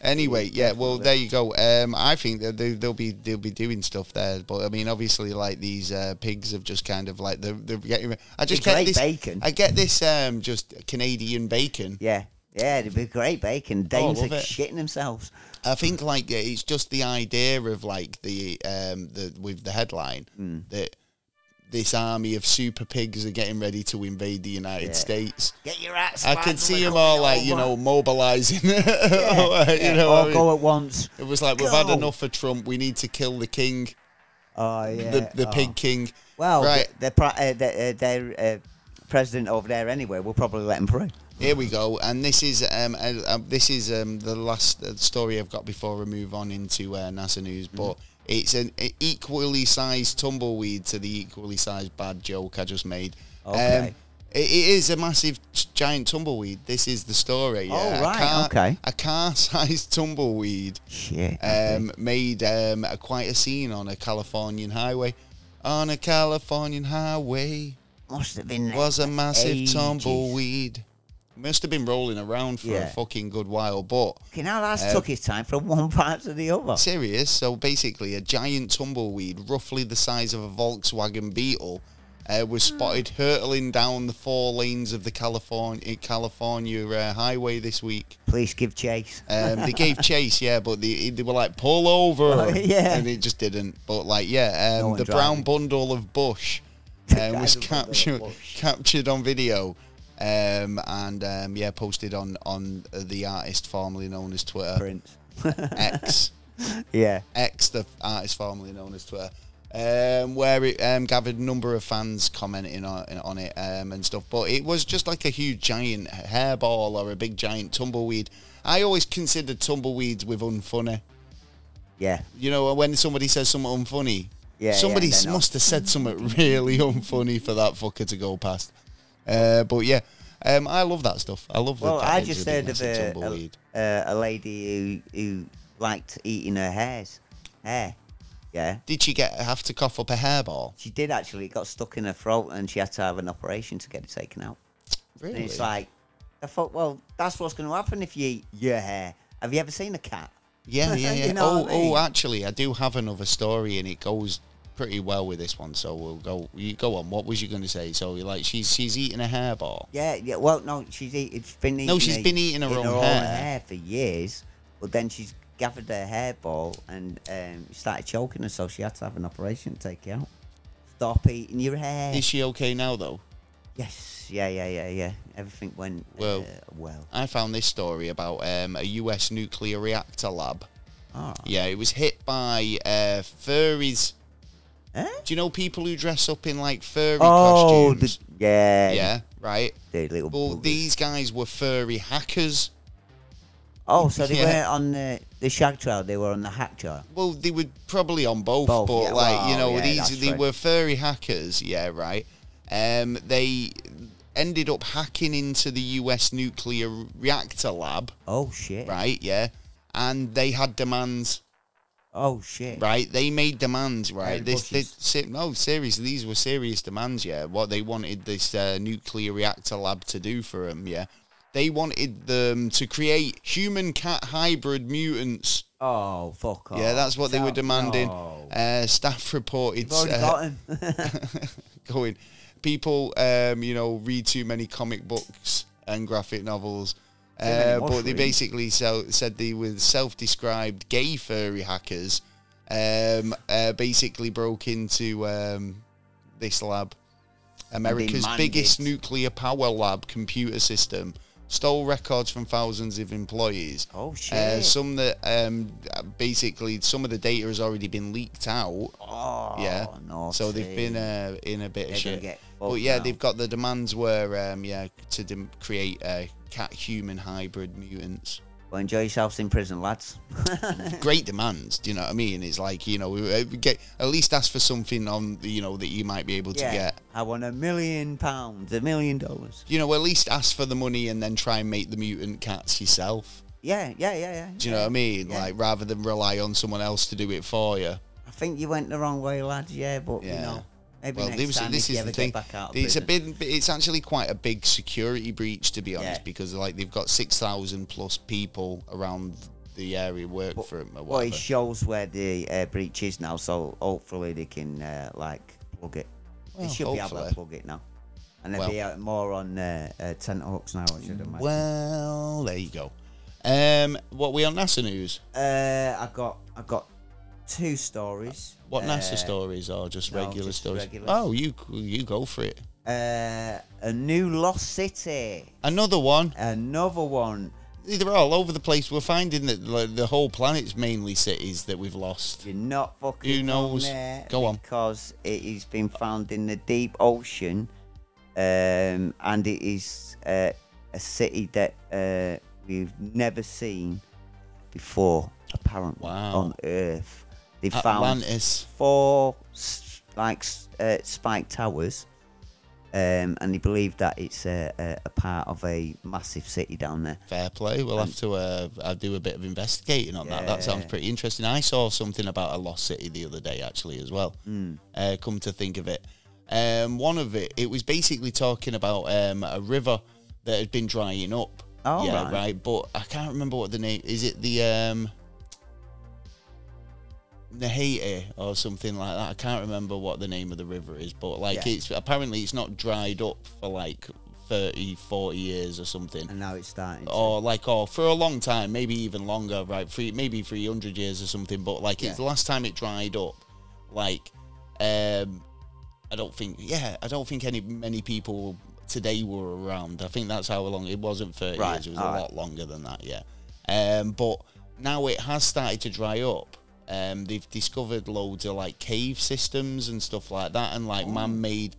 Speaker 1: Anyway, yeah. Well, there you go. Um, I think that they, they'll be they'll be doing stuff there, but I mean, obviously, like these uh, pigs have just kind of like they're, they're getting. I just get
Speaker 2: great
Speaker 1: this.
Speaker 2: bacon.
Speaker 1: I get this. Um, just Canadian bacon.
Speaker 2: Yeah, yeah, it'd be great bacon. Danes
Speaker 1: Oh, love
Speaker 2: are
Speaker 1: it.
Speaker 2: shitting themselves.
Speaker 1: I think like yeah, it's just the idea of like the um the with the headline
Speaker 2: Hmm.
Speaker 1: that this army of super pigs are getting ready to invade the United
Speaker 2: Yeah.
Speaker 1: States.
Speaker 2: Get your ass.
Speaker 1: I can see them all like you know mobilizing. uh, you know,
Speaker 2: all
Speaker 1: I mean,
Speaker 2: go at once.
Speaker 1: it was like we've had
Speaker 2: Go.
Speaker 1: enough of Trump. We need to kill the king,
Speaker 2: Oh yeah.
Speaker 1: the the
Speaker 2: oh.
Speaker 1: pig king.
Speaker 2: Well,
Speaker 1: right
Speaker 2: the, the, pri- uh, the, uh, their uh, president over there anyway. We'll probably let him through.
Speaker 1: here we go. And this is um uh, uh, this is um the last uh, story I've got before we move on into uh, NASA news,
Speaker 2: Mm-hmm.
Speaker 1: but. It's an e- equally sized tumbleweed to the equally sized bad joke I just made. Um,
Speaker 2: Okay.
Speaker 1: it, it is a massive t- giant tumbleweed. This is the story.
Speaker 2: Oh,
Speaker 1: yeah. A
Speaker 2: right,
Speaker 1: car-
Speaker 2: okay.
Speaker 1: A car-sized tumbleweed
Speaker 2: Shit.
Speaker 1: um, made um, a, quite a scene on a Californian highway. On a Californian highway
Speaker 2: Must have been there
Speaker 1: was a
Speaker 2: for
Speaker 1: massive
Speaker 2: ages.
Speaker 1: tumbleweed. Must have been rolling around for a
Speaker 2: Yeah.
Speaker 1: fucking good while, but
Speaker 2: Fucking hell, that's
Speaker 1: Uh,
Speaker 2: took his time from one part to the other.
Speaker 1: serious. So basically, a giant tumbleweed, roughly the size of a Volkswagen Beetle, uh, was spotted hurtling down the four lanes of the California California uh, highway this week.
Speaker 2: Please give chase.
Speaker 1: Um, they gave chase, yeah, but they, they were like pull over,
Speaker 2: Oh, yeah.
Speaker 1: and it just didn't. But like, yeah, um,
Speaker 2: No one
Speaker 1: the brown
Speaker 2: driving.
Speaker 1: bundle of bush
Speaker 2: Guys
Speaker 1: uh, was
Speaker 2: with bundle of
Speaker 1: captured
Speaker 2: bush.
Speaker 1: captured on video, um, and um, yeah, posted on on uh, the artist formerly known as Twitter
Speaker 2: Prince.
Speaker 1: X.
Speaker 2: yeah.
Speaker 1: X, the artist formerly known as Twitter, um, where it um, gathered a number of fans commenting on, on it um, and stuff. But it was just like a huge giant hairball or a big giant tumbleweed. I always considered tumbleweeds with unfunny.
Speaker 2: Yeah.
Speaker 1: You know, when somebody says something unfunny,
Speaker 2: Yeah, yeah,
Speaker 1: somebody
Speaker 2: they're not.
Speaker 1: must have said something really unfunny for that fucker to go past. Uh, but yeah, um, I love that stuff. I love the
Speaker 2: Well, I
Speaker 1: package
Speaker 2: just
Speaker 1: the
Speaker 2: heard of
Speaker 1: massive
Speaker 2: a, a,
Speaker 1: tumbleweed.
Speaker 2: a, a lady who who liked eating her hairs. Hair. Yeah.
Speaker 1: Did she get have to cough up a hairball?
Speaker 2: She did actually. It got stuck in her throat and she had to have an operation to get it taken out.
Speaker 1: Really?
Speaker 2: And it's like, I thought, well, that's what's going to happen if you eat your hair. Have you ever seen a cat?
Speaker 1: Yeah, yeah, yeah.
Speaker 2: You know
Speaker 1: oh,
Speaker 2: what I mean?
Speaker 1: oh, actually, I do have another story, and it goes pretty well with this one. So we'll go. You go on. What was you going to say? So you're like, she's she's eating a hairball.
Speaker 2: Yeah, yeah. Well, no, she's eat, it's been eating.
Speaker 1: No, she's been eating her own hair.
Speaker 2: for years, but then she's gathered her hairball and um, started choking her, so she had to have an operation to take it out. Stop eating your hair.
Speaker 1: Is she okay now though?
Speaker 2: yes, yeah, yeah, yeah, yeah. Everything went
Speaker 1: Well.
Speaker 2: uh, well.
Speaker 1: I found this story about um, a U.S. nuclear reactor lab.
Speaker 2: Oh.
Speaker 1: Yeah, it was hit by uh, furries.
Speaker 2: Huh?
Speaker 1: Do you know people who dress up in like furry
Speaker 2: Eh? Oh, the,
Speaker 1: costumes?
Speaker 2: yeah,
Speaker 1: yeah, right.
Speaker 2: The little.
Speaker 1: Well,
Speaker 2: buggers.
Speaker 1: these guys were furry hackers.
Speaker 2: oh, so they
Speaker 1: yeah.
Speaker 2: weren't on the the shag trail; they were on the hack trail.
Speaker 1: Well, they were probably on both,
Speaker 2: Both,
Speaker 1: but
Speaker 2: yeah,
Speaker 1: like you
Speaker 2: well,
Speaker 1: know,
Speaker 2: yeah,
Speaker 1: these
Speaker 2: that's
Speaker 1: they
Speaker 2: true.
Speaker 1: were furry hackers. Yeah, right. Um, they ended up hacking into the U.S. nuclear reactor lab.
Speaker 2: Oh shit!
Speaker 1: Right. Yeah. And they had demands,
Speaker 2: Oh shit!
Speaker 1: right? They made demands, right?
Speaker 2: Hairy
Speaker 1: this, this,
Speaker 2: bushes.
Speaker 1: se- no, seriously, these were serious demands, yeah. What they wanted this uh, nuclear reactor lab to do for them, yeah. They wanted them to create human cat hybrid mutants.
Speaker 2: Oh fuck off!
Speaker 1: Yeah, that's what they were
Speaker 2: So-
Speaker 1: demanding.
Speaker 2: No.
Speaker 1: Uh, staff reported
Speaker 2: You've already
Speaker 1: uh,
Speaker 2: got 'em.
Speaker 1: going, people, um, you know, read too many comic books and graphic novels.
Speaker 2: many
Speaker 1: Uh, but they
Speaker 2: mushrooms.
Speaker 1: basically so, said they were self-described gay furry hackers. Um, uh, basically broke into um, this lab, America's
Speaker 2: manned
Speaker 1: biggest
Speaker 2: it.
Speaker 1: nuclear power lab computer system, stole records from thousands of employees.
Speaker 2: Oh
Speaker 1: Uh,
Speaker 2: shit!
Speaker 1: some that um, basically some of the data has already been leaked out.
Speaker 2: oh
Speaker 1: yeah.
Speaker 2: no.
Speaker 1: so they've been uh, in a bit of
Speaker 2: They're
Speaker 1: shit.
Speaker 2: gonna get
Speaker 1: But
Speaker 2: fucked
Speaker 1: yeah,
Speaker 2: now.
Speaker 1: they've got the demands were um, yeah to dem- create uh, cat human hybrid mutants.
Speaker 2: Well, enjoy yourselves in prison, lads.
Speaker 1: Great demands, do you know what I mean? It's like you know we- uh, we get at least ask for something on you know that you might be able to get.
Speaker 2: I want a million pounds, a million dollars.
Speaker 1: You know, at least ask for the money and then try and make the mutant cats yourself.
Speaker 2: Yeah, yeah, yeah, yeah.
Speaker 1: Do you know um, what I mean?
Speaker 2: Yeah.
Speaker 1: Like rather than rely on someone else to do it for you.
Speaker 2: I think you went the wrong way, lads. Yeah, but
Speaker 1: Yeah.
Speaker 2: you know, maybe
Speaker 1: Well,
Speaker 2: next
Speaker 1: this,
Speaker 2: time
Speaker 1: this
Speaker 2: if you
Speaker 1: is
Speaker 2: ever
Speaker 1: the thing.
Speaker 2: get back out of
Speaker 1: It's a
Speaker 2: prison.
Speaker 1: big, it's actually quite a big security breach, to be honest,
Speaker 2: Yeah.
Speaker 1: because like they've got six thousand plus people around the area work for them or
Speaker 2: Well, it
Speaker 1: whatever.
Speaker 2: shows where the uh, breach is now, so hopefully they can uh, like plug it.
Speaker 1: Well,
Speaker 2: they should be able
Speaker 1: hopefully.
Speaker 2: to plug it now, and they'll
Speaker 1: Well.
Speaker 2: be out more on uh, uh, tent hooks now. I should imagine.
Speaker 1: Well, there you go. Um, what we on NASA news?
Speaker 2: Uh, I got I got two stories.
Speaker 1: What
Speaker 2: uh,
Speaker 1: NASA stories are just
Speaker 2: no,
Speaker 1: regular
Speaker 2: just
Speaker 1: stories?
Speaker 2: regular.
Speaker 1: Oh, you you go for it.
Speaker 2: Uh, a new lost city.
Speaker 1: Another one.
Speaker 2: Another one.
Speaker 1: They're all over the place. We're finding that like, the whole planet's mainly cities that we've lost.
Speaker 2: You're not fucking.
Speaker 1: Who knows?
Speaker 2: on there
Speaker 1: Go on.
Speaker 2: Because it has been found in the deep ocean, um, and it is uh, a city that uh, we've never seen before, apparently
Speaker 1: Wow.
Speaker 2: on Earth. They found
Speaker 1: Atlantis.
Speaker 2: four s- like s- uh, spike towers, um, and they believe that it's a, a, a part of a massive city down there.
Speaker 1: Fair play. We'll have to uh, I'll do a bit of investigating on that. That sounds
Speaker 2: Yeah.
Speaker 1: pretty interesting. I saw something about a lost city the other day, actually, as well.
Speaker 2: Hmm.
Speaker 1: Uh, come to think of it, um, one of it, it was basically talking about um, a river that had been drying up.
Speaker 2: Oh,
Speaker 1: yeah,
Speaker 2: right.
Speaker 1: right. But I can't remember what the name is. It the um, Nahiti or something like that. I can't remember what the name of the river is, but like
Speaker 2: Yeah.
Speaker 1: it's apparently it's not dried up for like 30, 40 years or something.
Speaker 2: and now it's starting. to-
Speaker 1: Or like, or for a long time, maybe even longer, right? Three, maybe three hundred years or something. But like,
Speaker 2: Yeah.
Speaker 1: it's the last time it dried up. Like, um, I don't think, yeah, I don't think any many people today were around. I think that's how long it wasn't thirty
Speaker 2: Right,
Speaker 1: years; it was a
Speaker 2: alright.
Speaker 1: lot longer than that. Yeah, um, but now it has started to dry up. Um, they've discovered loads of like cave systems and stuff like that, and
Speaker 2: Oh.
Speaker 1: like man-made,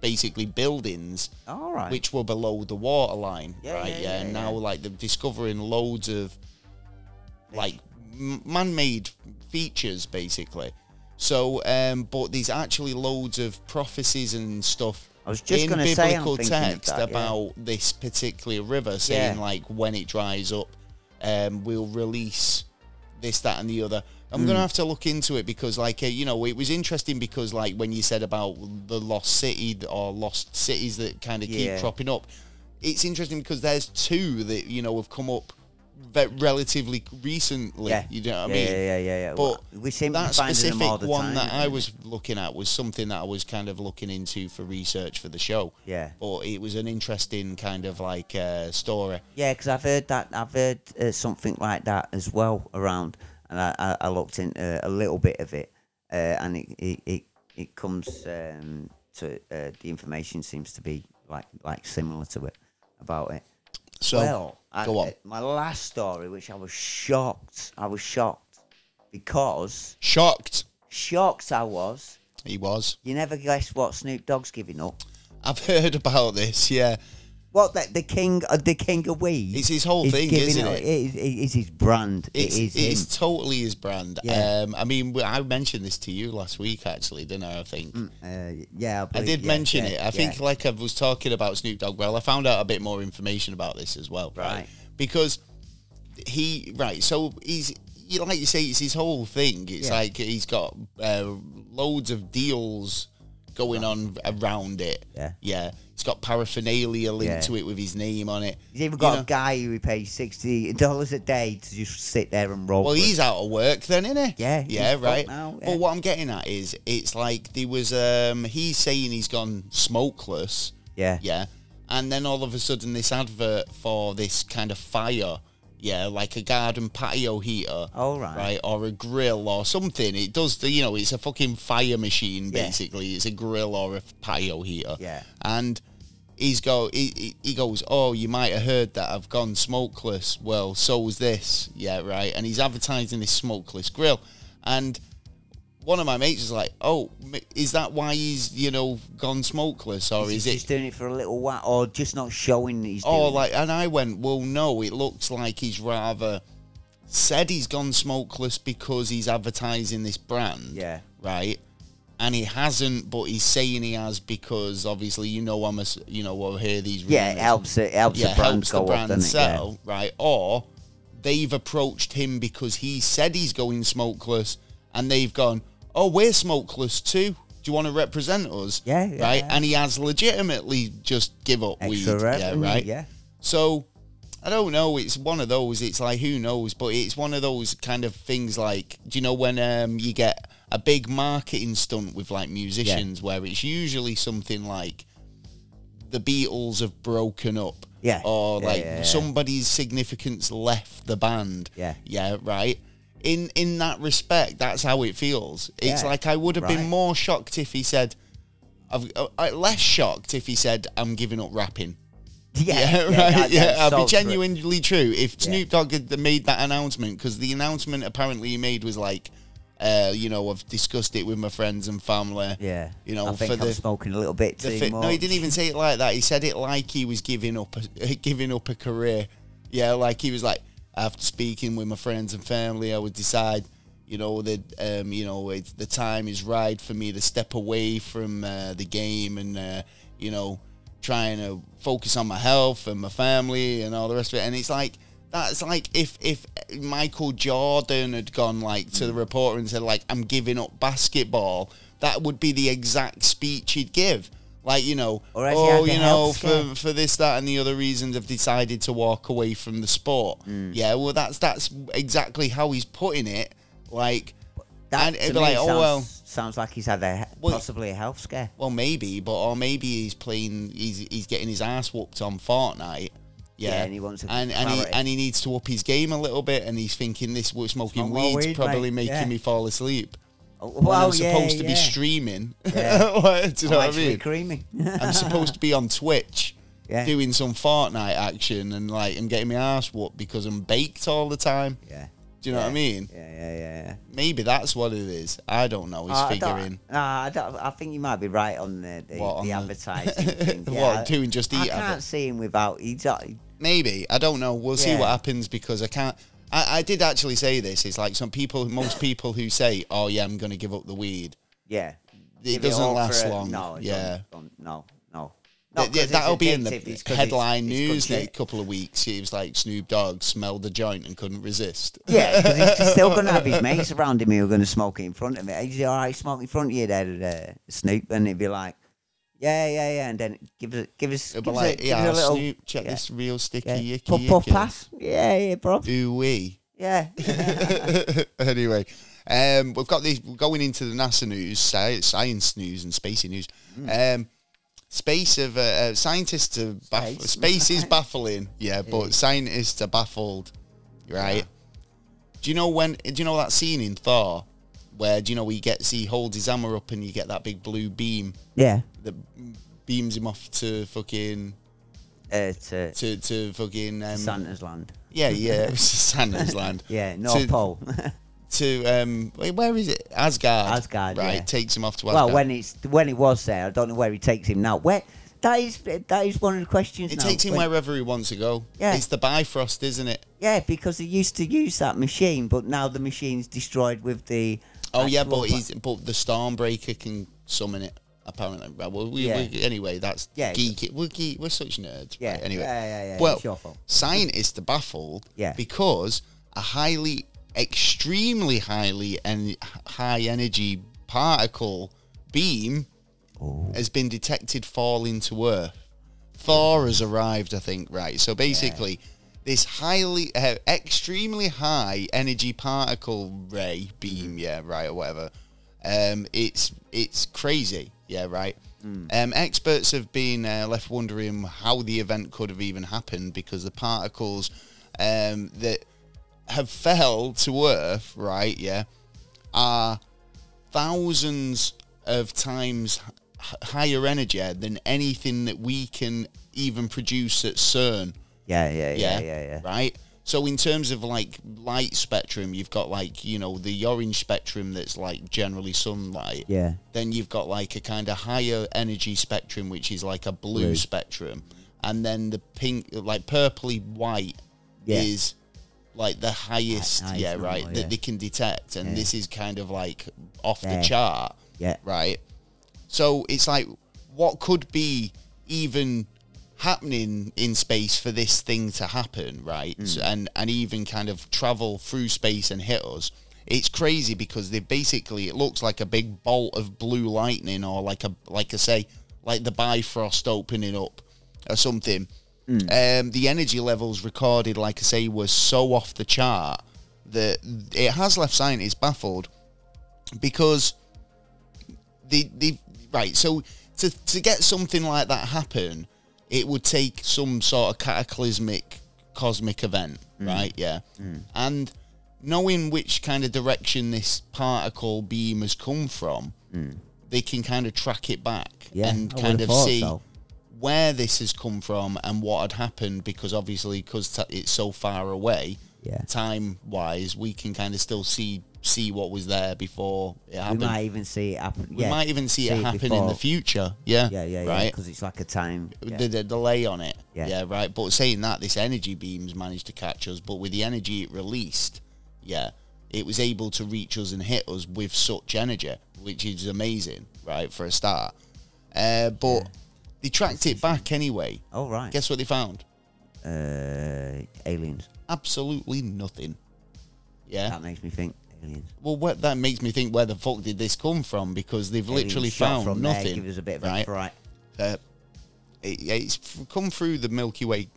Speaker 1: basically buildings
Speaker 2: All right.
Speaker 1: which were below the water line,
Speaker 2: Yeah,
Speaker 1: right? Yeah,
Speaker 2: yeah, yeah,
Speaker 1: and now
Speaker 2: yeah.
Speaker 1: like they're discovering loads of like m- man-made features, basically. So, um, but there's actually loads of prophecies and stuff
Speaker 2: I was just
Speaker 1: in
Speaker 2: gonna say, I'm
Speaker 1: biblical
Speaker 2: thinking of
Speaker 1: text
Speaker 2: that, yeah.
Speaker 1: about this particular river, saying
Speaker 2: Yeah.
Speaker 1: like when it dries up, um, we'll release this, that, and the other. I'm
Speaker 2: Hmm.
Speaker 1: gonna have to look into it because, like, uh, you know, it was interesting because, like, when you said about the lost city th- or lost cities that kind of keep
Speaker 2: Yeah.
Speaker 1: cropping up, it's interesting because there's two that you know have come up ve- relatively recently.
Speaker 2: yeah.
Speaker 1: You know what
Speaker 2: yeah,
Speaker 1: I mean?
Speaker 2: Yeah, yeah, yeah. yeah.
Speaker 1: But
Speaker 2: we seem
Speaker 1: that
Speaker 2: to find them
Speaker 1: specific
Speaker 2: all the
Speaker 1: one
Speaker 2: time,
Speaker 1: that I
Speaker 2: don't we?
Speaker 1: was looking at was something that I was kind of looking into for research for the show.
Speaker 2: Yeah.
Speaker 1: But it was an interesting kind of like uh, story.
Speaker 2: Yeah, because I've heard that I've heard uh, something like that as well around, and I, I, I looked into a little bit of it, uh, and it it, it, it comes um, to uh, the information seems to be like like similar to it about it.
Speaker 1: So
Speaker 2: well, I-
Speaker 1: go on.
Speaker 2: uh, my last story, which I was shocked, I was shocked because
Speaker 1: Shocked
Speaker 2: shocked I was.
Speaker 1: he was.
Speaker 2: You never guess what Snoop Dogg's giving up.
Speaker 1: I've heard about this. Yeah.
Speaker 2: What the, the king, uh, the king of weed.
Speaker 1: It's his whole
Speaker 2: is
Speaker 1: thing,
Speaker 2: giving
Speaker 1: isn't
Speaker 2: up-
Speaker 1: it?
Speaker 2: It is, it is his brand.
Speaker 1: It's,
Speaker 2: it is
Speaker 1: it
Speaker 2: him.
Speaker 1: is totally his brand.
Speaker 2: Yeah.
Speaker 1: Um, I mean, we- I mentioned this to you last week, actually, didn't I? I think.
Speaker 2: Uh, yeah,
Speaker 1: I
Speaker 2: believe-
Speaker 1: did
Speaker 2: yeah,
Speaker 1: mention
Speaker 2: yeah,
Speaker 1: it. I
Speaker 2: yeah.
Speaker 1: think, like I was talking about Snoop Dogg, well, I found out a bit more information about this as well, right?
Speaker 2: Right.
Speaker 1: Because he, right, so he's, you like you say, it's his whole thing. It's
Speaker 2: Yeah.
Speaker 1: like he's got uh, loads of deals going on around it.
Speaker 2: Yeah.
Speaker 1: Yeah. He's got paraphernalia linked
Speaker 2: Yeah.
Speaker 1: to it with his name on it.
Speaker 2: He's even
Speaker 1: You
Speaker 2: got
Speaker 1: know-
Speaker 2: a guy who he pays sixty dollars a day to just sit there and roll.
Speaker 1: Well,
Speaker 2: for it.
Speaker 1: he's out of work then, isn't he?
Speaker 2: Yeah, he's
Speaker 1: Yeah,
Speaker 2: fucked
Speaker 1: right.
Speaker 2: now, yeah.
Speaker 1: But what I'm getting at is it's like there was um he's saying he's gone smokeless.
Speaker 2: yeah,
Speaker 1: Yeah. And then all of a sudden this advert for this kind of fire, yeah, like a garden patio heater.
Speaker 2: All right.
Speaker 1: Right, or a grill or something. It does the you know, it's a fucking fire machine
Speaker 2: Yeah.
Speaker 1: basically. It's a grill or a f- patio heater.
Speaker 2: Yeah.
Speaker 1: And he's go he, he- he goes, Oh, you might have heard that I've gone smokeless. Well, so's this. Yeah, right. And he's advertising this smokeless grill. And one of my mates is like, "Oh, m- is that why he's you know gone smokeless, or
Speaker 2: He's
Speaker 1: Oh, is it
Speaker 2: just doing it for a little while, or just not showing that he's
Speaker 1: Oh,
Speaker 2: doing it.
Speaker 1: like, and I went, well, no, it looks like he's rather said he's gone smokeless because he's advertising this brand.
Speaker 2: Yeah.
Speaker 1: Right. And he hasn't, but he's saying he has because obviously, you know, I'm a, s- you know, we'll hear these.
Speaker 2: Yeah, it
Speaker 1: rumours.
Speaker 2: helps it helps
Speaker 1: Yeah,
Speaker 2: the brand
Speaker 1: helps
Speaker 2: go
Speaker 1: the brand
Speaker 2: up, doesn't
Speaker 1: sell, right? Or they've approached him because he said he's going smokeless, and they've gone, "Oh, we're smokeless too. Do you want to represent us?"
Speaker 2: Yeah, yeah,
Speaker 1: right.
Speaker 2: yeah.
Speaker 1: And he has legitimately just give up
Speaker 2: it? Yeah.
Speaker 1: weed.
Speaker 2: Extra revenue,
Speaker 1: yeah, right.
Speaker 2: Yeah,
Speaker 1: So I don't know. It's one of those. It's like who knows, but it's one of those kind of things. Like, do you know when um, you get a big marketing stunt with like musicians, where it's usually something like the Beatles have broken up,
Speaker 2: Yeah.
Speaker 1: or
Speaker 2: Yeah,
Speaker 1: like
Speaker 2: yeah, yeah.
Speaker 1: somebody's significance left the band,
Speaker 2: Yeah.
Speaker 1: yeah, right. In in that respect, that's how it feels. It's
Speaker 2: Yeah,
Speaker 1: like I would have been
Speaker 2: right.
Speaker 1: more shocked if he said, I've, uh, less shocked if he said, "I'm giving up rapping."
Speaker 2: yeah,
Speaker 1: Yeah, right.
Speaker 2: that- that's
Speaker 1: yeah, I'll
Speaker 2: so
Speaker 1: be
Speaker 2: true.
Speaker 1: genuinely true. If
Speaker 2: Yeah.
Speaker 1: Snoop Dogg had made that announcement, because the announcement apparently he made was like, uh, you know, I've discussed it with my friends and family.
Speaker 2: Yeah,
Speaker 1: you know,
Speaker 2: I think
Speaker 1: for
Speaker 2: I'm
Speaker 1: the-
Speaker 2: smoking a little bit
Speaker 1: The
Speaker 2: too
Speaker 1: fi-
Speaker 2: much.
Speaker 1: no, he didn't even say it like that. He said it like he was giving up, a, giving up a career. Yeah, like he was like, after speaking with my friends and family, I would decide, you know, that um, you know, it's, the time is right for me to step away from uh, the game and uh, you know, trying to focus on my health and my family and all the rest of it. And it's like. That's like if if Michael Jordan had gone like to the
Speaker 2: Mm.
Speaker 1: reporter and said like I'm giving up basketball, that would be the exact speech he'd give. Like you know,
Speaker 2: Or has he
Speaker 1: oh
Speaker 2: had the
Speaker 1: you know
Speaker 2: health scare?
Speaker 1: for for this that and the other reasons I've decided to walk away from
Speaker 2: Hmm.
Speaker 1: the sport. Yeah, well that's that's exactly how he's putting it. Like
Speaker 2: That
Speaker 1: And it'd
Speaker 2: to
Speaker 1: be
Speaker 2: me
Speaker 1: like, oh,
Speaker 2: sounds,
Speaker 1: well.
Speaker 2: sounds like he's had a he-
Speaker 1: Well-
Speaker 2: possibly a health scare.
Speaker 1: Well, maybe, but or maybe he's playing. He's he's getting his ass whooped on Fortnite. Yeah,
Speaker 2: Yeah, and he wants to
Speaker 1: and and he,
Speaker 2: clarity.
Speaker 1: and he needs to up his game a little bit, and he's thinking this w- smoking
Speaker 2: Smoke more
Speaker 1: weed's
Speaker 2: weed,
Speaker 1: probably
Speaker 2: mate,
Speaker 1: making
Speaker 2: yeah.
Speaker 1: me fall asleep.
Speaker 2: Oh,
Speaker 1: when
Speaker 2: well,
Speaker 1: I'm supposed
Speaker 2: yeah,
Speaker 1: to
Speaker 2: yeah.
Speaker 1: be streaming.
Speaker 2: Yeah.
Speaker 1: Like, do you know what
Speaker 2: I'm
Speaker 1: I
Speaker 2: actually
Speaker 1: mean?
Speaker 2: creaming.
Speaker 1: I'm supposed to be on Twitch
Speaker 2: Yeah.
Speaker 1: doing some Fortnite action and like I'm getting my ass whooped because I'm baked all the time.
Speaker 2: yeah.
Speaker 1: Do you know what I mean?
Speaker 2: Yeah, yeah, yeah, yeah.
Speaker 1: Maybe that's what it is. I don't know. He's
Speaker 2: Uh, I don't-
Speaker 1: figuring.
Speaker 2: Nah, I, don't, I think you might be right on the, the,
Speaker 1: What, on
Speaker 2: the
Speaker 1: the-
Speaker 2: advertising thing.
Speaker 1: What,
Speaker 2: Yeah, I-
Speaker 1: doing just
Speaker 2: I
Speaker 1: eat adver-
Speaker 2: can't see him without. He do-
Speaker 1: Maybe I don't know. We'll see
Speaker 2: Yeah.
Speaker 1: what happens because I can't. I, I did actually say this. It's like some people, most people who say, "Oh yeah, I'm going to give up the weed."
Speaker 2: yeah.
Speaker 1: It
Speaker 2: Give
Speaker 1: doesn't
Speaker 2: all for
Speaker 1: last
Speaker 2: a-
Speaker 1: long,
Speaker 2: No, it
Speaker 1: yeah.
Speaker 2: don't- don't- no, no.
Speaker 1: Th-
Speaker 2: Not
Speaker 1: yeah,
Speaker 2: 'cause it's
Speaker 1: that'll be in
Speaker 2: addictive,
Speaker 1: the
Speaker 2: it's 'cause it's-
Speaker 1: headline
Speaker 2: it's good
Speaker 1: news next
Speaker 2: shit.
Speaker 1: couple of weeks. It was like Snoop Dogg smelled the joint and couldn't resist.
Speaker 2: Yeah, because he's just still going to have his mates around him who are going to smoke it in front of him. He's all right, smoke in front of you there, there, uh, Snoop. And he'd be like, yeah, yeah, yeah. And then give us, give us,
Speaker 1: It'll
Speaker 2: give
Speaker 1: be
Speaker 2: us,
Speaker 1: like,
Speaker 2: a,
Speaker 1: yeah,
Speaker 2: give us a little.
Speaker 1: Snoop, check
Speaker 2: yeah,
Speaker 1: this real sticky,
Speaker 2: yeah.
Speaker 1: yicky,
Speaker 2: Puff, puff,
Speaker 1: yicky.
Speaker 2: pass. Yeah, yeah, bro.
Speaker 1: Ooh wee.
Speaker 2: Yeah.
Speaker 1: anyway, um, we've got this we're going into the NASA news, sci- science news, and spacey news.
Speaker 2: Hmm.
Speaker 1: Um, space of uh, uh, scientists are baff-
Speaker 2: Space.
Speaker 1: space is baffling, yeah, but scientists are baffled, right? Do you know when? Do you know that scene in Thor where do you know he gets he holds his hammer up and you get that big blue beam
Speaker 2: Yeah.
Speaker 1: that beams him off to fucking
Speaker 2: Uh, to
Speaker 1: to to fucking um,
Speaker 2: Santa's land.
Speaker 1: yeah yeah it was Santa's land
Speaker 2: Yeah, North
Speaker 1: to,
Speaker 2: Pole.
Speaker 1: to um wait, where is it Asgard
Speaker 2: Asgard,
Speaker 1: right
Speaker 2: yeah.
Speaker 1: takes him off to Asgard
Speaker 2: well, when it's when it was there, I don't know where he takes him now. Where that is that is one of the questions.
Speaker 1: it
Speaker 2: now.
Speaker 1: takes him
Speaker 2: When-
Speaker 1: wherever he wants to go
Speaker 2: Yeah.
Speaker 1: it's the Bifrost isn't it
Speaker 2: Yeah, because they used to use that machine, but now the machine's destroyed with the.
Speaker 1: oh yeah
Speaker 2: actual
Speaker 1: but
Speaker 2: pla-
Speaker 1: he's but the Stormbreaker can summon it apparently Right, well we,
Speaker 2: Yeah.
Speaker 1: we- anyway that's
Speaker 2: Yeah.
Speaker 1: geeky we're geek we're such nerds
Speaker 2: Yeah,
Speaker 1: Right, anyway
Speaker 2: yeah, yeah, yeah,
Speaker 1: well
Speaker 2: it's your fault.
Speaker 1: scientists are baffled
Speaker 2: Yeah.
Speaker 1: because a highly extremely highly and high energy particle beam
Speaker 2: Oh.
Speaker 1: has been detected falling to Earth. Thor has arrived, I think, right? So basically, this highly, uh, extremely high energy particle ray beam, yeah, right, or whatever. Um, it's it's crazy, yeah, right. Um, experts have been uh, left wondering how the event could have even happened because the particles um, that have fell to Earth, right, yeah, are thousands of times h- higher energy than anything that we can even produce at CERN.
Speaker 2: Yeah, yeah, yeah, yeah, yeah.
Speaker 1: Right? So in terms of like light spectrum, you've got like, you know, the orange spectrum that's like generally sunlight.
Speaker 2: Yeah.
Speaker 1: Then you've got like a kind of higher energy spectrum which is like a blue,
Speaker 2: Blue.
Speaker 1: spectrum. And then the pink like purpley white
Speaker 2: Yeah.
Speaker 1: is like the highest,
Speaker 2: highest
Speaker 1: yeah,
Speaker 2: number,
Speaker 1: right,
Speaker 2: yeah.
Speaker 1: that they can detect and
Speaker 2: Yeah.
Speaker 1: this is kind of like off
Speaker 2: Yeah.
Speaker 1: the chart
Speaker 2: Yeah.
Speaker 1: right? So it's like, what could be even happening in space for this thing to happen, right? So- And and even kind of travel through space and hit us. It's crazy because they basically it looks like a big bolt of blue lightning or like a like I say like the Bifrost opening up or something. Um, the energy levels recorded, like I say, were so off the chart that it has left scientists baffled because they, they right so to, to get something like that happen it would take some sort of cataclysmic cosmic event
Speaker 2: Mm.
Speaker 1: right yeah and knowing which kind of direction this particle beam has come from they can kind of track it back
Speaker 2: Mm. Yeah,
Speaker 1: and
Speaker 2: I
Speaker 1: kind
Speaker 2: would've
Speaker 1: of
Speaker 2: thought
Speaker 1: see
Speaker 2: so.
Speaker 1: where this has come from and what had happened because obviously because it's so far away
Speaker 2: Yeah.
Speaker 1: time wise we can kind of still see see what was there before it
Speaker 2: We
Speaker 1: happened
Speaker 2: might even see it happen.
Speaker 1: we
Speaker 2: yeah.
Speaker 1: might even see,
Speaker 2: see
Speaker 1: it
Speaker 2: it
Speaker 1: happen in
Speaker 2: before.
Speaker 1: the future. Yeah.
Speaker 2: Yeah, yeah, yeah.
Speaker 1: Right.
Speaker 2: Because it's like a time. Yeah.
Speaker 1: The, the delay on it. Yeah.
Speaker 2: Yeah.
Speaker 1: Right. But saying that, this energy beams managed to catch us, but with the energy it released, yeah, it was able to reach us and hit us with such energy, which is amazing, right, for a start. Uh, but they tracked it back anyway.
Speaker 2: Oh right.
Speaker 1: Guess what they found?
Speaker 2: uh, aliens.
Speaker 1: Absolutely nothing. Yeah.
Speaker 2: That makes me think aliens.
Speaker 1: well, what that makes me think, where the fuck did this come from? Because they've literally
Speaker 2: Aliens shot
Speaker 1: found
Speaker 2: from
Speaker 1: nothing.
Speaker 2: There, give us a bit of
Speaker 1: right?
Speaker 2: a fright.
Speaker 1: uh, it, it's f- come through the Milky Way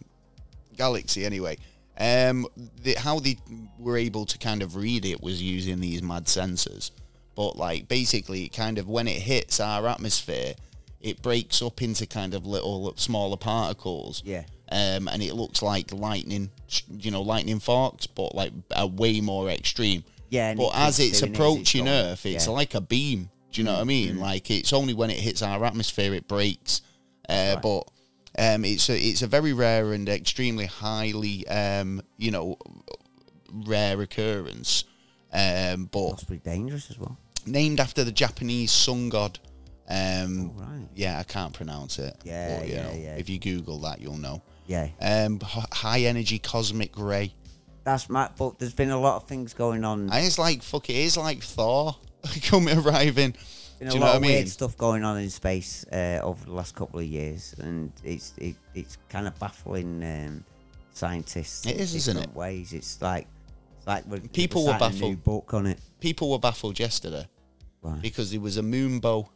Speaker 1: galaxy anyway. Um, the, how they were able to kind of read it was using these mad sensors. But like basically, it kind of when it hits our atmosphere, it breaks up into kind of little smaller particles.
Speaker 2: Yeah.
Speaker 1: Um, and it looks like lightning, you know, lightning forks, but like a way more extreme.
Speaker 2: Yeah, and
Speaker 1: But
Speaker 2: it
Speaker 1: as
Speaker 2: keeps
Speaker 1: it's
Speaker 2: doing it as it's
Speaker 1: approaching
Speaker 2: going.
Speaker 1: Earth, it's
Speaker 2: Yeah. Mm,
Speaker 1: like a beam. Do you know what I mean? Like it's only when it hits our atmosphere it breaks. Uh, But um, it's a, it's a very rare and extremely highly um, you know rare occurrence. Um, but
Speaker 2: Possibly dangerous as well.
Speaker 1: named after the Japanese sun god. Um,
Speaker 2: Right.
Speaker 1: Yeah, I can't pronounce it.
Speaker 2: Yeah,
Speaker 1: you
Speaker 2: yeah,
Speaker 1: know,
Speaker 2: yeah.
Speaker 1: If you Google that, you'll know.
Speaker 2: Yeah.
Speaker 1: Um, h- high energy cosmic ray.
Speaker 2: That's Matt, but there's been a lot of things going on.
Speaker 1: And it's like fuck. It is like Thor coming arriving.
Speaker 2: been a
Speaker 1: Do you know
Speaker 2: lot
Speaker 1: what I
Speaker 2: of
Speaker 1: mean?
Speaker 2: weird stuff going on in space uh, over the last couple of years, and it's it, it's kind of baffling um, scientists.
Speaker 1: It
Speaker 2: in
Speaker 1: is, isn't
Speaker 2: different Ways it's like it's like we're,
Speaker 1: People
Speaker 2: we're
Speaker 1: were
Speaker 2: starting A new
Speaker 1: baffled.
Speaker 2: book on it.
Speaker 1: People were baffled yesterday
Speaker 2: Right.
Speaker 1: because there was a moon bow.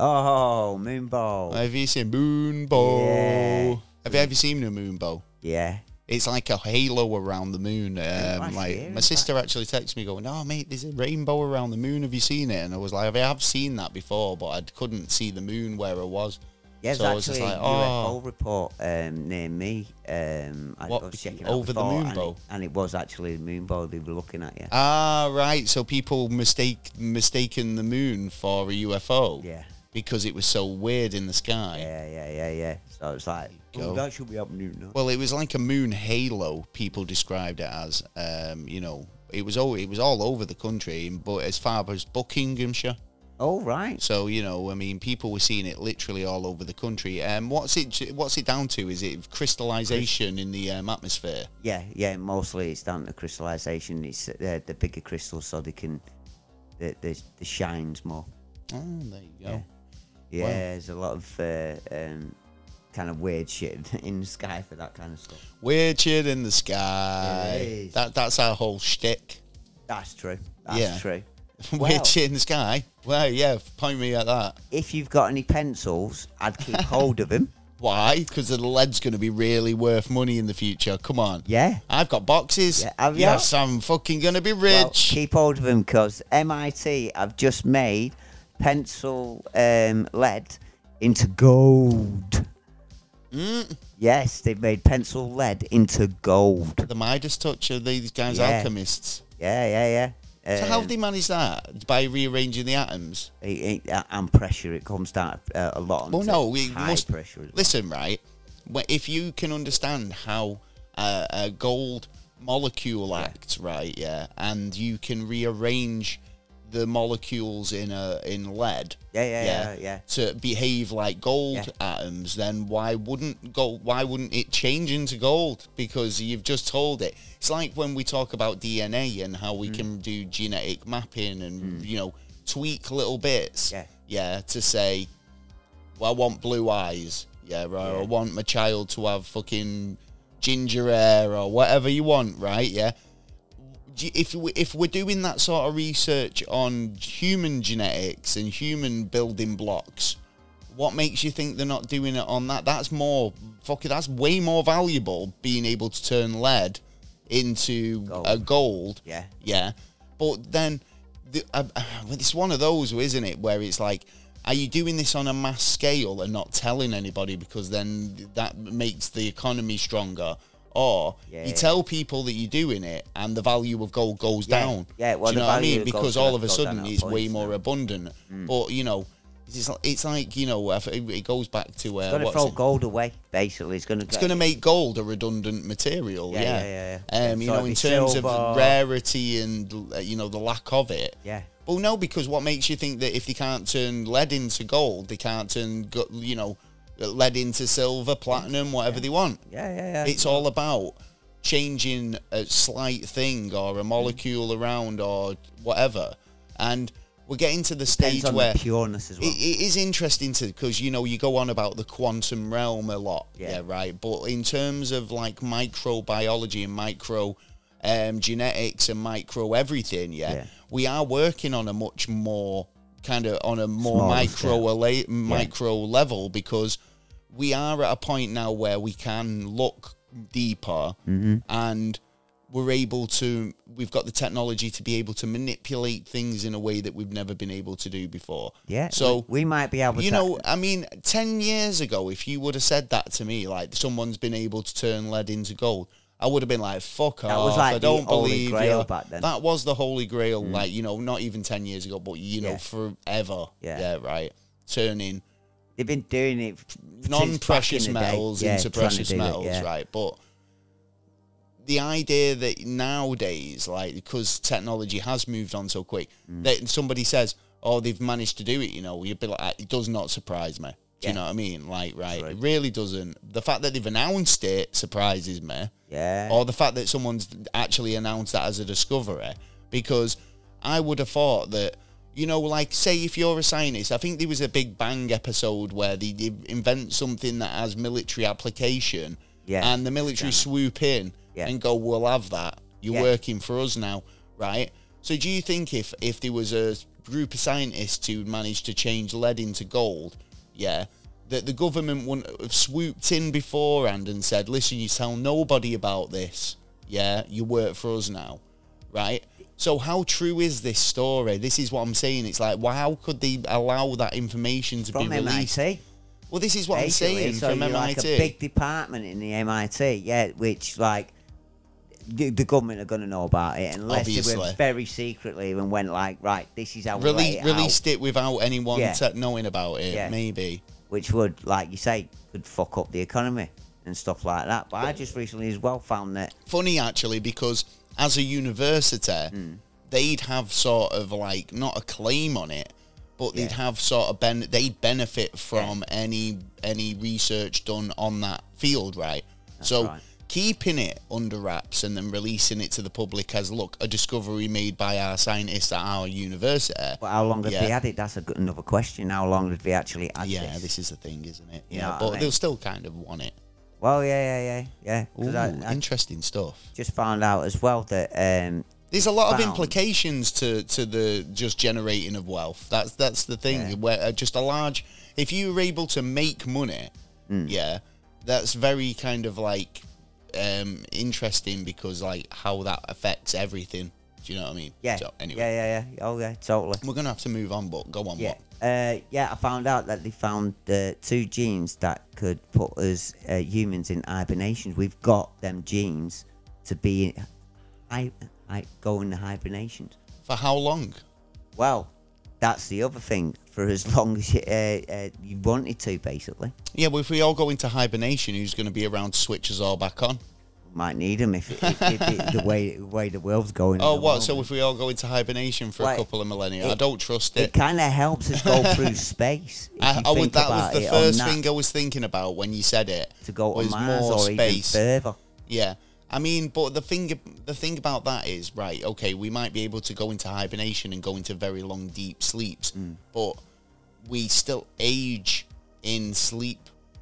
Speaker 2: Oh, moonball.
Speaker 1: Have you seen moon bow?
Speaker 2: Yeah.
Speaker 1: Have you ever seen a moon bow?
Speaker 2: yeah.
Speaker 1: It's like a halo around the moon. Um,
Speaker 2: last
Speaker 1: like
Speaker 2: year,
Speaker 1: my
Speaker 2: in
Speaker 1: sister actually texted me going, "No, mate, there's a rainbow around the moon. Have you seen it?" And I was like, "I have seen that before, but I couldn't see the moon where I was."
Speaker 2: Yeah, there's
Speaker 1: So I was just
Speaker 2: actually
Speaker 1: like,
Speaker 2: a
Speaker 1: oh.
Speaker 2: UFO report um, near me. Um, I
Speaker 1: What,
Speaker 2: was checking
Speaker 1: over
Speaker 2: out
Speaker 1: the
Speaker 2: before,
Speaker 1: moon
Speaker 2: and
Speaker 1: bowl?
Speaker 2: it, and it was actually the moonball they were looking at. Yeah,
Speaker 1: Ah, right. So people mistake mistaken the moon for a UFO.
Speaker 2: yeah,
Speaker 1: Because it was so weird in the sky.
Speaker 2: yeah, yeah, yeah, yeah. So it's like,
Speaker 1: you
Speaker 2: oh,
Speaker 1: go.
Speaker 2: that should be happening now.
Speaker 1: Well, it was like a moon halo. People described it as, um, you know, it was all it was all over the country, but as far as Buckinghamshire.
Speaker 2: oh, right.
Speaker 1: So you know, I mean, people were seeing it literally all over the country. Um, what's it? What's it down to? Is it crystallization in the um, atmosphere?
Speaker 2: Yeah, yeah. Mostly it's down to crystallization. It's uh, the bigger crystals, so they can the the, the shines more.
Speaker 1: Oh, there you go.
Speaker 2: Yeah,
Speaker 1: Wow.
Speaker 2: there's a lot of uh, um, kind of weird shit in the sky for that kind of stuff.
Speaker 1: We're cheered in the sky.
Speaker 2: Yes.
Speaker 1: That that's our whole shtick.
Speaker 2: That's true. That's
Speaker 1: Yeah.
Speaker 2: true.
Speaker 1: We're
Speaker 2: Well-
Speaker 1: cheered in the sky. Well, yeah. Point me at that.
Speaker 2: If you've got any pencils, I'd keep hold of them.
Speaker 1: Why? Because the lead's going to be really worth money in the future. Come on.
Speaker 2: Yeah.
Speaker 1: I've got boxes.
Speaker 2: Yeah, have ya?
Speaker 1: yes, I'm fucking going to be
Speaker 2: Well,
Speaker 1: rich.
Speaker 2: keep hold of them because MIT have just made pencil um, lead into gold.
Speaker 1: Mm.
Speaker 2: Yes, they've made pencil lead into gold.
Speaker 1: the Midas touch of these guys,
Speaker 2: Yeah.
Speaker 1: alchemists.
Speaker 2: Yeah, yeah, yeah.
Speaker 1: So
Speaker 2: Um,
Speaker 1: how have they managed that? By rearranging the atoms?
Speaker 2: it- it- and pressure, it comes down uh, a lot.
Speaker 1: Well,
Speaker 2: onto
Speaker 1: Oh, no, we
Speaker 2: high
Speaker 1: must
Speaker 2: pressure. as well.
Speaker 1: listen, right? wh- If you can understand how uh, a gold molecule acts, right? Yeah, and you can rearrange the molecules in a in lead.
Speaker 2: Yeah, yeah, yeah, yeah.
Speaker 1: To behave like gold atoms, then why wouldn't gold? Why wouldn't it change into gold? Because you've just told it. It's like when we talk about DNA and how we
Speaker 2: Hmm.
Speaker 1: can do genetic mapping and you know tweak little bits.
Speaker 2: Yeah.
Speaker 1: Yeah. To say well, I want blue eyes. Yeah, right. Or I
Speaker 2: Yeah.
Speaker 1: want my child to have fucking ginger hair or whatever you want, right? Yeah. Do you- If we, if we're doing that sort of research on human genetics and human building blocks, what makes you think they're not doing it on that? That's more fucking. That's way more valuable. Being able to turn lead into a gold.
Speaker 2: Yeah.
Speaker 1: Yeah. But then, the, uh, uh, well, it's one of those, isn't it, where it's like, are you doing this on a mass scale and not telling anybody because then that makes the economy stronger? Or
Speaker 2: Yeah,
Speaker 1: you
Speaker 2: yeah.
Speaker 1: tell people that you're doing it and the value of gold goes
Speaker 2: Yeah,
Speaker 1: down.
Speaker 2: yeah, well,
Speaker 1: Do you
Speaker 2: the
Speaker 1: know what I
Speaker 2: value
Speaker 1: mean?
Speaker 2: of gold's
Speaker 1: Because
Speaker 2: gonna
Speaker 1: all of a
Speaker 2: go down
Speaker 1: sudden
Speaker 2: at
Speaker 1: it's way
Speaker 2: points Hmm.
Speaker 1: more
Speaker 2: now.
Speaker 1: abundant. But, you know, it's, just, it's like, you know, I f- it goes back to uh,
Speaker 2: It's going to
Speaker 1: what's
Speaker 2: throw
Speaker 1: it?
Speaker 2: gold away, basically. It's going to
Speaker 1: It's going to make gold a redundant material. Yeah,
Speaker 2: Yeah, yeah, yeah, yeah.
Speaker 1: Um, you
Speaker 2: So
Speaker 1: know,
Speaker 2: it'd
Speaker 1: in
Speaker 2: be
Speaker 1: terms of
Speaker 2: silver.
Speaker 1: rarity and uh, you know the lack of it.
Speaker 2: Yeah.
Speaker 1: Well, no, because what makes you think that if they can't turn lead into gold, they can't turn go- you know lead into silver, platinum, whatever they want?
Speaker 2: Yeah, yeah, yeah.
Speaker 1: It's all about changing a slight thing or a molecule around or whatever, and we're getting to the
Speaker 2: Depends
Speaker 1: stage
Speaker 2: on
Speaker 1: where
Speaker 2: the pureness as well.
Speaker 1: it, it is interesting to because you know you go on about the quantum realm a lot, yeah,
Speaker 2: Yeah.
Speaker 1: right. But in terms of like microbiology and micro um, genetics and micro everything, yeah,
Speaker 2: Yeah.
Speaker 1: we are working on a much more kind of on a more
Speaker 2: Smaller
Speaker 1: micro
Speaker 2: scale.
Speaker 1: ala- micro level because
Speaker 2: Mm-hmm.
Speaker 1: we are at a point now where we can look deeper and we're able to we've got the technology to be able to manipulate things in a way that we've never been able to do before.
Speaker 2: Yeah.
Speaker 1: So
Speaker 2: we, we might be able
Speaker 1: you
Speaker 2: to.
Speaker 1: know, I mean, 10 years ago, if you would have said that to me, like someone's been able to turn lead into gold, I would have been like, fuck
Speaker 2: That
Speaker 1: off.
Speaker 2: was like
Speaker 1: I
Speaker 2: the
Speaker 1: don't
Speaker 2: Holy
Speaker 1: believe
Speaker 2: Grail
Speaker 1: you.
Speaker 2: back then. Mm.
Speaker 1: That was the Holy Grail, like, you know, not even 10 years ago, but, you know,
Speaker 2: Yeah.
Speaker 1: forever.
Speaker 2: Yeah.
Speaker 1: right. Turning
Speaker 2: they've been doing it f- since back
Speaker 1: non precious
Speaker 2: in the day.
Speaker 1: metals
Speaker 2: Yeah,
Speaker 1: into
Speaker 2: trying to
Speaker 1: precious
Speaker 2: do it,
Speaker 1: metals,
Speaker 2: yeah.
Speaker 1: right? But the idea that nowadays, like, because technology has moved on so quick,
Speaker 2: Mm.
Speaker 1: that somebody says, oh, they've managed to do it, you know, you'd be like, it does not surprise me. Do you
Speaker 2: Yeah.
Speaker 1: know what I mean? Like, right,
Speaker 2: right.
Speaker 1: it really doesn't. The fact that they've announced it surprises me,
Speaker 2: Yeah.
Speaker 1: or the fact that someone's actually announced that as a discovery, because I would have thought that. You know, like say if you're a scientist, I think there was a Big Bang episode where they, they invent something that has military application,
Speaker 2: Yeah.
Speaker 1: and the military swoop in
Speaker 2: Yeah.
Speaker 1: and go, "We'll have that. You're
Speaker 2: Yeah.
Speaker 1: working for us now, right?" So, do you think if if there was a group of scientists who managed to change lead into gold, yeah, that the government wouldn't have swooped in beforehand and said, "Listen, you tell nobody about this. Yeah, you work for us now, right?" So, how true is this story? This is what I'm saying. It's like, why? How could they allow that information to
Speaker 2: From
Speaker 1: be released?
Speaker 2: MIT.
Speaker 1: Well, this is what I'm
Speaker 2: basically.
Speaker 1: saying
Speaker 2: So
Speaker 1: from
Speaker 2: you're
Speaker 1: MIT.
Speaker 2: like a big department in the MIT, yeah, which like the, the government are going to know about it unless they
Speaker 1: Obviously.
Speaker 2: went very secretly and went like, right, this is how we lay
Speaker 1: Release,
Speaker 2: it
Speaker 1: released it without anyone
Speaker 2: Yeah.
Speaker 1: te- knowing about it,
Speaker 2: Yeah.
Speaker 1: maybe.
Speaker 2: out, which would, like you say, could fuck up the economy and stuff like that. But I just recently as well found that
Speaker 1: Funny, actually, because as a university,
Speaker 2: Hmm.
Speaker 1: they'd have sort of like, not a claim on it, but they'd
Speaker 2: Yeah.
Speaker 1: have sort of, ben- they'd benefit from any any research done on that field, right? so
Speaker 2: right.
Speaker 1: keeping it under wraps and then releasing it to the public as, look, a discovery made by our scientists at our university.
Speaker 2: But how long have
Speaker 1: Yeah.
Speaker 2: they had it? That's a good, another question. How long have they actually had
Speaker 1: yeah,
Speaker 2: this?
Speaker 1: this is the thing, isn't it?
Speaker 2: You
Speaker 1: Yeah,
Speaker 2: know what I
Speaker 1: but
Speaker 2: mean?
Speaker 1: they'll still kind of want it.
Speaker 2: Well, yeah, yeah, yeah, yeah.
Speaker 1: Ooh,
Speaker 2: 'Cause I, I
Speaker 1: interesting stuff.
Speaker 2: just found out as well that um,
Speaker 1: There's a lot of
Speaker 2: found.
Speaker 1: implications to, to the just generating of wealth. That's that's the thing.
Speaker 2: Yeah.
Speaker 1: Where uh, just a large, if you were able to make money,
Speaker 2: Mm.
Speaker 1: yeah, that's very kind of like um interesting because like how that affects everything. Do you know what I mean?
Speaker 2: yeah,
Speaker 1: So anyway,
Speaker 2: yeah, yeah, yeah. Oh yeah, totally.
Speaker 1: we're gonna have to move on, but go on.
Speaker 2: Yeah,
Speaker 1: What?
Speaker 2: uh, yeah. I found out that they found uh, two genes that could put us uh, humans in hibernation. We've got them genes to be in, hi, hi, go into hibernation.
Speaker 1: For how long?
Speaker 2: Well, that's the other thing. For as long as you, uh, uh, you wanted to, basically,
Speaker 1: Yeah, well, if we all go into hibernation, who's going to be around to switch us all back on?
Speaker 2: might need them if, if, if it, the way the way the world's going. at
Speaker 1: Oh,
Speaker 2: the
Speaker 1: what? So
Speaker 2: moment.
Speaker 1: if we all go into hibernation for a
Speaker 2: Right.
Speaker 1: couple of millennia, I
Speaker 2: It-
Speaker 1: don't trust
Speaker 2: It
Speaker 1: it.
Speaker 2: kind of helps us go through space. If
Speaker 1: I,
Speaker 2: you
Speaker 1: I would,
Speaker 2: think
Speaker 1: that was
Speaker 2: about
Speaker 1: the
Speaker 2: it, on
Speaker 1: first
Speaker 2: that,
Speaker 1: thing I was thinking about when you said it.
Speaker 2: to go to
Speaker 1: was
Speaker 2: Mars
Speaker 1: more
Speaker 2: or
Speaker 1: space.
Speaker 2: even further.
Speaker 1: Yeah, I mean, but the thing the thing about that is right. Okay, we might be able to go into hibernation and go into very long deep sleeps,
Speaker 2: Mm.
Speaker 1: but we still age in sleep.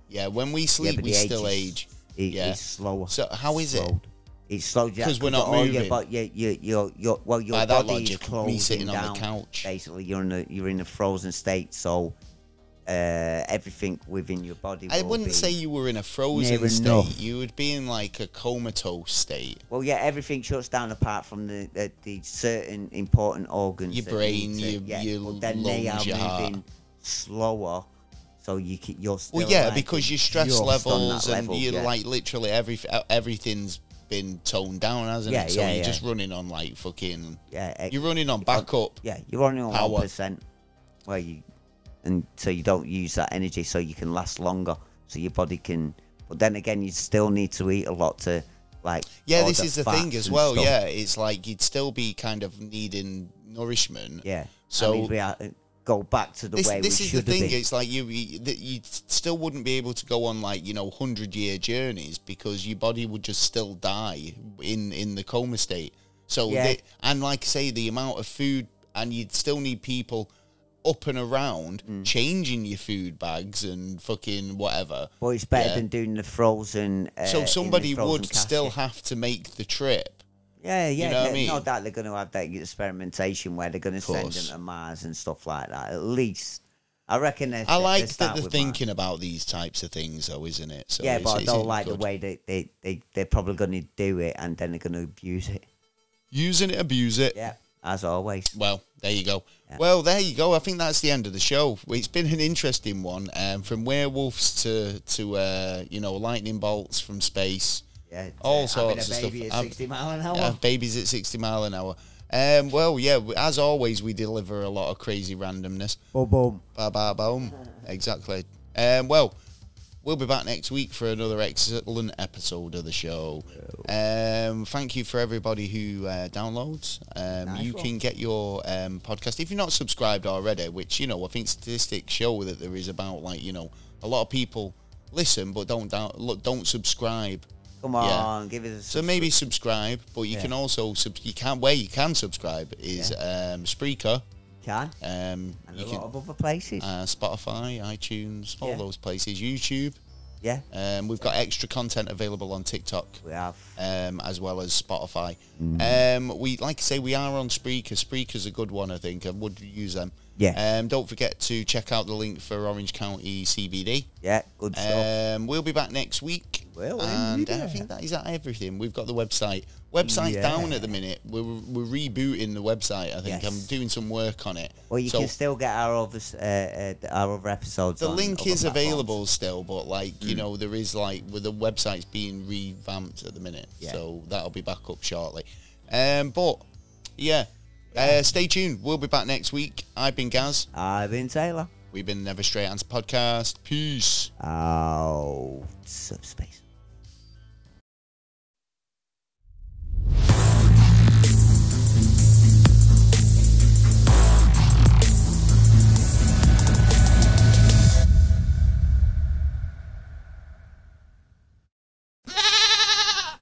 Speaker 1: Yeah, when we
Speaker 2: Yeah,
Speaker 1: sleep,
Speaker 2: but
Speaker 1: we
Speaker 2: the
Speaker 1: still
Speaker 2: is-
Speaker 1: age.
Speaker 2: It,
Speaker 1: yeah.
Speaker 2: It's slower.
Speaker 1: So how is it?
Speaker 2: slowed. It's slowed down
Speaker 1: 'Cause we're not
Speaker 2: oh, yeah,
Speaker 1: moving.
Speaker 2: but you, you, you, you, well, your
Speaker 1: By that
Speaker 2: body is
Speaker 1: logic,
Speaker 2: closing
Speaker 1: me sitting
Speaker 2: down.
Speaker 1: on the couch.
Speaker 2: Basically, you're in a you're in a frozen state, so uh, everything within your body.
Speaker 1: I
Speaker 2: will
Speaker 1: wouldn't
Speaker 2: be-
Speaker 1: say you were in a frozen
Speaker 2: near
Speaker 1: state.
Speaker 2: enough.
Speaker 1: You would be in like a comatose state.
Speaker 2: Well, yeah, everything shuts down apart from the the, the certain important organs.
Speaker 1: Your
Speaker 2: that need
Speaker 1: brain,
Speaker 2: to-
Speaker 1: your-
Speaker 2: yeah,
Speaker 1: your
Speaker 2: but then they are
Speaker 1: lungs, your heart.
Speaker 2: moving slower, so you can, you're still.
Speaker 1: Well, yeah,
Speaker 2: like,
Speaker 1: because your stress
Speaker 2: just on that
Speaker 1: levels and
Speaker 2: level,
Speaker 1: you
Speaker 2: yeah.
Speaker 1: like literally every everything's been toned down, hasn't
Speaker 2: Yeah,
Speaker 1: it? So
Speaker 2: yeah,
Speaker 1: you're
Speaker 2: yeah.
Speaker 1: just running on like fucking.
Speaker 2: yeah, ex-
Speaker 1: You're running on backup.
Speaker 2: yeah, you're only on
Speaker 1: Power.
Speaker 2: one percent. Where you, and so you don't use that energy, so you can last longer, so your body can. But then again, you still need to eat a lot to, like.
Speaker 1: Yeah,
Speaker 2: all
Speaker 1: this is the
Speaker 2: fats
Speaker 1: thing as
Speaker 2: and
Speaker 1: well.
Speaker 2: stuff.
Speaker 1: Yeah, it's like you'd still be kind of needing nourishment.
Speaker 2: yeah.
Speaker 1: So-
Speaker 2: I mean, we are, go back to the
Speaker 1: This,
Speaker 2: way
Speaker 1: this
Speaker 2: we
Speaker 1: is the
Speaker 2: should
Speaker 1: thing.
Speaker 2: have been.
Speaker 1: It's like you, you that you still wouldn't be able to go on like you know hundred year journeys because your body would just still die in in the coma state. So
Speaker 2: Yeah.
Speaker 1: the- and like I say, the amount of food and you'd still need people up and around
Speaker 2: Mm.
Speaker 1: changing your food bags and fucking whatever.
Speaker 2: But it's better
Speaker 1: yeah.
Speaker 2: than doing the frozen. Uh, in
Speaker 1: so
Speaker 2: the
Speaker 1: somebody
Speaker 2: frozen
Speaker 1: would still
Speaker 2: casket.
Speaker 1: have to make the trip.
Speaker 2: Yeah, yeah.
Speaker 1: know what I
Speaker 2: no-
Speaker 1: mean?
Speaker 2: No doubt they're going to have that experimentation where they're going to send
Speaker 1: course.
Speaker 2: them to Mars and stuff like that. At least I reckon they
Speaker 1: I
Speaker 2: they
Speaker 1: like
Speaker 2: start
Speaker 1: that they're
Speaker 2: with
Speaker 1: thinking about these types of things, though, isn't it? So
Speaker 2: yeah,
Speaker 1: it's-
Speaker 2: but I
Speaker 1: it's
Speaker 2: don't like
Speaker 1: good.
Speaker 2: the way that they, they, they're probably going to do it and then they're going to abuse it.
Speaker 1: using it, abuse it.
Speaker 2: Yeah, as always.
Speaker 1: Well, there you go.
Speaker 2: Yeah.
Speaker 1: Well, there you go. I think that's the end of the show. It's been an interesting one, um, from werewolves to to uh, you know lightning bolts from space.
Speaker 2: Yeah,
Speaker 1: All
Speaker 2: uh,
Speaker 1: sorts of
Speaker 2: having
Speaker 1: stuff.
Speaker 2: a baby
Speaker 1: I've-
Speaker 2: At 60 mile an hour.
Speaker 1: Uh, babies at sixty mile an hour. Um, well, yeah. w- As always, we deliver a lot of crazy randomness.
Speaker 2: Boom, boom.
Speaker 1: Ba ba boom. Exactly. Um, well, we'll be back next week for another excellent episode of the show. Um, thank you for everybody who uh, downloads. Um,
Speaker 2: Nice
Speaker 1: you
Speaker 2: one.
Speaker 1: can get your um, podcast if you're not subscribed already, which you know I think statistics show that there is about like you know a lot of people listen but don't down, look don't subscribe.
Speaker 2: Come
Speaker 1: Yeah.
Speaker 2: on, give us a
Speaker 1: So maybe subscribe, but you
Speaker 2: Yeah.
Speaker 1: can also sub- you can where you can subscribe is um, Spreaker.
Speaker 2: can.
Speaker 1: Um,
Speaker 2: And
Speaker 1: you
Speaker 2: a
Speaker 1: can-
Speaker 2: lot of other places.
Speaker 1: uh, Spotify, iTunes, all
Speaker 2: Yeah.
Speaker 1: those places, YouTube.
Speaker 2: yeah,
Speaker 1: Um, we've got extra content available on TikTok
Speaker 2: we have.
Speaker 1: um, as well as Spotify.
Speaker 2: Mm.
Speaker 1: Um, we like I say we are on Spreaker. Spreaker's a good one, I think. I would use them.
Speaker 2: Yeah.
Speaker 1: Um, don't forget to check out the link for Orange County CBD.
Speaker 2: Yeah, good stuff.
Speaker 1: Um, we'll be back next week.
Speaker 2: Well,
Speaker 1: and uh,
Speaker 2: indeed.
Speaker 1: I think that is everything. We've got the website. Website's
Speaker 2: Yeah.
Speaker 1: down at the minute. We're, we're rebooting the website. I think
Speaker 2: Yes.
Speaker 1: I'm doing some work on it.
Speaker 2: Well, you
Speaker 1: So-
Speaker 2: can still get our other, s- uh, uh, our other episodes.
Speaker 1: the
Speaker 2: on
Speaker 1: link
Speaker 2: other
Speaker 1: is
Speaker 2: platforms. Mm.
Speaker 1: available still, but like you know, there is like with the website's being revamped at the minute,
Speaker 2: Yeah.
Speaker 1: so that'll be back up shortly. Um, but yeah, Uh, stay tuned. We'll be back next week. I've been Gaz.
Speaker 2: I've been Taylor.
Speaker 1: We've been Never Straight Answer podcast. Peace.
Speaker 2: Out. Subspace.